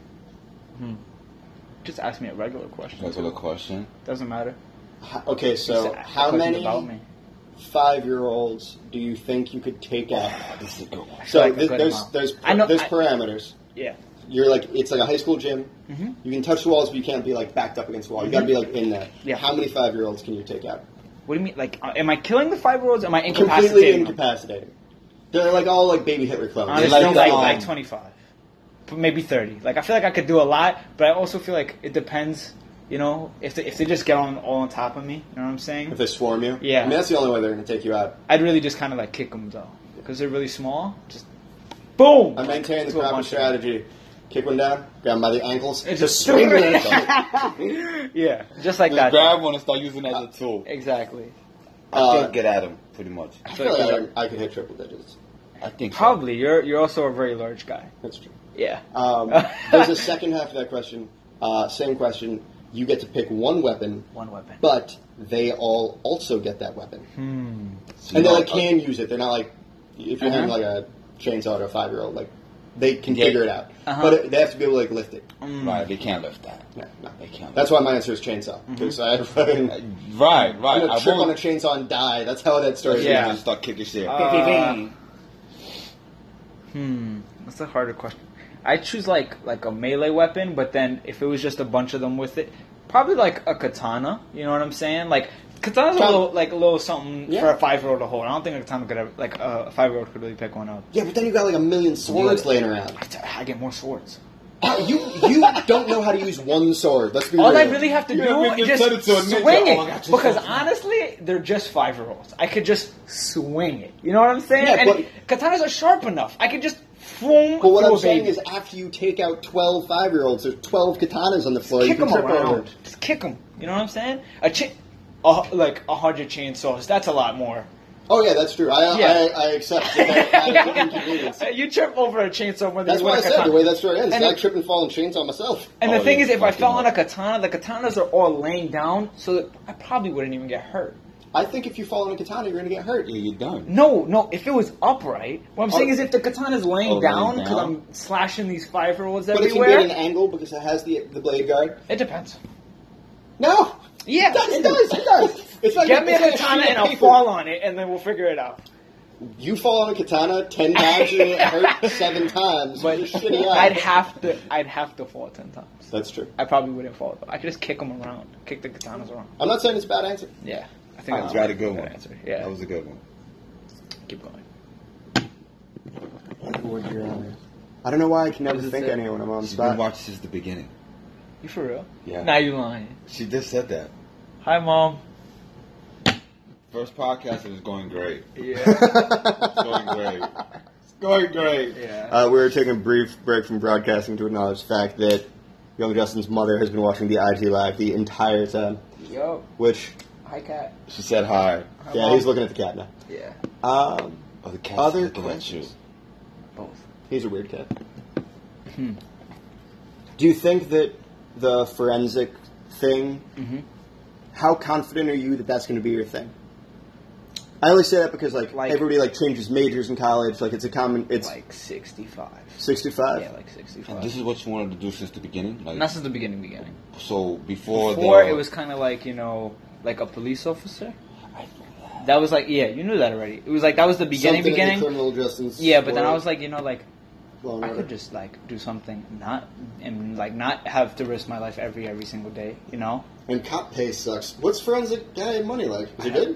Speaker 3: Just ask me a regular question.
Speaker 2: Regular
Speaker 3: too.
Speaker 2: question.
Speaker 3: Doesn't matter.
Speaker 1: H- Okay, so
Speaker 3: Just ask
Speaker 1: how
Speaker 3: questions
Speaker 1: many
Speaker 3: about me?
Speaker 1: five-year-olds do you think you could take out?
Speaker 2: This is a good one.
Speaker 1: So
Speaker 3: like a
Speaker 1: th-
Speaker 3: good
Speaker 1: there's
Speaker 3: amount.
Speaker 1: there's
Speaker 3: I know-
Speaker 1: there's
Speaker 3: I-
Speaker 1: parameters.
Speaker 3: Yeah.
Speaker 1: You're like it's like a high school gym.
Speaker 3: Mhm.
Speaker 1: You can touch the walls, but you can't be like backed up against the wall. You got to be like in there.
Speaker 3: Mm-hmm. Yeah.
Speaker 1: How many five-year-olds can you take out?
Speaker 3: What do you mean? Like, uh, am I killing the five-year-olds? Am I
Speaker 1: Completely
Speaker 3: incapacitating? them?
Speaker 1: incapacitated. They're like all like baby Hitler clones.
Speaker 3: Honestly,
Speaker 1: Like,
Speaker 3: like,
Speaker 1: um,
Speaker 3: like twenty-five. but maybe 30. Like I feel like I could do a lot, but I also feel like it depends. You know, if they, if they just get on all on top of me, you know what I'm
Speaker 1: If
Speaker 3: saying?
Speaker 1: they swarm you,
Speaker 3: Yeah.
Speaker 1: I mean that's the only way they're going to take you out.
Speaker 3: I'd really just kind of like kick them though, because they're really small. Just boom.
Speaker 1: I maintain the
Speaker 3: To a
Speaker 1: proper
Speaker 3: bunch of
Speaker 1: strategy: kick one down, grab 'em by the ankles,
Speaker 3: It's
Speaker 1: just
Speaker 3: just-
Speaker 1: swing it. at each other.
Speaker 3: Yeah, just like
Speaker 2: Just
Speaker 3: that.
Speaker 2: grab one and start using it as a tool.
Speaker 3: Exactly.
Speaker 2: I
Speaker 1: Uh,
Speaker 2: think get at him pretty much.
Speaker 1: I feel like I, I could hit triple digits.
Speaker 2: I think so.
Speaker 3: Probably you're you're also a very large guy.
Speaker 1: That's true.
Speaker 3: Yeah.
Speaker 1: Um, there's a second half of that question. Uh, same question. You get to pick one weapon,
Speaker 3: One weapon.
Speaker 1: but they all also get that weapon,
Speaker 3: Hmm.
Speaker 2: So
Speaker 1: and they
Speaker 2: you
Speaker 1: like
Speaker 2: know,
Speaker 1: can use it. They're not like if
Speaker 3: Uh-huh.
Speaker 1: you're handing like a chainsaw to a five year old, like they can
Speaker 2: Yeah.
Speaker 1: figure it out,
Speaker 3: Uh-huh.
Speaker 1: but they have to be able to like lift it.
Speaker 3: Mm.
Speaker 2: Right, they can't lift that.
Speaker 1: No, no.
Speaker 2: They can't.
Speaker 1: That's why my answer is chainsaw
Speaker 3: Mm-hmm.
Speaker 1: because I fucking
Speaker 2: Uh, Right, right.
Speaker 1: I'm gonna
Speaker 2: I
Speaker 1: trip on a
Speaker 2: won't-
Speaker 1: chainsaw and die. That's how that
Speaker 2: So
Speaker 1: started.
Speaker 2: yeah.
Speaker 3: Yeah.
Speaker 2: just start kicking shit.
Speaker 3: Uh, Hmm, that's a harder question. I choose like like a melee weapon, but then if it was just a bunch of them with it, probably like a katana. You know what I'm saying? Like katana's a
Speaker 1: Katana.
Speaker 3: little like a little something
Speaker 1: Yeah.
Speaker 3: for a five year old to hold. I don't think a katana could ever, like a five year old could really pick one up.
Speaker 1: Yeah, but then you got like a million swords
Speaker 2: Yeah.
Speaker 1: laying around. Uh,
Speaker 3: I t- I get more swords.
Speaker 1: You you don't know how to use one sword. Let's be
Speaker 3: All
Speaker 1: real.
Speaker 3: I really have to
Speaker 2: You
Speaker 3: do
Speaker 2: gotta make
Speaker 3: is
Speaker 2: them
Speaker 3: just
Speaker 2: turn into a ninja.
Speaker 3: swing it.
Speaker 2: Oh, I got you.
Speaker 3: because honestly, they're just five year olds. I could just swing it. You know what I'm saying?
Speaker 1: Yeah,
Speaker 3: and katanas are sharp enough. I could just boom.
Speaker 1: But what
Speaker 3: through
Speaker 1: I'm
Speaker 3: a
Speaker 1: saying
Speaker 3: baby.
Speaker 1: is, after you take out 12 five year olds, there's 12 katanas on the floor. you
Speaker 3: kick
Speaker 1: can
Speaker 3: them
Speaker 1: trip
Speaker 3: around.
Speaker 1: over.
Speaker 3: Just kick them. You know what I'm saying? A cha- a, hu- like a hundred chainsaws. That's a lot more.
Speaker 1: Oh, yeah, that's true. I,
Speaker 3: Yeah.
Speaker 1: I, I accept that that adds the inconvenience.
Speaker 3: you trip over a chainsaw whether
Speaker 1: That's
Speaker 3: you
Speaker 1: why I
Speaker 3: want a
Speaker 1: said the
Speaker 3: katana.
Speaker 1: way that story ends.
Speaker 3: And
Speaker 1: And I
Speaker 3: the-
Speaker 1: trip and fall and chainsaw myself.
Speaker 3: and the
Speaker 2: Oh,
Speaker 3: thing
Speaker 2: you
Speaker 3: is, if I
Speaker 2: fucking
Speaker 3: fell on a
Speaker 2: hard.
Speaker 3: katana, the katanas are all laying down, so that I probably wouldn't even get hurt.
Speaker 1: I think if you fall on a katana, you're going to get hurt.
Speaker 2: yeah, you're done.
Speaker 3: No, no. If it was upright, what
Speaker 1: Oh.
Speaker 3: I'm saying is, if the katana's laying
Speaker 2: Oh, laying
Speaker 3: down because
Speaker 2: down.
Speaker 3: I'm slashing these five year olds
Speaker 1: But it can be at an
Speaker 3: everywhere,
Speaker 1: angle because it has the the blade guard.
Speaker 3: it depends.
Speaker 1: No!
Speaker 3: Yeah,
Speaker 1: It does, it does, it does. It's like
Speaker 3: Get me a
Speaker 1: it's like
Speaker 3: katana
Speaker 1: sheet of
Speaker 3: and I'll
Speaker 1: paper.
Speaker 3: fall on it, and then we'll figure it out.
Speaker 1: You fall on a katana 10 times, you're going to get hurt 7 times.
Speaker 3: But
Speaker 1: you're shitty out.
Speaker 3: I'd have to, I'd have to fall ten times.
Speaker 1: That's true.
Speaker 3: I probably wouldn't fall though. I could just kick them around, kick the katanas around.
Speaker 1: I'm not saying it's a bad answer.
Speaker 3: Yeah, I think
Speaker 2: I got a good one.
Speaker 3: answer. Yeah,
Speaker 2: That was a good one.
Speaker 3: keep going.
Speaker 1: I don't know why I can never
Speaker 3: Is it
Speaker 1: think
Speaker 3: the-
Speaker 1: of any when I'm on the
Speaker 2: She's been
Speaker 1: spot.
Speaker 2: watching since the beginning.
Speaker 3: You for real?
Speaker 2: Yeah.
Speaker 3: Now you lying.
Speaker 2: She just said that.
Speaker 3: Hi, mom.
Speaker 2: First podcast and it's going great.
Speaker 3: Yeah.
Speaker 2: It's going great. It's going great.
Speaker 3: yeah.
Speaker 1: Uh, we were taking a brief break from broadcasting to acknowledge the fact that young Justin's mother has been watching the IG live the entire time,
Speaker 3: Yo.
Speaker 1: which
Speaker 3: Hi, cat.
Speaker 2: She said hi.
Speaker 3: Hi,
Speaker 1: yeah,
Speaker 3: Mom.
Speaker 1: he's looking at the cat now.
Speaker 3: Yeah.
Speaker 1: Um,
Speaker 2: Oh, the cat's
Speaker 1: Other
Speaker 2: looking at you.
Speaker 1: questions?
Speaker 3: Both.
Speaker 1: he's a weird cat.
Speaker 3: Hmm.
Speaker 1: Do you think that the forensic thing?
Speaker 3: Mhm.
Speaker 1: How confident are you that that's going to be your thing? I only say that because like,
Speaker 3: Like-
Speaker 1: everybody like changes majors in college. Like it's a common. It's
Speaker 3: Like sixty-five.
Speaker 1: sixty-five.
Speaker 3: Yeah, like sixty-five.
Speaker 2: And this is what you wanted to do since the beginning? Like,
Speaker 3: Not since the beginning. Beginning.
Speaker 2: so before,
Speaker 3: Before
Speaker 2: the,
Speaker 3: it was kind of like you know, like a police officer. That was like yeah, you knew that already. It was like that was the beginning.
Speaker 1: Something in the
Speaker 3: beginning.
Speaker 1: criminal justice.
Speaker 3: Yeah, but then I
Speaker 1: world.
Speaker 3: was like, you know, like
Speaker 1: Law and
Speaker 3: I
Speaker 1: order.
Speaker 3: could just like do something, not and like not have to risk my life every every single day. You know,
Speaker 1: And cop pay sucks. What's forensic guy money like? Is it good?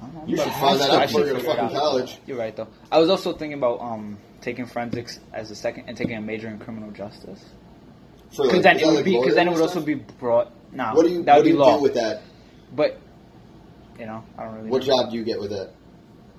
Speaker 3: I don't know.
Speaker 1: You
Speaker 3: But
Speaker 1: should
Speaker 3: I
Speaker 1: find that
Speaker 3: still-
Speaker 1: out
Speaker 3: I
Speaker 1: before
Speaker 3: should
Speaker 1: you go to
Speaker 3: figure it
Speaker 1: fucking
Speaker 3: out.
Speaker 1: college.
Speaker 3: You're right though. I was also thinking about um taking forensics as a second and taking a major in criminal justice
Speaker 1: For
Speaker 3: because
Speaker 1: like-
Speaker 3: then
Speaker 1: is
Speaker 3: it
Speaker 1: that
Speaker 3: would
Speaker 1: like
Speaker 3: be because
Speaker 1: lawyer
Speaker 3: then it
Speaker 1: and
Speaker 3: would also
Speaker 1: stuff?
Speaker 3: be brought. No,
Speaker 1: What do you
Speaker 3: that
Speaker 1: What
Speaker 3: would
Speaker 1: do
Speaker 3: be
Speaker 1: you
Speaker 3: law.
Speaker 1: do with that?
Speaker 3: but you know, I don't really.
Speaker 1: What
Speaker 3: know.
Speaker 1: job do you get with that?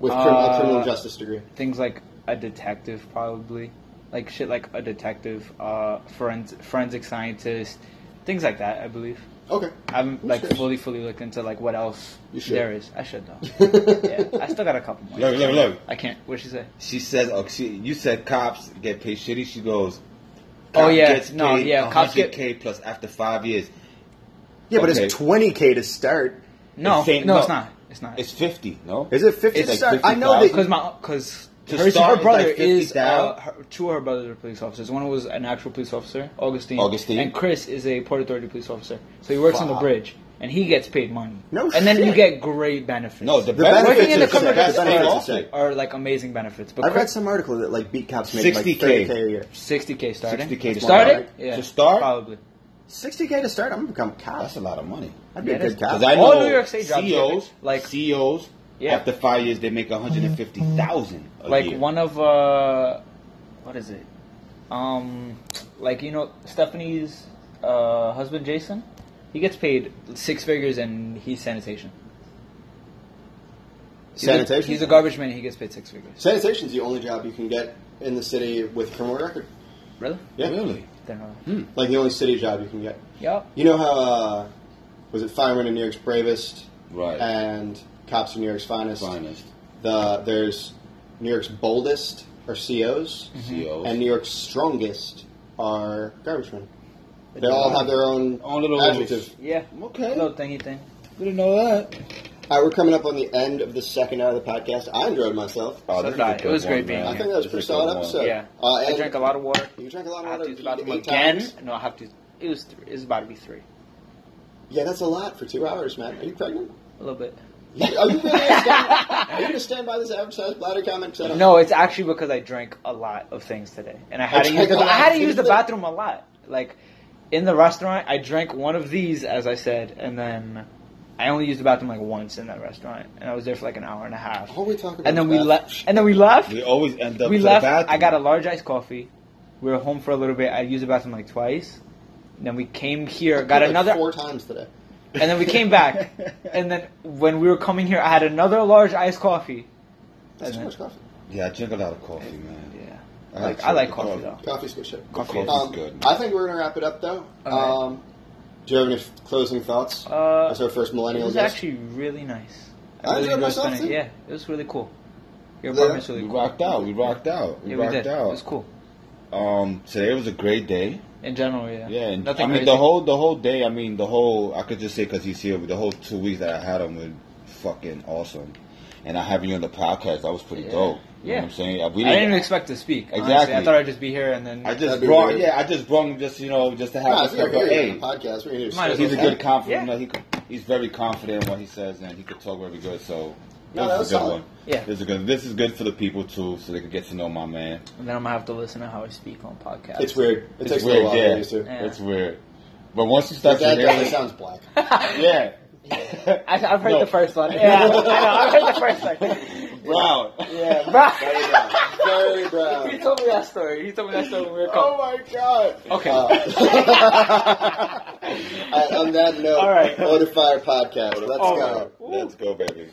Speaker 1: With crim- a
Speaker 3: Uh,
Speaker 1: criminal justice degree.
Speaker 3: Things like a detective probably, like shit like a detective, uh, forens- forensic scientist, things like that. I believe.
Speaker 1: Okay.
Speaker 3: I haven't like
Speaker 1: should?
Speaker 3: fully, fully looked into like what else
Speaker 1: You should.
Speaker 3: there is. I should though. yeah, I still got a couple more.
Speaker 2: Look, look, look.
Speaker 3: I can't. What she say?
Speaker 2: She says, oh, she, you said cops get paid shitty. She goes,
Speaker 3: Oh,
Speaker 2: "Cop
Speaker 3: yeah.
Speaker 2: gets
Speaker 3: No,
Speaker 2: paid
Speaker 3: yeah, cops get-
Speaker 2: 100K plus after five years.
Speaker 1: Yeah, but
Speaker 2: Okay.
Speaker 1: it's twenty k to start.
Speaker 3: No,
Speaker 2: It's saying-
Speaker 3: no,
Speaker 2: no.
Speaker 3: it's not. It's not.
Speaker 2: It's 50, no?
Speaker 1: Is it fifty
Speaker 2: It's
Speaker 1: to
Speaker 2: like
Speaker 1: start? I know that.
Speaker 3: because my because
Speaker 2: To
Speaker 3: her,
Speaker 2: start,
Speaker 3: her
Speaker 2: it's
Speaker 3: brother
Speaker 2: like
Speaker 3: is
Speaker 2: 50,000.
Speaker 3: uh, her, two of her brothers are police officers. One was an actual police officer, Augustine.
Speaker 2: Augustine.
Speaker 3: and Chris is a Port Authority police officer. So he works on the
Speaker 1: Fuck.
Speaker 3: bridge, and he gets paid money.
Speaker 1: No
Speaker 3: and then you
Speaker 1: shit.
Speaker 3: get great benefits.
Speaker 2: no, the,
Speaker 1: The
Speaker 2: best
Speaker 1: benefits
Speaker 3: working in the
Speaker 1: are sick.
Speaker 3: criminal
Speaker 1: The
Speaker 3: justice
Speaker 1: benefits are
Speaker 2: system-
Speaker 1: sick.
Speaker 3: are like amazing benefits. But
Speaker 1: I've read
Speaker 3: Chris,
Speaker 1: some article that like beat cops make like
Speaker 2: 60K.
Speaker 1: thirty k a year.
Speaker 3: sixty k starting.
Speaker 2: 60K to
Speaker 3: starting.
Speaker 2: start, right?
Speaker 3: Yeah,
Speaker 2: To start?
Speaker 3: probably.
Speaker 1: Sixty k to start. I'm gonna become a cop.
Speaker 2: That's a lot of money.
Speaker 1: I'd be a
Speaker 3: Yeah,
Speaker 1: good
Speaker 3: it is.
Speaker 1: cop.
Speaker 2: Because I know E
Speaker 3: All New York State jobs
Speaker 2: CEOs,
Speaker 3: get it. Like-
Speaker 2: CEOs,
Speaker 3: Yeah.
Speaker 2: after five years they make one hundred and fifty thousand.
Speaker 3: like
Speaker 2: year.
Speaker 3: one of uh what is it um, like you know Stephanie's uh, husband Jason, he gets paid six figures and he's sanitation. He's a-
Speaker 1: Sanitation?
Speaker 3: he's a garbage man. He gets paid six figures.
Speaker 1: Sanitation's the only job you can get in the city with criminal record.
Speaker 3: Really?
Speaker 1: Yeah.
Speaker 2: Really?
Speaker 3: Don't know.
Speaker 1: Like the only city job you can get.
Speaker 3: Yup.
Speaker 1: You know how uh, was it firemen in New York's bravest
Speaker 2: Right.
Speaker 1: and cops in New York's finest.
Speaker 2: Finest.
Speaker 1: The there's New York's boldest are COs
Speaker 2: COs.
Speaker 1: and New York's strongest are garbage men. They all have their own
Speaker 2: Own little-
Speaker 1: adjective.
Speaker 3: Yeah.
Speaker 2: Okay.
Speaker 3: Little thingy thing.
Speaker 2: Good to know that.
Speaker 1: All right, we're coming up on the end of the second hour of the podcast. I enjoyed myself.
Speaker 2: Oh,
Speaker 3: So
Speaker 2: this is
Speaker 3: did I.
Speaker 2: a
Speaker 3: It
Speaker 2: good
Speaker 3: was
Speaker 2: one,
Speaker 3: great being
Speaker 2: man.
Speaker 1: I
Speaker 3: here.
Speaker 1: think that was a
Speaker 2: This
Speaker 1: pretty
Speaker 2: is a good
Speaker 1: solid
Speaker 2: one.
Speaker 1: episode.
Speaker 3: Yeah.
Speaker 1: Uh,
Speaker 3: I
Speaker 1: and
Speaker 3: drank a lot of water.
Speaker 1: You drank a
Speaker 3: I
Speaker 1: lot of
Speaker 3: have to
Speaker 1: water. Did
Speaker 3: use
Speaker 1: you
Speaker 3: the bathroom
Speaker 1: eat eight
Speaker 3: again.
Speaker 1: times?
Speaker 3: No, I have to. It was three. It was about to be three.
Speaker 1: Yeah, that's a lot for two hours, man. Are you pregnant?
Speaker 3: A little bit.
Speaker 1: You- Are you really gonna stand, are you gonna stand by this average size bladder comment? Shut up.
Speaker 3: No, it's actually because I drank a lot of things today, and I had to use
Speaker 1: drank a
Speaker 3: the, I
Speaker 1: lot
Speaker 3: had
Speaker 1: of
Speaker 3: to use the
Speaker 1: things.
Speaker 3: bathroom a lot. Like in the restaurant, I drank one of these, as I said, and then I only used the bathroom like once in that restaurant, and I was there for like an hour and a half.
Speaker 1: All we talk about
Speaker 3: And then
Speaker 1: is
Speaker 3: we
Speaker 1: bath-
Speaker 3: left. And then we left.
Speaker 2: We always end up
Speaker 3: We
Speaker 2: to
Speaker 3: left.
Speaker 2: the bathroom.
Speaker 3: I got a large iced coffee. We were home for a little bit. I used the bathroom like twice. And then we came here, got
Speaker 1: Like
Speaker 3: another,
Speaker 1: four times today.
Speaker 3: and then we came back. And then when we were coming here, I had another large iced coffee.
Speaker 1: That's
Speaker 3: And then-
Speaker 1: too much coffee.
Speaker 2: Yeah, I drink a lot of coffee, man.
Speaker 3: Yeah,
Speaker 2: I
Speaker 3: I
Speaker 2: like
Speaker 3: like, I like
Speaker 2: chocolate
Speaker 3: coffee
Speaker 2: coffee.
Speaker 3: though.
Speaker 1: Coffee's good shit.
Speaker 2: Coffee is
Speaker 1: Um,
Speaker 2: good.
Speaker 1: I think we're gonna wrap it up though.
Speaker 3: All
Speaker 1: Um, do you have any f- closing thoughts?
Speaker 3: Uh,
Speaker 1: That's our first
Speaker 3: it
Speaker 1: millennial
Speaker 3: was
Speaker 1: guest.
Speaker 3: actually really nice.
Speaker 1: I enjoyed
Speaker 3: enjoyed
Speaker 1: myself,
Speaker 3: spending-
Speaker 1: too.
Speaker 3: Yeah, it was really cool. Your
Speaker 1: Yeah.
Speaker 3: apartment's really
Speaker 2: We
Speaker 3: cool.
Speaker 2: rocked out. We rocked out. We
Speaker 3: yeah,
Speaker 2: rocked
Speaker 3: we did.
Speaker 2: out.
Speaker 3: It was cool.
Speaker 2: Um, today was a great day.
Speaker 3: In general, yeah.
Speaker 2: Yeah, and
Speaker 3: nothing.
Speaker 2: I mean
Speaker 3: crazy.
Speaker 2: the whole the whole day. I mean the whole. I could just say because he's here, but the whole two weeks that I had him were fucking awesome. And I have you on the podcast. That was pretty
Speaker 3: Yeah.
Speaker 2: dope. You
Speaker 3: Yeah.
Speaker 2: know what I'm saying we
Speaker 3: I didn't even expect to speak. Exactly. Honestly. I
Speaker 2: Exactly.
Speaker 3: thought I'd just be here and then.
Speaker 2: I
Speaker 1: That'd
Speaker 2: just
Speaker 1: be
Speaker 2: brought.
Speaker 1: weird.
Speaker 2: Yeah, I just brought him just you know just to have.
Speaker 1: Nah,
Speaker 2: a
Speaker 1: if you're
Speaker 2: second.
Speaker 1: here
Speaker 2: hey,
Speaker 1: on the podcast, we're here to
Speaker 3: Might as
Speaker 2: he's a
Speaker 1: sit.
Speaker 3: well.
Speaker 2: good confident.
Speaker 3: Yeah.
Speaker 2: No, he, he's very confident in what he says, and he could talk very good. So
Speaker 1: No, that
Speaker 2: this
Speaker 1: was
Speaker 2: is a good
Speaker 1: solid.
Speaker 2: one.
Speaker 3: Yeah.
Speaker 2: this is good. This is good for the people too, so they could get to know my man.
Speaker 3: and then I'm gonna have to listen to how I speak on podcasts.
Speaker 1: It's weird. It
Speaker 2: It's
Speaker 1: takes a
Speaker 2: weird,
Speaker 1: little while
Speaker 2: yeah.
Speaker 1: to get used to.
Speaker 3: Yeah.
Speaker 2: It's weird, but once you
Speaker 1: Your
Speaker 2: start to
Speaker 1: dad
Speaker 2: hear
Speaker 1: definitely
Speaker 2: it,
Speaker 1: sounds black.
Speaker 2: yeah.
Speaker 3: I, I've heard
Speaker 2: No.
Speaker 3: the first one. Yeah, I know. I've heard the first one.
Speaker 2: Brown.
Speaker 3: Yeah, bro.
Speaker 1: Very
Speaker 3: he
Speaker 1: brown.
Speaker 3: told me that story. He told me that story when we were
Speaker 2: Oh
Speaker 3: called.
Speaker 2: my god.
Speaker 3: okay.
Speaker 1: Uh, on that note,
Speaker 3: All right.
Speaker 1: Order Fire Podcast. Let's
Speaker 3: Oh,
Speaker 1: go.
Speaker 2: Let's go, baby.